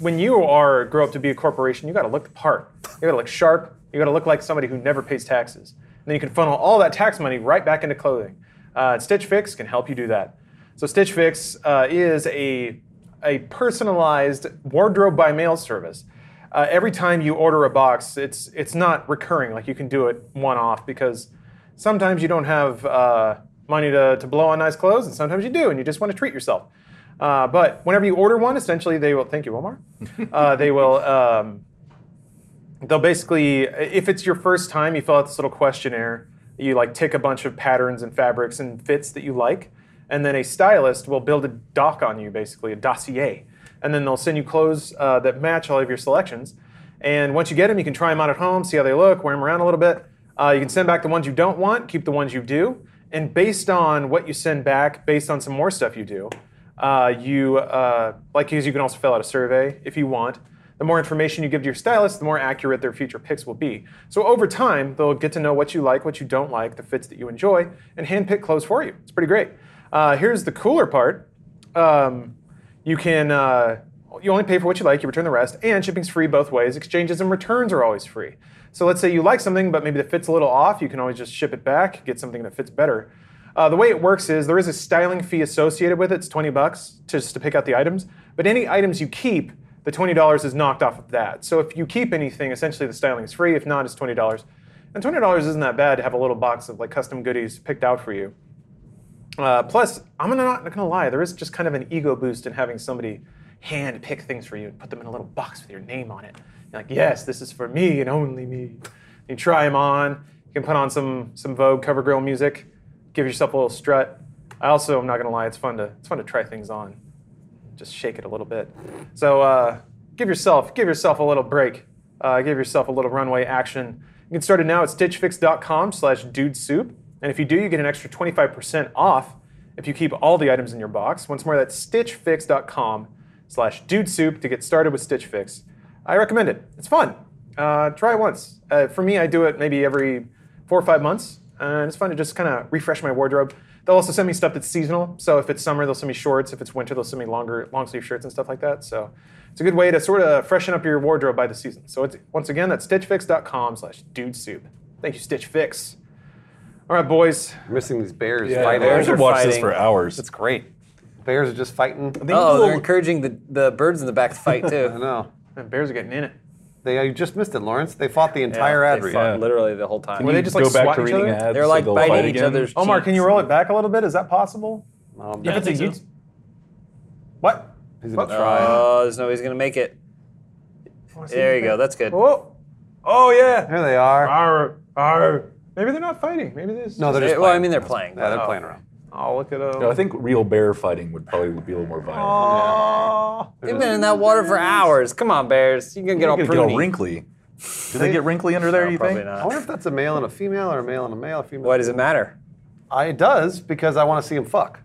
Speaker 1: when you are grow up to be a corporation, you got to look the part. You got to look sharp. You got to look like somebody who never pays taxes. And then you can funnel all that tax money right back into clothing. Uh, Stitch Fix can help you do that. So Stitch Fix uh, is a a personalized wardrobe by mail service. Uh, every time you order a box, it's it's not recurring. Like you can do it one off because sometimes you don't have uh, money to, to blow on nice clothes, and sometimes you do, and you just want to treat yourself. Uh, but whenever you order one, essentially they will. Thank you, Omar. Uh, they will. Um, they'll basically, if it's your first time, you fill out this little questionnaire. You like tick a bunch of patterns and fabrics and fits that you like, and then a stylist will build a doc on you, basically a dossier, and then they'll send you clothes uh, that match all of your selections. And once you get them, you can try them out at home, see how they look, wear them around a little bit. Uh, you can send back the ones you don't want, keep the ones you do, and based on what you send back, based on some more stuff you do, uh, you uh, like you you can also fill out a survey if you want. The more information you give to your stylist, the more accurate their future picks will be. So over time, they'll get to know what you like, what you don't like, the fits that you enjoy, and handpick clothes for you. It's pretty great. Uh, here's the cooler part: um, you can uh, you only pay for what you like, you return the rest, and shipping's free both ways. Exchanges and returns are always free. So let's say you like something, but maybe the fit's a little off, you can always just ship it back, get something that fits better. Uh, the way it works is there is a styling fee associated with it. It's 20 bucks just to pick out the items. But any items you keep, the $20 is knocked off of that. So if you keep anything, essentially the styling is free. If not, it's $20. And $20 isn't that bad to have a little box of like custom goodies picked out for you. Uh, plus, I'm not, not gonna lie, there is just kind of an ego boost in having somebody hand pick things for you and put them in a little box with your name on it. You're like, yes, this is for me and only me. You try them on. You can put on some some Vogue cover girl music. Give yourself a little strut. I also, I'm not gonna lie, it's fun to it's fun to try things on. Just shake it a little bit. So uh, give yourself give yourself a little break. Uh, give yourself a little runway action. You can start it now at stitchfix.com slash dude soup. And if you do, you get an extra 25% off if you keep all the items in your box. Once more, that's stitchfix.com slash dude soup to get started with Stitch Fix. I recommend it. It's fun. Uh, try it once. Uh, for me, I do it maybe every four or five months, and it's fun to just kind of refresh my wardrobe. They'll also send me stuff that's seasonal. So if it's summer, they'll send me shorts. If it's winter, they'll send me longer long sleeve shirts and stuff like that. So it's a good way to sort of freshen up your wardrobe by the season. So it's once again that's stitchfix.com/dudesoup. Thank you, Stitch Fix. All right, boys.
Speaker 4: We're missing these bears
Speaker 3: Yeah,
Speaker 4: fighting.
Speaker 3: I
Speaker 2: bears
Speaker 3: could
Speaker 2: are
Speaker 3: watch this
Speaker 2: fighting.
Speaker 3: for hours.
Speaker 4: It's great. Bears are just fighting.
Speaker 2: Oh, they're encouraging the, the birds in the back to fight
Speaker 4: I
Speaker 2: too.
Speaker 4: know.
Speaker 1: The Bears are getting in it.
Speaker 4: They uh, you just missed it, Lawrence. They fought the entire
Speaker 2: Yeah,
Speaker 4: ad
Speaker 2: they
Speaker 4: read.
Speaker 2: fought
Speaker 3: Yeah.
Speaker 2: Literally the whole time.
Speaker 1: Were they just like
Speaker 3: go back
Speaker 1: swatting
Speaker 3: to
Speaker 1: each
Speaker 3: reading
Speaker 1: other?
Speaker 3: ads.
Speaker 2: They're
Speaker 3: so
Speaker 2: like
Speaker 3: they'll fight
Speaker 2: biting each
Speaker 3: again.
Speaker 2: other's.
Speaker 1: Omar,
Speaker 2: cheeks.
Speaker 1: can you roll it back a little bit? Is that possible?
Speaker 4: Um,
Speaker 5: Yeah, I
Speaker 1: It's a
Speaker 5: think so.
Speaker 1: YouTube- What?
Speaker 4: He's gonna try.
Speaker 2: Oh, there's no way he's gonna make it. There you go. That's good.
Speaker 1: Oh, oh yeah.
Speaker 4: Here they are.
Speaker 1: Arr, arr. Maybe they're not fighting. Maybe they're just.
Speaker 4: No, they're
Speaker 2: They-
Speaker 4: just
Speaker 2: well, I
Speaker 4: playing.
Speaker 2: mean, they're playing.
Speaker 4: yeah, they're
Speaker 1: Oh.
Speaker 4: playing around.
Speaker 1: Oh, look at them.
Speaker 3: No, I think real bear fighting would probably be a little more violent.
Speaker 1: Oh.
Speaker 2: They've been in that water for hours. Come on, bears. You're gonna get all
Speaker 3: You're gonna
Speaker 2: pruny.
Speaker 3: get all wrinkly. Do they get wrinkly under
Speaker 2: No,
Speaker 3: there? you
Speaker 2: probably
Speaker 3: think?
Speaker 4: I
Speaker 2: not.
Speaker 4: wonder if that's a male and a female, or a male and a male, a female.
Speaker 2: Why does it matter?
Speaker 4: I, it does because I want to see them fuck.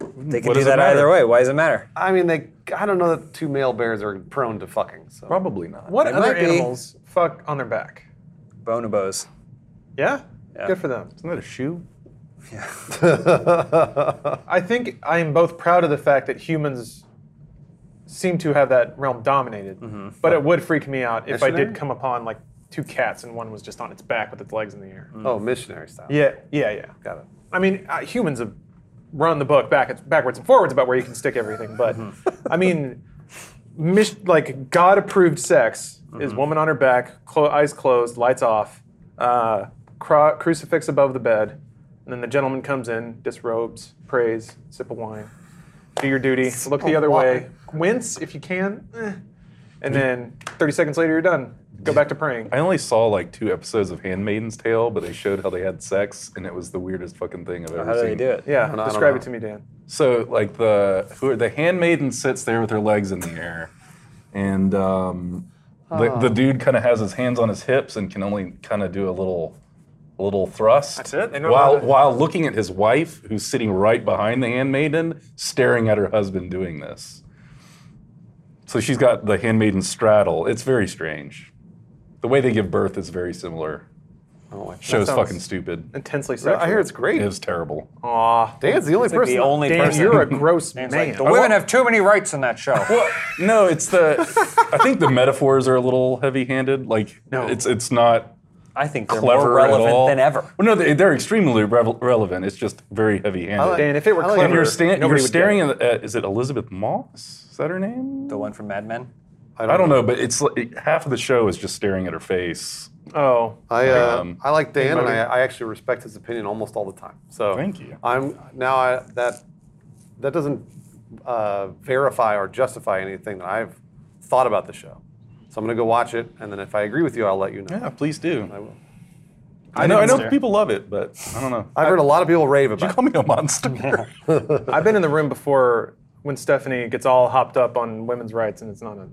Speaker 2: They can
Speaker 3: What
Speaker 2: do
Speaker 3: does it
Speaker 2: that either
Speaker 3: matter?
Speaker 2: way. Why does it matter?
Speaker 4: I mean, they. I don't know that two male bears are prone to fucking. So.
Speaker 3: Probably not.
Speaker 1: What
Speaker 2: It
Speaker 1: other
Speaker 2: might be.
Speaker 1: animals fuck on their back?
Speaker 2: Bonobos.
Speaker 1: Yeah?
Speaker 2: Yeah.
Speaker 1: Good for them.
Speaker 3: Isn't that a shoe?
Speaker 1: I think I am both proud of the fact that humans seem to have that realm dominated, but it would freak me out if I did
Speaker 4: Missionary?
Speaker 1: come upon like two cats and one was just on its back with its legs in the air.
Speaker 4: Oh, missionary style.
Speaker 1: Yeah, yeah, yeah.
Speaker 4: Got it.
Speaker 1: I mean, uh, humans have run the book back backwards and forwards about where you can stick everything, but
Speaker 4: Mm-hmm.
Speaker 1: I mean, mis- like God-approved sex
Speaker 4: Mm-hmm.
Speaker 1: is woman on her back, clo- eyes closed, lights off, uh, cru- crucifix above the bed, and then the gentleman comes in, disrobes, prays, sip of wine, do your duty, look the other way, wince if you can, eh,
Speaker 4: Mm-hmm.
Speaker 1: and then 30 seconds later you're done. Go back to praying.
Speaker 3: I only saw like two episodes of Handmaiden's Tale, but they showed how they had sex, and it was the weirdest fucking thing I've ever
Speaker 2: How do
Speaker 3: seen.
Speaker 2: they do it?
Speaker 1: Yeah,
Speaker 4: don't
Speaker 1: describe
Speaker 4: know.
Speaker 1: it to me, Dan.
Speaker 3: So like the who are, the handmaiden sits there with her legs in the air, and um, the, the dude kind of has his hands on his hips and can only kind of do a little a little thrust.
Speaker 1: That's it? They know how
Speaker 3: While
Speaker 1: to-
Speaker 3: while looking at his wife, who's sitting right behind the handmaiden, staring at her husband doing this. So she's got the handmaiden straddle. It's very strange. The way they give birth is very similar.
Speaker 4: Oh, my God.
Speaker 3: Show's
Speaker 1: sounds-
Speaker 3: fucking stupid.
Speaker 1: Intensely sexual.
Speaker 4: I hear it's
Speaker 3: It
Speaker 4: great.
Speaker 3: was terrible.
Speaker 1: Aw.
Speaker 4: Dan's the only
Speaker 2: Like
Speaker 4: person.
Speaker 2: the only
Speaker 1: Damn,
Speaker 2: person.
Speaker 1: you're a gross man.
Speaker 2: It's like, the women have too many rights in that show.
Speaker 3: Well, no, it's the. I think the metaphors are a little heavy-handed. Like,
Speaker 1: No.
Speaker 3: it's it's not
Speaker 2: I think they're
Speaker 3: clever
Speaker 2: more
Speaker 3: at
Speaker 2: relevant
Speaker 3: all.
Speaker 2: than ever.
Speaker 3: Well, no, they, they're extremely revel relevant. It's just very heavy-handed.
Speaker 1: Dan, if it were
Speaker 4: I like-
Speaker 1: clever,
Speaker 3: and you're, sta-
Speaker 1: nobody
Speaker 3: you're
Speaker 1: would get
Speaker 3: staring
Speaker 1: it.
Speaker 3: at, at. Is it Elizabeth Moss? Is that her name?
Speaker 2: The one from Mad Men.
Speaker 3: I don't know, but it's like, half of the show is just staring at her face.
Speaker 1: Oh,
Speaker 4: I, uh,
Speaker 2: um,
Speaker 4: I like Dan, and
Speaker 1: Marty.
Speaker 4: I, I actually respect his opinion almost all the time. So
Speaker 3: Thank you.
Speaker 4: I'm now I, that that doesn't uh, verify or justify anything that I've thought about the show. So I'm gonna go watch it, and then if I agree with you, I'll let you know.
Speaker 3: Yeah, please do.
Speaker 4: I will.
Speaker 3: I, know. I
Speaker 1: didn't
Speaker 3: know
Speaker 1: stare.
Speaker 3: people love it, but I don't know.
Speaker 4: I've heard a lot of people rave about.
Speaker 3: you
Speaker 4: it.
Speaker 3: call me a monster.
Speaker 1: I've been in the room before when Stephanie gets all hopped up on women's rights, and it's not a.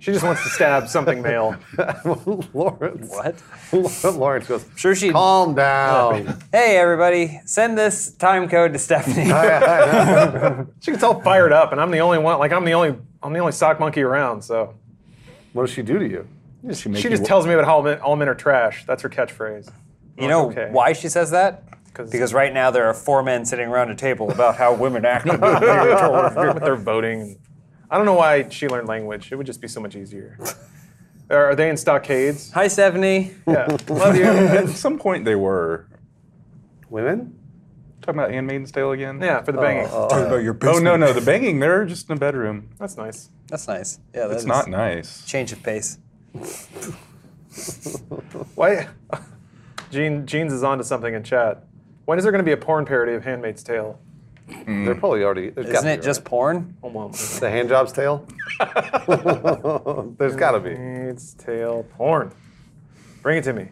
Speaker 1: She just wants to stab something male.
Speaker 4: Lawrence.
Speaker 2: What?
Speaker 4: Lawrence goes.
Speaker 2: Sure she-
Speaker 4: Calm down.
Speaker 2: Hey, everybody, send this time code to Stephanie.
Speaker 1: She gets all fired up, and I'm the only one. Like I'm the only. I'm the only sock monkey around. So
Speaker 4: what does she do to you?
Speaker 3: she make
Speaker 1: she
Speaker 3: you
Speaker 1: just
Speaker 3: wa-
Speaker 1: tells me about how all men, all men are trash. That's her catchphrase.
Speaker 2: You know
Speaker 1: Okay.
Speaker 2: why she says that?
Speaker 1: 'Cause-
Speaker 2: Because right now there are four men sitting around a table about how women act. when they're in trouble.
Speaker 1: But they're voting. I don't know why she learned language. It would just be so much easier. Are are they in stockades?
Speaker 2: Hi, Stephanie.
Speaker 1: Yeah. Love you.
Speaker 3: At some point, they were
Speaker 4: Women?
Speaker 3: talking about Handmaid's Tale again.
Speaker 1: Yeah, for the banging.
Speaker 3: Oh no, no, the banging. They're just in a bedroom.
Speaker 1: That's nice.
Speaker 2: That's nice. Yeah, that's
Speaker 3: It's not nice.
Speaker 2: Change of pace.
Speaker 1: Why? Gene, Jeans is onto something in chat. When is there going to be a porn parody of Handmaid's Tale?
Speaker 4: They're probably already. there's
Speaker 2: Hmm. Isn't
Speaker 4: gotta
Speaker 2: it
Speaker 4: be,
Speaker 2: just
Speaker 4: right?
Speaker 2: porn?
Speaker 1: Almost.
Speaker 4: the hand jobs tale? there's gotta be.
Speaker 1: Handmaid's Tale porn. Bring it to me.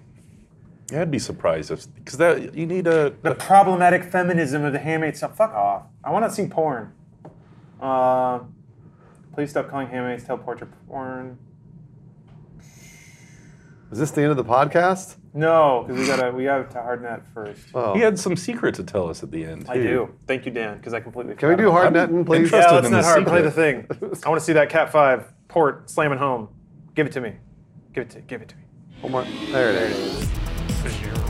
Speaker 3: Yeah, I'd be surprised if because that you need a.
Speaker 1: The problematic feminism of the Handmaid's Tale. Fuck off. I want to see porn. Uh, please stop calling Handmaid's Tale portrait porn.
Speaker 4: Is this the end of the podcast?
Speaker 1: No, because we gotta we have to harden that first.
Speaker 4: Oh.
Speaker 3: He had some secret to tell us at the end.
Speaker 1: I
Speaker 3: too.
Speaker 1: do. Thank you, Dan, because I completely.
Speaker 4: Can we do hard netting, please?
Speaker 1: Yeah,
Speaker 3: Trusted
Speaker 1: that's
Speaker 3: in
Speaker 1: not
Speaker 3: the
Speaker 1: hard. Play the thing.
Speaker 3: secret.
Speaker 1: I want to see that Cat Five port slamming home. Give it to me. Give it to. Give it to me.
Speaker 4: One more. There it is.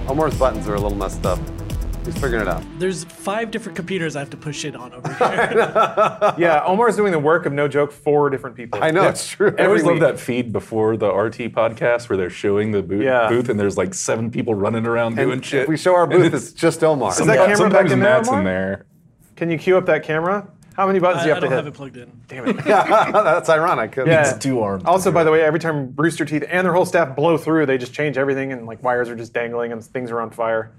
Speaker 4: Omar's buttons are a little messed up. He's figuring it out.
Speaker 5: There's five different computers I have to push it on over here.
Speaker 1: Yeah, Omar's doing the work of no joke four different people.
Speaker 4: I know it's true.
Speaker 3: I always
Speaker 1: week.
Speaker 3: love that feed before the RT podcast where they're showing the booth,
Speaker 1: Yeah.
Speaker 3: booth and there's like seven people running around doing
Speaker 4: And
Speaker 3: shit.
Speaker 4: if we show our
Speaker 3: And
Speaker 4: booth, it's just Omar.
Speaker 1: Is that
Speaker 3: sometimes-
Speaker 1: camera back
Speaker 3: sometimes
Speaker 1: in there,
Speaker 3: Matt's
Speaker 1: Omar?
Speaker 3: in there.
Speaker 1: Can you cue up that camera? How many buttons
Speaker 5: I,
Speaker 1: do you have
Speaker 5: I don't
Speaker 1: to
Speaker 5: have it
Speaker 1: hit?
Speaker 5: plugged in.
Speaker 4: That's ironic. 'cause-
Speaker 1: Yeah.
Speaker 3: It's two arms.
Speaker 1: Also, by the way, every time Rooster Teeth and their whole staff blow through, they just change everything and like wires are just dangling and things are on fire.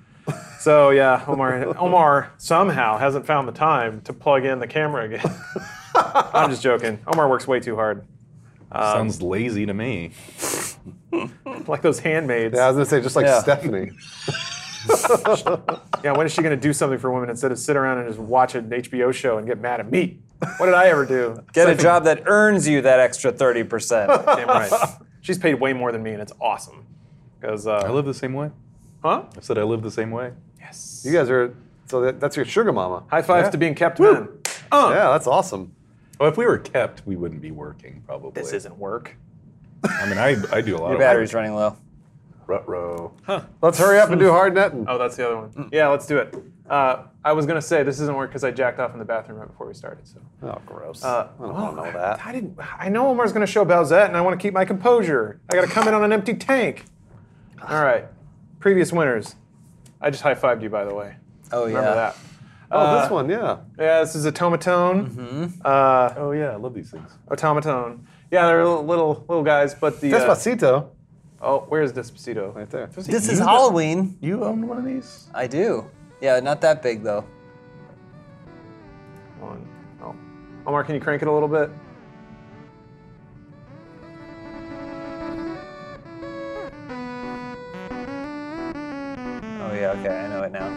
Speaker 1: So yeah, Omar Omar somehow hasn't found the time to plug in the camera again. Um, I'm just joking. Omar works way too hard.
Speaker 3: sounds lazy to me.
Speaker 1: like those handmaids.
Speaker 4: Yeah, I was gonna say just like
Speaker 2: Yeah.
Speaker 4: Stephanie.
Speaker 1: Yeah, when is she going to do something for women instead of sit around and just watch an HBO show and get mad at me? What did I ever do?
Speaker 2: Get a job that earns you that extra 30%.
Speaker 1: Damn right. She's paid way more than me, and it's awesome. Because,
Speaker 3: I
Speaker 1: uh,
Speaker 3: live the same way.
Speaker 1: huh?
Speaker 3: I said I live the same way.
Speaker 4: You guys are so that, that's your sugar mama.
Speaker 1: High fives to being kept men.
Speaker 4: Yeah, that's awesome.
Speaker 3: Well, if we were kept, we wouldn't be working probably.
Speaker 1: This isn't work.
Speaker 3: I mean, I, I do a lot
Speaker 2: Your
Speaker 3: of
Speaker 2: battery's running low.
Speaker 3: Ruh-roh.
Speaker 4: Let's hurry up and do hard netting.
Speaker 1: Oh, that's the other one. Yeah, let's do it. Uh, I was going to say this isn't work because I jacked off in the bathroom right before we started. So.
Speaker 4: Oh, gross.
Speaker 1: Uh,
Speaker 4: I don't want to know that.
Speaker 1: I didn't. I know Omar's going to show Balzette, and I want to keep my composure. I got to come in on an empty tank. All right. Previous winners. I just high fived you, by the way.
Speaker 2: Oh, yeah.
Speaker 1: Remember that.
Speaker 4: Oh, this one, yeah.
Speaker 1: Yeah, this is Automatone. Uh,
Speaker 3: Oh yeah, I love these things.
Speaker 1: automaton. Yeah, they're little little, little guys, but the uh,
Speaker 4: Despacito,
Speaker 1: oh, where's Despacito?
Speaker 4: right there.
Speaker 2: This is Halloween.
Speaker 3: You own one of these?
Speaker 2: I do. Yeah, not that big, though.
Speaker 1: One. Oh. Omar, can you crank it a little bit?
Speaker 2: Oh, yeah, okay. I know it now.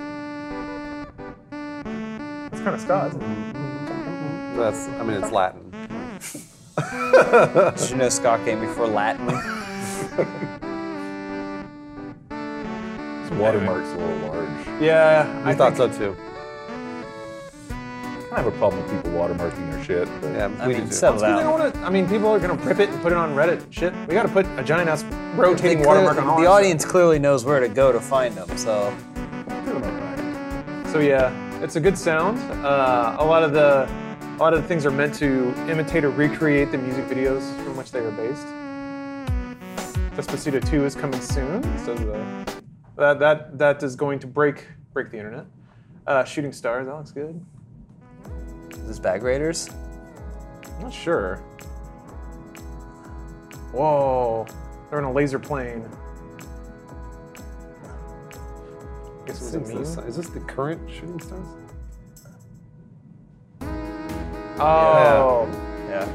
Speaker 1: It's kind of Scott.
Speaker 4: That's, I mean, it's Latin.
Speaker 2: Did you know Scott came before Latin?
Speaker 3: This watermark's a little large.
Speaker 1: Yeah,
Speaker 4: I, thought so too.
Speaker 3: I kind of have a problem with people watermarking their shit. but-
Speaker 4: Yeah,
Speaker 2: I
Speaker 4: we
Speaker 2: mean,
Speaker 4: do.
Speaker 2: settle
Speaker 1: They don't
Speaker 2: down.
Speaker 1: want to. I mean, people are gonna rip it and put it on Reddit. Shit, we gotta put a giant ass
Speaker 2: They
Speaker 1: rotating
Speaker 2: clear-
Speaker 1: watermark on all
Speaker 2: the
Speaker 1: our
Speaker 2: audience clearly knows where to go to find them, so.
Speaker 1: stuff. So yeah, it's a good sound. Uh, a lot of the, a lot of the things are meant to imitate or recreate the music videos from which they are based. Despacito 2 is coming soon. So the, that that that is going to break break the internet. Uh, Shooting stars, that looks good.
Speaker 2: Is this Bag Raiders?
Speaker 1: I'm not sure. Whoa, they're in a laser plane. Guess
Speaker 4: Is
Speaker 1: it was a
Speaker 4: this,
Speaker 1: meme.
Speaker 4: is this the current shooting stars?
Speaker 1: Oh,
Speaker 2: Yeah.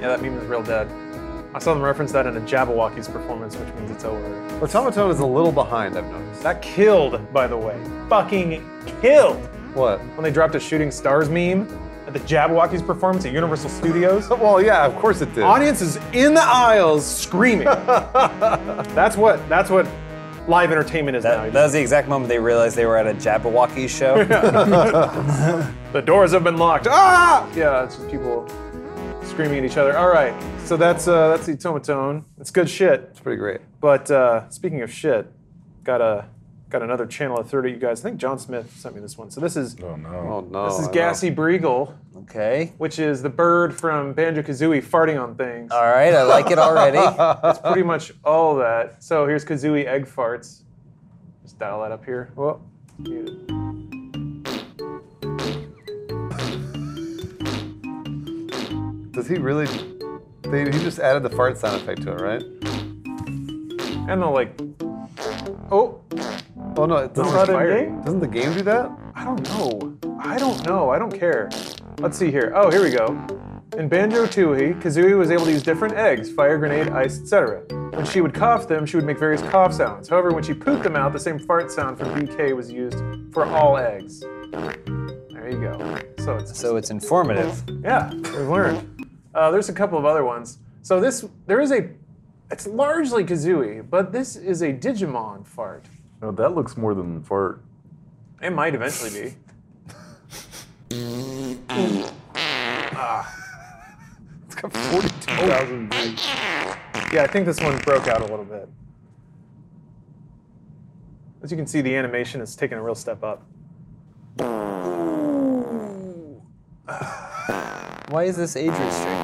Speaker 1: yeah. that meme is real dead. I saw them reference that in a Jabberwocky's performance, which means it's over.
Speaker 4: Automaton is a little behind, I've noticed.
Speaker 1: That killed, by the way. Fucking killed
Speaker 4: What?
Speaker 1: when they dropped a Shooting Stars meme at the Jabberwocky's performance at Universal Studios.
Speaker 4: Well, yeah, of course it did.
Speaker 1: Audience is in the aisles screaming. that's what. That's what live entertainment is now.
Speaker 2: That, that was the exact moment they realized they were at a Jabberwocky show.
Speaker 1: The doors have been locked. Ah! Yeah, it's just people screaming at each other. All right, so that's uh, that's the automaton. It's good shit.
Speaker 4: It's pretty great.
Speaker 1: But uh, speaking of shit, got a got another channel of thirty. You guys, I think John Smith sent me this one. So this is
Speaker 7: Oh no.
Speaker 4: Oh, no.
Speaker 1: this
Speaker 4: I
Speaker 1: is
Speaker 4: know.
Speaker 1: Gassy Breagle,
Speaker 2: Okay.
Speaker 1: which is the bird from Banjo Kazooie farting on things.
Speaker 2: All right, I like it already.
Speaker 1: That's pretty much all that. So here's Kazooie egg farts. Just dial that up here. Whoa. Muted.
Speaker 4: Does he really? They, he just added the fart sound effect to it, right?
Speaker 1: And they'll like, oh,
Speaker 4: Oh no, it
Speaker 1: not
Speaker 4: doesn't,
Speaker 1: in
Speaker 4: fire.
Speaker 1: game?
Speaker 4: doesn't the game do that?
Speaker 1: I don't know. I don't know. I don't care. Let's see here. Oh, here we go. In Banjo Tooie, Kazooie was able to use different eggs fire, grenade, ice, etc. When she would cough them, she would make various cough sounds. However, when she pooped them out, the same fart sound from BK was used for all eggs. There you go. So it's
Speaker 2: so it's informative.
Speaker 1: yeah, we've learned. Uh, there's a couple of other ones. So this, there is a, it's largely Kazooie, but this is a Digimon fart.
Speaker 3: No, that looks more than fart.
Speaker 1: It might eventually be.
Speaker 4: It's got 42.
Speaker 1: Yeah, I think this one broke out a little bit. As you can see, the animation is taking a real step up.
Speaker 2: Why is this age restricted?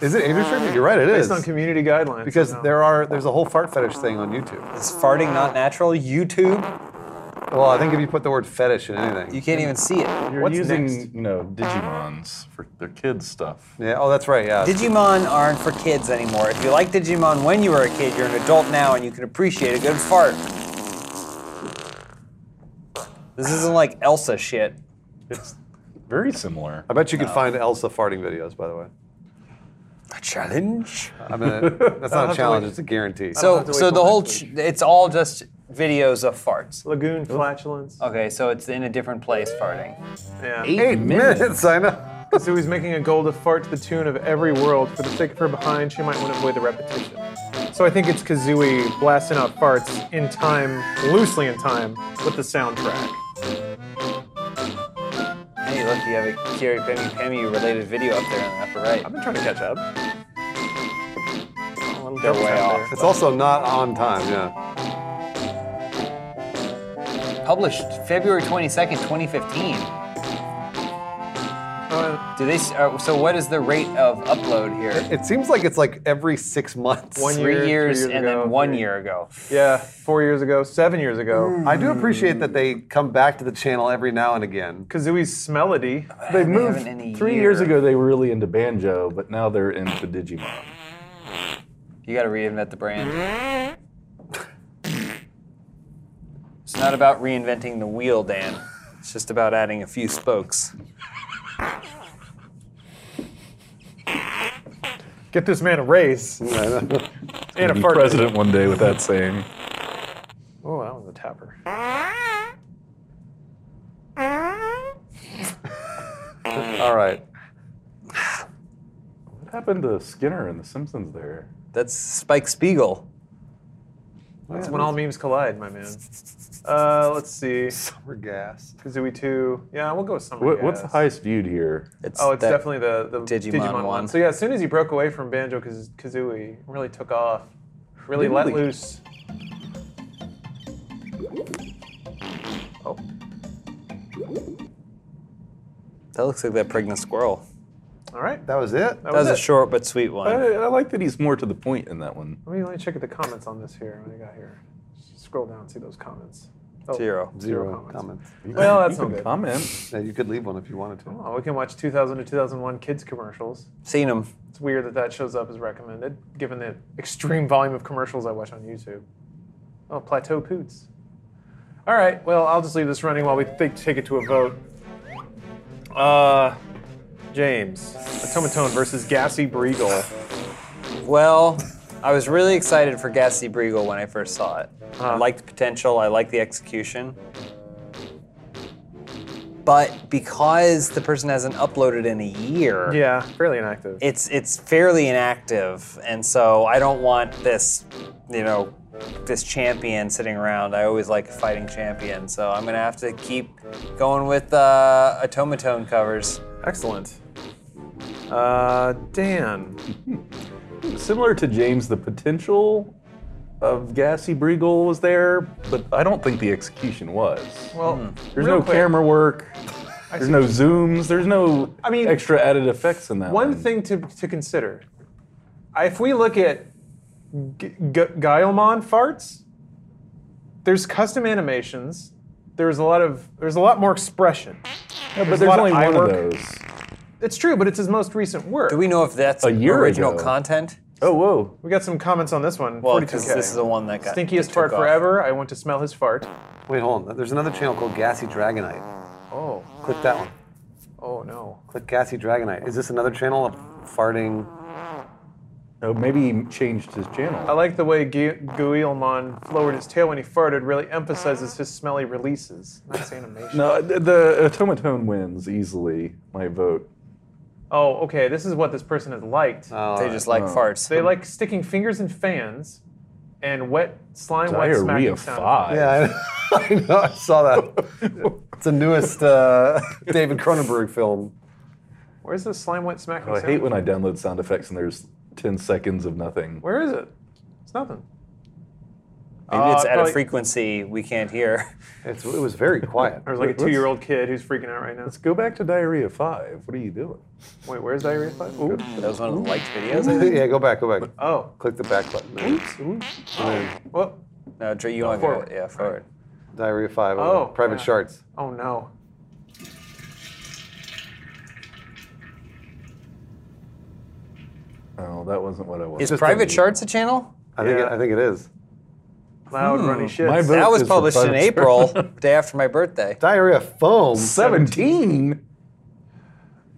Speaker 4: Is it age restricted? You're right, it is.
Speaker 1: Based on community guidelines.
Speaker 4: because
Speaker 1: no.
Speaker 4: there are there's a whole fart fetish thing on YouTube.
Speaker 2: Is farting not natural? YouTube?
Speaker 4: Well, I think if you put the word fetish in
Speaker 2: You
Speaker 4: anything.
Speaker 2: can't even see it.
Speaker 7: You're
Speaker 1: What's
Speaker 7: using,
Speaker 1: next?
Speaker 7: you know, Digimons for their kids stuff.
Speaker 4: Yeah. Oh, that's right. Yeah.
Speaker 2: Digimon aren't for kids anymore. If you like Digimon when you were a kid, you're an adult now and you can appreciate a good fart. This isn't like Elsa shit.
Speaker 7: It's very similar.
Speaker 4: I bet you could find Elsa farting videos, by the way.
Speaker 2: A challenge.
Speaker 4: I mean, that's not a challenge; it's a guarantee.
Speaker 2: So, so the whole ch- it's all just videos of farts.
Speaker 1: Lagoon flatulence.
Speaker 2: Okay, so it's in a different place farting.
Speaker 1: Yeah.
Speaker 4: eight minutes. I know.
Speaker 1: So he's making a goal to fart to the tune of every world. For the sake of her behind, she might want to avoid the repetition. So I think it's Kazooie blasting out farts in time, loosely in time, with the soundtrack.
Speaker 2: Hey, look, you have a Kiri Pemi Pemi related video up there in the upper right.
Speaker 1: I've been trying to catch up.
Speaker 2: They're way off.
Speaker 4: It's also not on time. Yeah.
Speaker 2: Published February 22nd, 2015. Do they? s- Uh, so what is the rate of upload here?
Speaker 4: It seems like it's like every six months.
Speaker 1: One year,
Speaker 2: Three
Speaker 1: three
Speaker 2: years,
Speaker 1: years
Speaker 2: and
Speaker 1: ago,
Speaker 2: then one
Speaker 1: three-
Speaker 2: year ago.
Speaker 1: Yeah, four years ago, seven years ago.
Speaker 4: I do appreciate that they come back to the channel every now and again.
Speaker 1: Kazooie's Smelody.
Speaker 3: They
Speaker 2: haven't in a
Speaker 3: moved three years
Speaker 2: year.
Speaker 3: ago. They were really into banjo, but now they're into Digimon.
Speaker 2: You got to reinvent the brand. it's not about reinventing the wheel, Dan. It's just about adding a few spokes.
Speaker 1: Get this man a raise and a
Speaker 3: Be
Speaker 1: fart.
Speaker 3: president one day with that saying.
Speaker 1: Oh, that was a tapper.
Speaker 4: All right.
Speaker 3: What happened to Skinner and The Simpsons? There,
Speaker 2: That's Spike Spiegel.
Speaker 1: That's when all memes collide, my man. Uh, let's see.
Speaker 4: Summer gas.
Speaker 1: Kazooie 2. Yeah, we'll go with some.
Speaker 3: what, what's the highest viewed here?
Speaker 2: It's
Speaker 1: Oh, it's
Speaker 2: that-
Speaker 1: definitely the, the
Speaker 2: Digimon
Speaker 1: Digimon,
Speaker 2: one.
Speaker 1: one. So yeah, as soon as he broke away from Banjo Kaz- Kazooie, really took off, really let
Speaker 3: Really?
Speaker 1: loose.
Speaker 2: That looks like that pregnant squirrel.
Speaker 1: All right,
Speaker 4: That was it.
Speaker 1: that
Speaker 2: That was
Speaker 1: was
Speaker 2: a
Speaker 1: it.
Speaker 2: short but sweet
Speaker 3: I,
Speaker 2: one.
Speaker 3: I like that he's more to the point in that one.
Speaker 1: let me let me check at the comments on this here. What do I got here? Scroll down, and see those comments. Oh,
Speaker 2: Zero.
Speaker 4: Zero comments.
Speaker 1: Well, that's
Speaker 3: you
Speaker 1: not
Speaker 3: can
Speaker 1: good.
Speaker 3: comment.
Speaker 4: Yeah, you could leave one if you wanted to.
Speaker 1: Oh, we can watch 2000 to 2001 kids commercials.
Speaker 2: Seen him.
Speaker 1: It's weird that that shows up as recommended, given the extreme volume of commercials I watch on YouTube. Oh, Plateau Poots. All right, well, I'll just leave this running while we th- take it to a vote. Uh, James, Automaton versus Gassy Breagle.
Speaker 2: Well, I was really excited for Gassy Briegel when I first saw it. I liked the potential, I liked the execution. But because the person hasn't uploaded in a year,
Speaker 1: Yeah, fairly inactive.
Speaker 2: it's it's fairly inactive, and so I don't want this, you know, this champion sitting around. I always like a fighting champion, so I'm gonna have to keep going with uh, automaton covers.
Speaker 1: Excellent. Uh, Dan.
Speaker 3: Similar to James, the potential of Gassy Briegel was there, but I don't think the execution was.
Speaker 1: Well,
Speaker 3: There's
Speaker 1: Hmm. real
Speaker 3: no
Speaker 1: quick,
Speaker 3: camera work. There's no zooms. There's no
Speaker 1: I mean,
Speaker 3: extra added effects in that.
Speaker 1: One thing to, to consider if we look at G- G- Guilemon farts, there's custom animations. There's a lot of there's a lot more expression.
Speaker 3: yeah, but
Speaker 1: a
Speaker 3: there's
Speaker 1: lot of
Speaker 3: only
Speaker 1: eye
Speaker 3: one
Speaker 1: work.
Speaker 3: of those.
Speaker 1: It's true, but it's his most recent work.
Speaker 2: Do we know if that's
Speaker 3: A year
Speaker 2: original
Speaker 3: ago.
Speaker 2: content?
Speaker 3: Oh, whoa!
Speaker 1: We got some comments on this one.
Speaker 2: Well,
Speaker 1: 42K.
Speaker 2: because this is the one that got
Speaker 1: stinkiest
Speaker 2: that
Speaker 1: fart
Speaker 2: took off.
Speaker 1: forever. I want to smell his fart.
Speaker 4: Wait, hold on. There's another channel called Gassy Dragonite.
Speaker 1: Oh,
Speaker 4: Click that one.
Speaker 1: oh no.
Speaker 4: Click Gassy Dragonite. Is this another channel of farting?
Speaker 3: Oh, maybe he changed his
Speaker 1: I
Speaker 3: channel.
Speaker 1: like the way Gu- Guillemon lowered his tail when he farted. Really emphasizes his smelly releases. Nice animation.
Speaker 3: No, the, the automaton wins easily. My vote.
Speaker 1: Oh, okay. This is what this person has liked.
Speaker 4: Oh,
Speaker 2: They just like farts.
Speaker 1: They like sticking fingers in fans and wet slime wet smacking
Speaker 3: Diarrhea
Speaker 1: sound.
Speaker 3: five.
Speaker 4: Yeah, I, I know. I saw that. it's the newest uh, David Cronenberg film.
Speaker 1: Where's the slime wet smacking
Speaker 3: Oh, I
Speaker 1: sound?
Speaker 3: hate when I download sound effects and there's ten seconds of nothing.
Speaker 1: Where is it? It's nothing.
Speaker 2: Maybe it's
Speaker 1: Uh,
Speaker 2: at a
Speaker 1: probably-
Speaker 2: frequency we can't hear.
Speaker 4: It's, it was very quiet.
Speaker 1: There's like a
Speaker 3: Let's-
Speaker 1: two-year-old kid who's freaking out right now.
Speaker 3: Let's go back to Diarrhea Five. What are you doing?
Speaker 1: Wait, where's Diarrhea Five? Ooh.
Speaker 2: That was one of the liked videos.
Speaker 3: Mm-hmm.
Speaker 2: I think.
Speaker 4: yeah, go back, go back.
Speaker 1: Oh.
Speaker 4: Click the back button.
Speaker 1: Well.
Speaker 2: No, Dre, you want to go?
Speaker 1: forward.
Speaker 2: Yeah, forward.
Speaker 4: Diarrhea 5.
Speaker 1: Oh,
Speaker 4: Private
Speaker 1: yeah.
Speaker 4: Sharts.
Speaker 1: Oh no.
Speaker 3: Oh, that wasn't what I was.
Speaker 2: Is Private Sharts a channel?
Speaker 4: I, think it,
Speaker 1: Yeah.
Speaker 4: I think it is.
Speaker 1: Loud
Speaker 4: Hmm,
Speaker 1: runny shit.
Speaker 3: My vote
Speaker 2: That was
Speaker 3: is for
Speaker 2: published in
Speaker 3: Private Sharts.
Speaker 2: April, day after my birthday.
Speaker 4: Diarrhea Foam.
Speaker 3: Seventeen.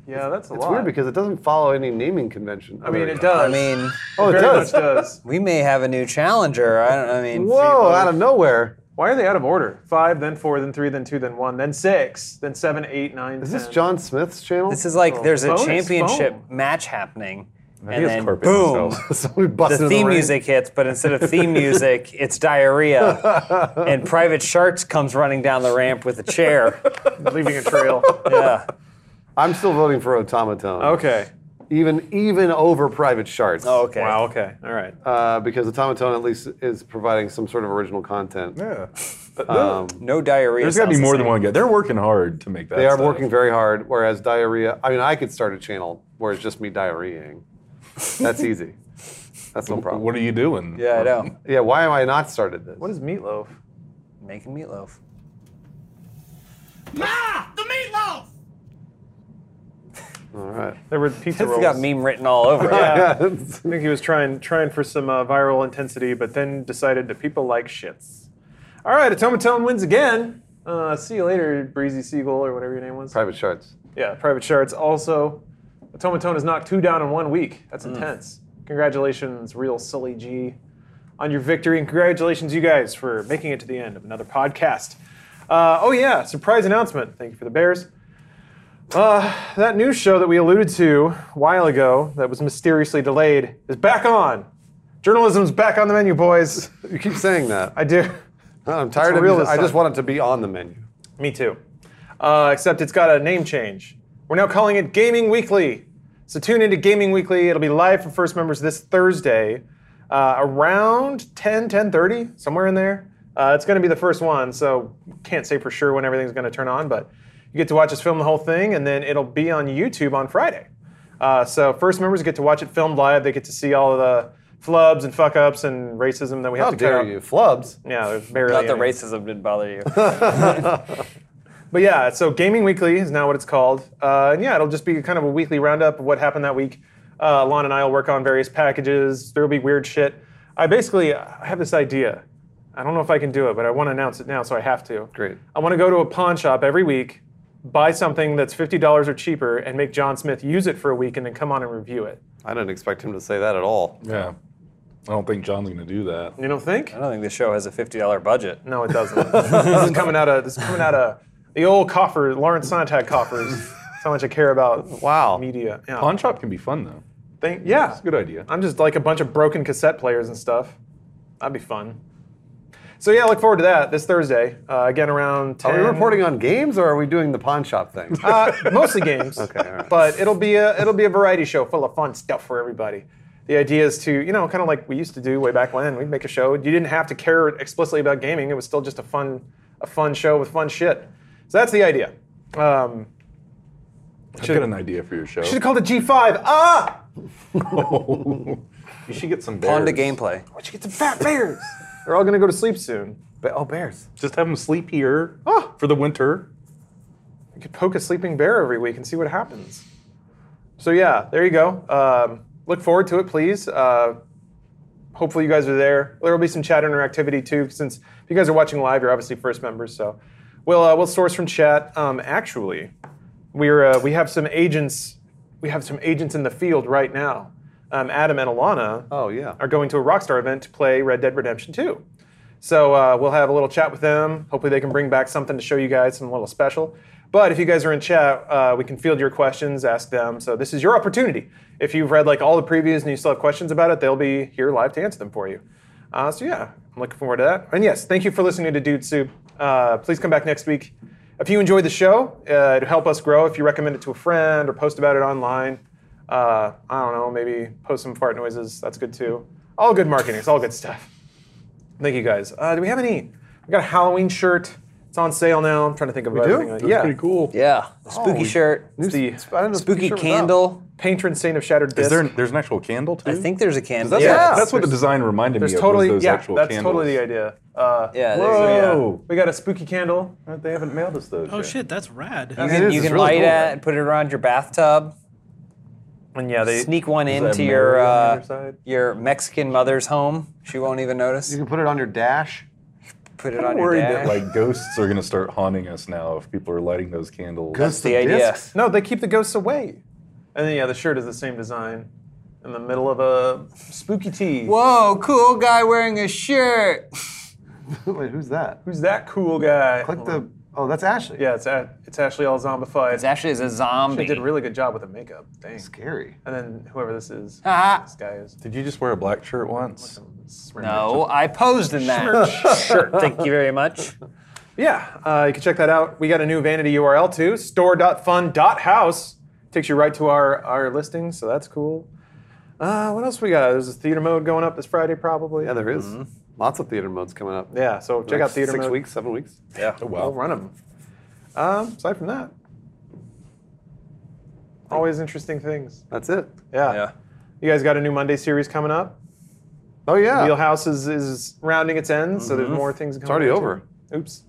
Speaker 1: Yeah, that's a
Speaker 4: It's
Speaker 1: lot.
Speaker 4: weird because it doesn't follow any naming convention.
Speaker 1: I mean, it
Speaker 2: I
Speaker 1: does.
Speaker 2: mean,
Speaker 4: Oh, it
Speaker 1: very
Speaker 4: does.
Speaker 1: much does.
Speaker 2: we may have a new challenger. I don't. I mean,
Speaker 4: Whoa, out of nowhere.
Speaker 1: Why are they out of order? Five, then four, then three, then two, then one, then six, then seven, eight, nine.
Speaker 4: Is this
Speaker 1: 10.
Speaker 4: John Smith's channel?
Speaker 2: this is like there's a
Speaker 1: bonus
Speaker 2: championship
Speaker 1: phone.
Speaker 2: match happening,
Speaker 7: He
Speaker 2: and
Speaker 7: has
Speaker 2: then
Speaker 7: carpet
Speaker 2: boom,
Speaker 7: himself.
Speaker 4: Somebody busted
Speaker 2: the
Speaker 4: in the
Speaker 2: theme
Speaker 4: ring.
Speaker 2: music hits, but instead of theme music, it's diarrhea, and Private Sharks comes running down the ramp with a chair.
Speaker 1: leaving a trail?
Speaker 2: Yeah.
Speaker 4: I'm still voting for Automaton.
Speaker 1: Okay.
Speaker 4: Even even over Private Shards.
Speaker 2: Oh, okay.
Speaker 1: Wow. Okay. All right.
Speaker 4: Uh, because Automaton at least is providing some sort of original content.
Speaker 7: Yeah.
Speaker 2: No diarrhea.
Speaker 7: There's got to be
Speaker 2: Um, sounds
Speaker 7: more
Speaker 2: the
Speaker 7: than
Speaker 2: same.
Speaker 7: one guy. They're working hard to make that.
Speaker 4: They are
Speaker 7: stuff.
Speaker 4: working very hard, whereas diarrhea. I mean, I could start a channel where it's just me diarrheaing. That's easy. That's no problem.
Speaker 7: What are you doing?
Speaker 2: Yeah, I know.
Speaker 4: Yeah, why am I not started this?
Speaker 1: What is meatloaf?
Speaker 2: Making meatloaf.
Speaker 4: All right.
Speaker 1: There were pizza
Speaker 2: It's
Speaker 1: rolls.
Speaker 2: got meme written all over it.
Speaker 1: Yeah. I think he was trying trying for some uh, viral intensity, but then decided that people like shits. All right, Automaton wins again. Uh, see you later, Breezy Seagull or whatever your name was.
Speaker 4: Private Shards.
Speaker 1: Yeah, Private Shards also. Automaton has knocked two down in one week. That's intense. Congratulations, Real Silly G, on your victory, and congratulations, you guys, for making it to the end of another podcast. Uh, oh, yeah, surprise announcement. Thank you for the Bears. Uh, that news show that we alluded to a while ago that was mysteriously delayed is back on. Journalism's back on the menu, boys.
Speaker 4: You keep saying that.
Speaker 1: I do.
Speaker 4: I'm tired
Speaker 1: It's
Speaker 4: of
Speaker 1: real
Speaker 4: it.
Speaker 1: this
Speaker 4: I just
Speaker 1: time.
Speaker 4: want it to be on the menu.
Speaker 1: Me too. Uh, except it's got a name change. We're now calling it Gaming Weekly. So tune into Gaming Weekly. It'll be live for first members this Thursday, uh, around 10, 10.30, somewhere in there. Uh, it's going to be the first one, so can't say for sure when everything's going to turn on, but you get to watch us film the whole thing, and then it'll be on YouTube on Friday. Uh, so first members get to watch it filmed live. They get to see all of the flubs and fuck-ups and racism that we have
Speaker 4: How
Speaker 1: to cut
Speaker 4: dare
Speaker 1: out.
Speaker 4: you? Flubs.
Speaker 1: Yeah, there's barely
Speaker 2: Not the
Speaker 1: any.
Speaker 2: racism didn't bother you.
Speaker 1: But yeah, so Gaming Weekly is now what it's called. Uh, and yeah, it'll just be kind of a weekly roundup of what happened that week. Uh, Lon and I will work on various packages. There will be weird shit. I basically I have this idea. I don't know if I can do it, but I want to announce it now, so I have to.
Speaker 4: Great.
Speaker 1: I want to go to a pawn shop every week, buy something that's $50 or cheaper, and make John Smith use it for a week and then come on and review it.
Speaker 4: I didn't expect him to say that at all.
Speaker 7: Yeah. I don't think John's going to do that.
Speaker 1: You don't think?
Speaker 2: I don't think the show has a $50 budget.
Speaker 1: No, it doesn't. this is coming out of this is coming out of the old coffer, Lawrence Sontag coffers. That's how much I care about
Speaker 4: Wow.
Speaker 1: media. Yeah.
Speaker 7: Pawn shop can be fun though.
Speaker 1: Thing- yeah.
Speaker 7: It's a good idea.
Speaker 1: I'm just like a bunch of broken cassette players and stuff. That'd be fun. So yeah, look forward to that this Thursday. Uh, again around 10.
Speaker 4: Are we reporting on games or are we doing the pawn shop thing?
Speaker 1: Uh, mostly games.
Speaker 4: Okay, all right.
Speaker 1: But it'll be a it'll be a variety show full of fun stuff for everybody. The idea is to you know kind of like we used to do way back when we'd make a show. You didn't have to care explicitly about gaming. It was still just a fun a fun show with fun shit. So that's the idea. Um,
Speaker 7: I've got an idea for your show.
Speaker 1: should have called it G5. Ah,
Speaker 7: you should get some bears.
Speaker 2: On to gameplay.
Speaker 1: why'd you get some fat bears? They're all gonna go to sleep soon.
Speaker 4: Ba- oh, bears.
Speaker 7: Just have them sleep here for the winter.
Speaker 1: You could poke a sleeping bear every week and see what happens. So yeah, there you go. Um, look forward to it, please. Uh, hopefully you guys are there. There will be some chat interactivity too, since if you guys are watching live, you're obviously first members. So we'll uh, we'll source from chat. Um, actually, we're uh, we have some agents. We have some agents in the field right now. Um, Adam and Alana
Speaker 4: Oh, yeah.
Speaker 1: are going to a Rockstar event to play Red Dead Redemption 2. So uh, we'll have a little chat with them. Hopefully, they can bring back something to show you guys, some little special. But if you guys are in chat, uh, we can field your questions, ask them. So this is your opportunity. If you've read like all the previews and you still have questions about it, they'll be here live to answer them for you. Uh, so yeah, I'm looking forward to that. And yes, thank you for listening to Dude Soup. Uh, please come back next week. If you enjoyed the show, uh, it'd help us grow if you recommend it to a friend or post about it online uh, I don't know, maybe post some fart noises. That's good too. All good marketing. It's all good stuff. Thank you guys. Uh, do we have any? We got a Halloween shirt. It's on sale now. I'm trying to think of everything. That's yeah.
Speaker 7: Pretty cool.
Speaker 2: Yeah. The spooky shirt.
Speaker 1: It's the
Speaker 4: I don't know if
Speaker 2: Spooky
Speaker 4: Picture was up.
Speaker 2: candle.
Speaker 1: patron saint of shattered disc.
Speaker 7: Is there? There's an actual candle too.
Speaker 2: I think there's a candle.
Speaker 7: That's,
Speaker 2: yeah.
Speaker 7: that's what the design reminded
Speaker 1: There's
Speaker 7: me of.
Speaker 1: totally
Speaker 7: was those
Speaker 1: yeah. That's
Speaker 7: actual candles.
Speaker 1: totally the idea. Uh,
Speaker 2: Yeah, there's-
Speaker 7: Whoa!
Speaker 1: We got a spooky candle.
Speaker 7: They haven't mailed us those.
Speaker 5: Oh
Speaker 7: yet.
Speaker 5: shit, that's rad.
Speaker 2: You can,
Speaker 4: is,
Speaker 2: you
Speaker 4: it's
Speaker 2: can
Speaker 4: really
Speaker 2: light
Speaker 4: cool.
Speaker 2: at it and put it around your bathtub.
Speaker 1: And yeah, they
Speaker 2: Sneak one
Speaker 7: that
Speaker 2: into
Speaker 7: Mary
Speaker 2: your
Speaker 7: on the
Speaker 2: uh,
Speaker 7: other side?
Speaker 2: your Mexican mother's home. She won't even notice.
Speaker 4: You can put it on your dash.
Speaker 2: Put it on
Speaker 7: I'm
Speaker 2: your
Speaker 7: worried that
Speaker 2: dad.
Speaker 7: like ghosts are gonna start haunting us now if people are lighting those candles.
Speaker 2: That's the idea.
Speaker 1: No, they keep the ghosts away. And then yeah, the shirt is the same design in the middle of a spooky tee.
Speaker 2: Whoa, cool guy wearing a shirt.
Speaker 4: Wait, who's that?
Speaker 1: Who's that cool guy?
Speaker 4: Click the. Oh, that's Ashley.
Speaker 1: yeah, it's a- it's Ashley all zombified.
Speaker 2: It's actually is a zombie.
Speaker 1: They did a really good job with the makeup. Dang.
Speaker 4: Scary.
Speaker 1: And then whoever this is,
Speaker 2: Ah.
Speaker 1: this guy is.
Speaker 7: Did you just wear a black shirt once?
Speaker 2: no, I posed in that shirt. Thank you very much.
Speaker 1: Yeah, uh, you can check that out. We got a new vanity URL too. Store.fun.house takes you right to our our listing, so that's cool. Uh, what else we got? There's a theater mode going up this Friday probably.
Speaker 4: Yeah, there is. Lots of theater modes coming up.
Speaker 1: Yeah, so check out
Speaker 4: Next
Speaker 1: theater
Speaker 4: Six
Speaker 1: mode.
Speaker 4: weeks, seven weeks.
Speaker 2: Yeah.
Speaker 7: Oh, wow.
Speaker 1: I'll run them. Um, aside from that, always interesting things.
Speaker 4: That's it.
Speaker 1: Yeah.
Speaker 2: Yeah.
Speaker 1: You guys got a new Monday series coming up.
Speaker 4: Oh yeah. Mm-hmm.
Speaker 1: Wheelhouse is, is rounding its end, so there's more things coming.
Speaker 4: it's already
Speaker 1: up, too.
Speaker 4: over.
Speaker 1: Oops.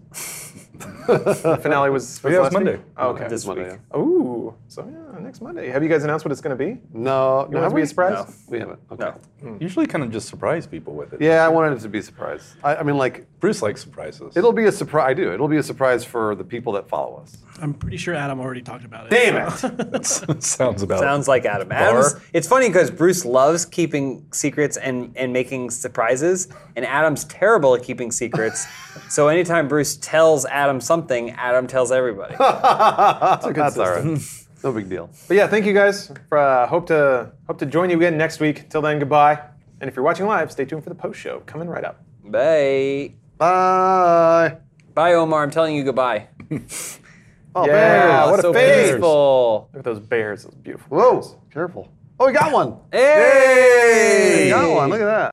Speaker 4: Oh,
Speaker 1: the finale was, was
Speaker 7: Yeah, it was
Speaker 1: last week?
Speaker 7: Monday.
Speaker 1: Oh, okay.
Speaker 2: This
Speaker 4: Monday,
Speaker 2: week.
Speaker 4: yeah.
Speaker 1: Ooh. So yeah, next Monday. Have you guys announced what it's going to be? You
Speaker 4: No, no,
Speaker 1: want
Speaker 4: have
Speaker 1: to be
Speaker 4: we?
Speaker 1: a surprise?
Speaker 2: No.
Speaker 4: We haven't. Okay.
Speaker 2: No.
Speaker 7: Usually kind of just surprise people with it.
Speaker 4: Yeah, I wanted it to be a surprise. I, I mean, like
Speaker 7: Bruce likes surprises.
Speaker 4: it'll be a surprise. I do. It'll be a surprise for the people that follow us.
Speaker 5: I'm pretty sure Adam already talked about it.
Speaker 7: sounds about
Speaker 2: Sounds like Adam. Adam's, it's funny because Bruce loves keeping secrets and, and making surprises, and Adam's terrible at keeping secrets. so anytime Bruce tells Adam something, Adam tells everybody.
Speaker 4: That's all right. No big deal.
Speaker 1: But yeah, thank you guys. For, uh, hope to hope to join you again next week. Till then, goodbye. And if you're watching live, stay tuned for the post show coming right up.
Speaker 2: Bye.
Speaker 4: Bye.
Speaker 2: Bye, Omar. I'm telling you goodbye.
Speaker 4: Oh,
Speaker 1: Yeah,
Speaker 4: bears.
Speaker 1: what a
Speaker 2: so
Speaker 1: face.
Speaker 2: peaceful.
Speaker 1: Look at those bears. Those beautiful.
Speaker 4: Whoa, careful. Oh, we got one.
Speaker 2: Hey!
Speaker 4: We got one. Look at that.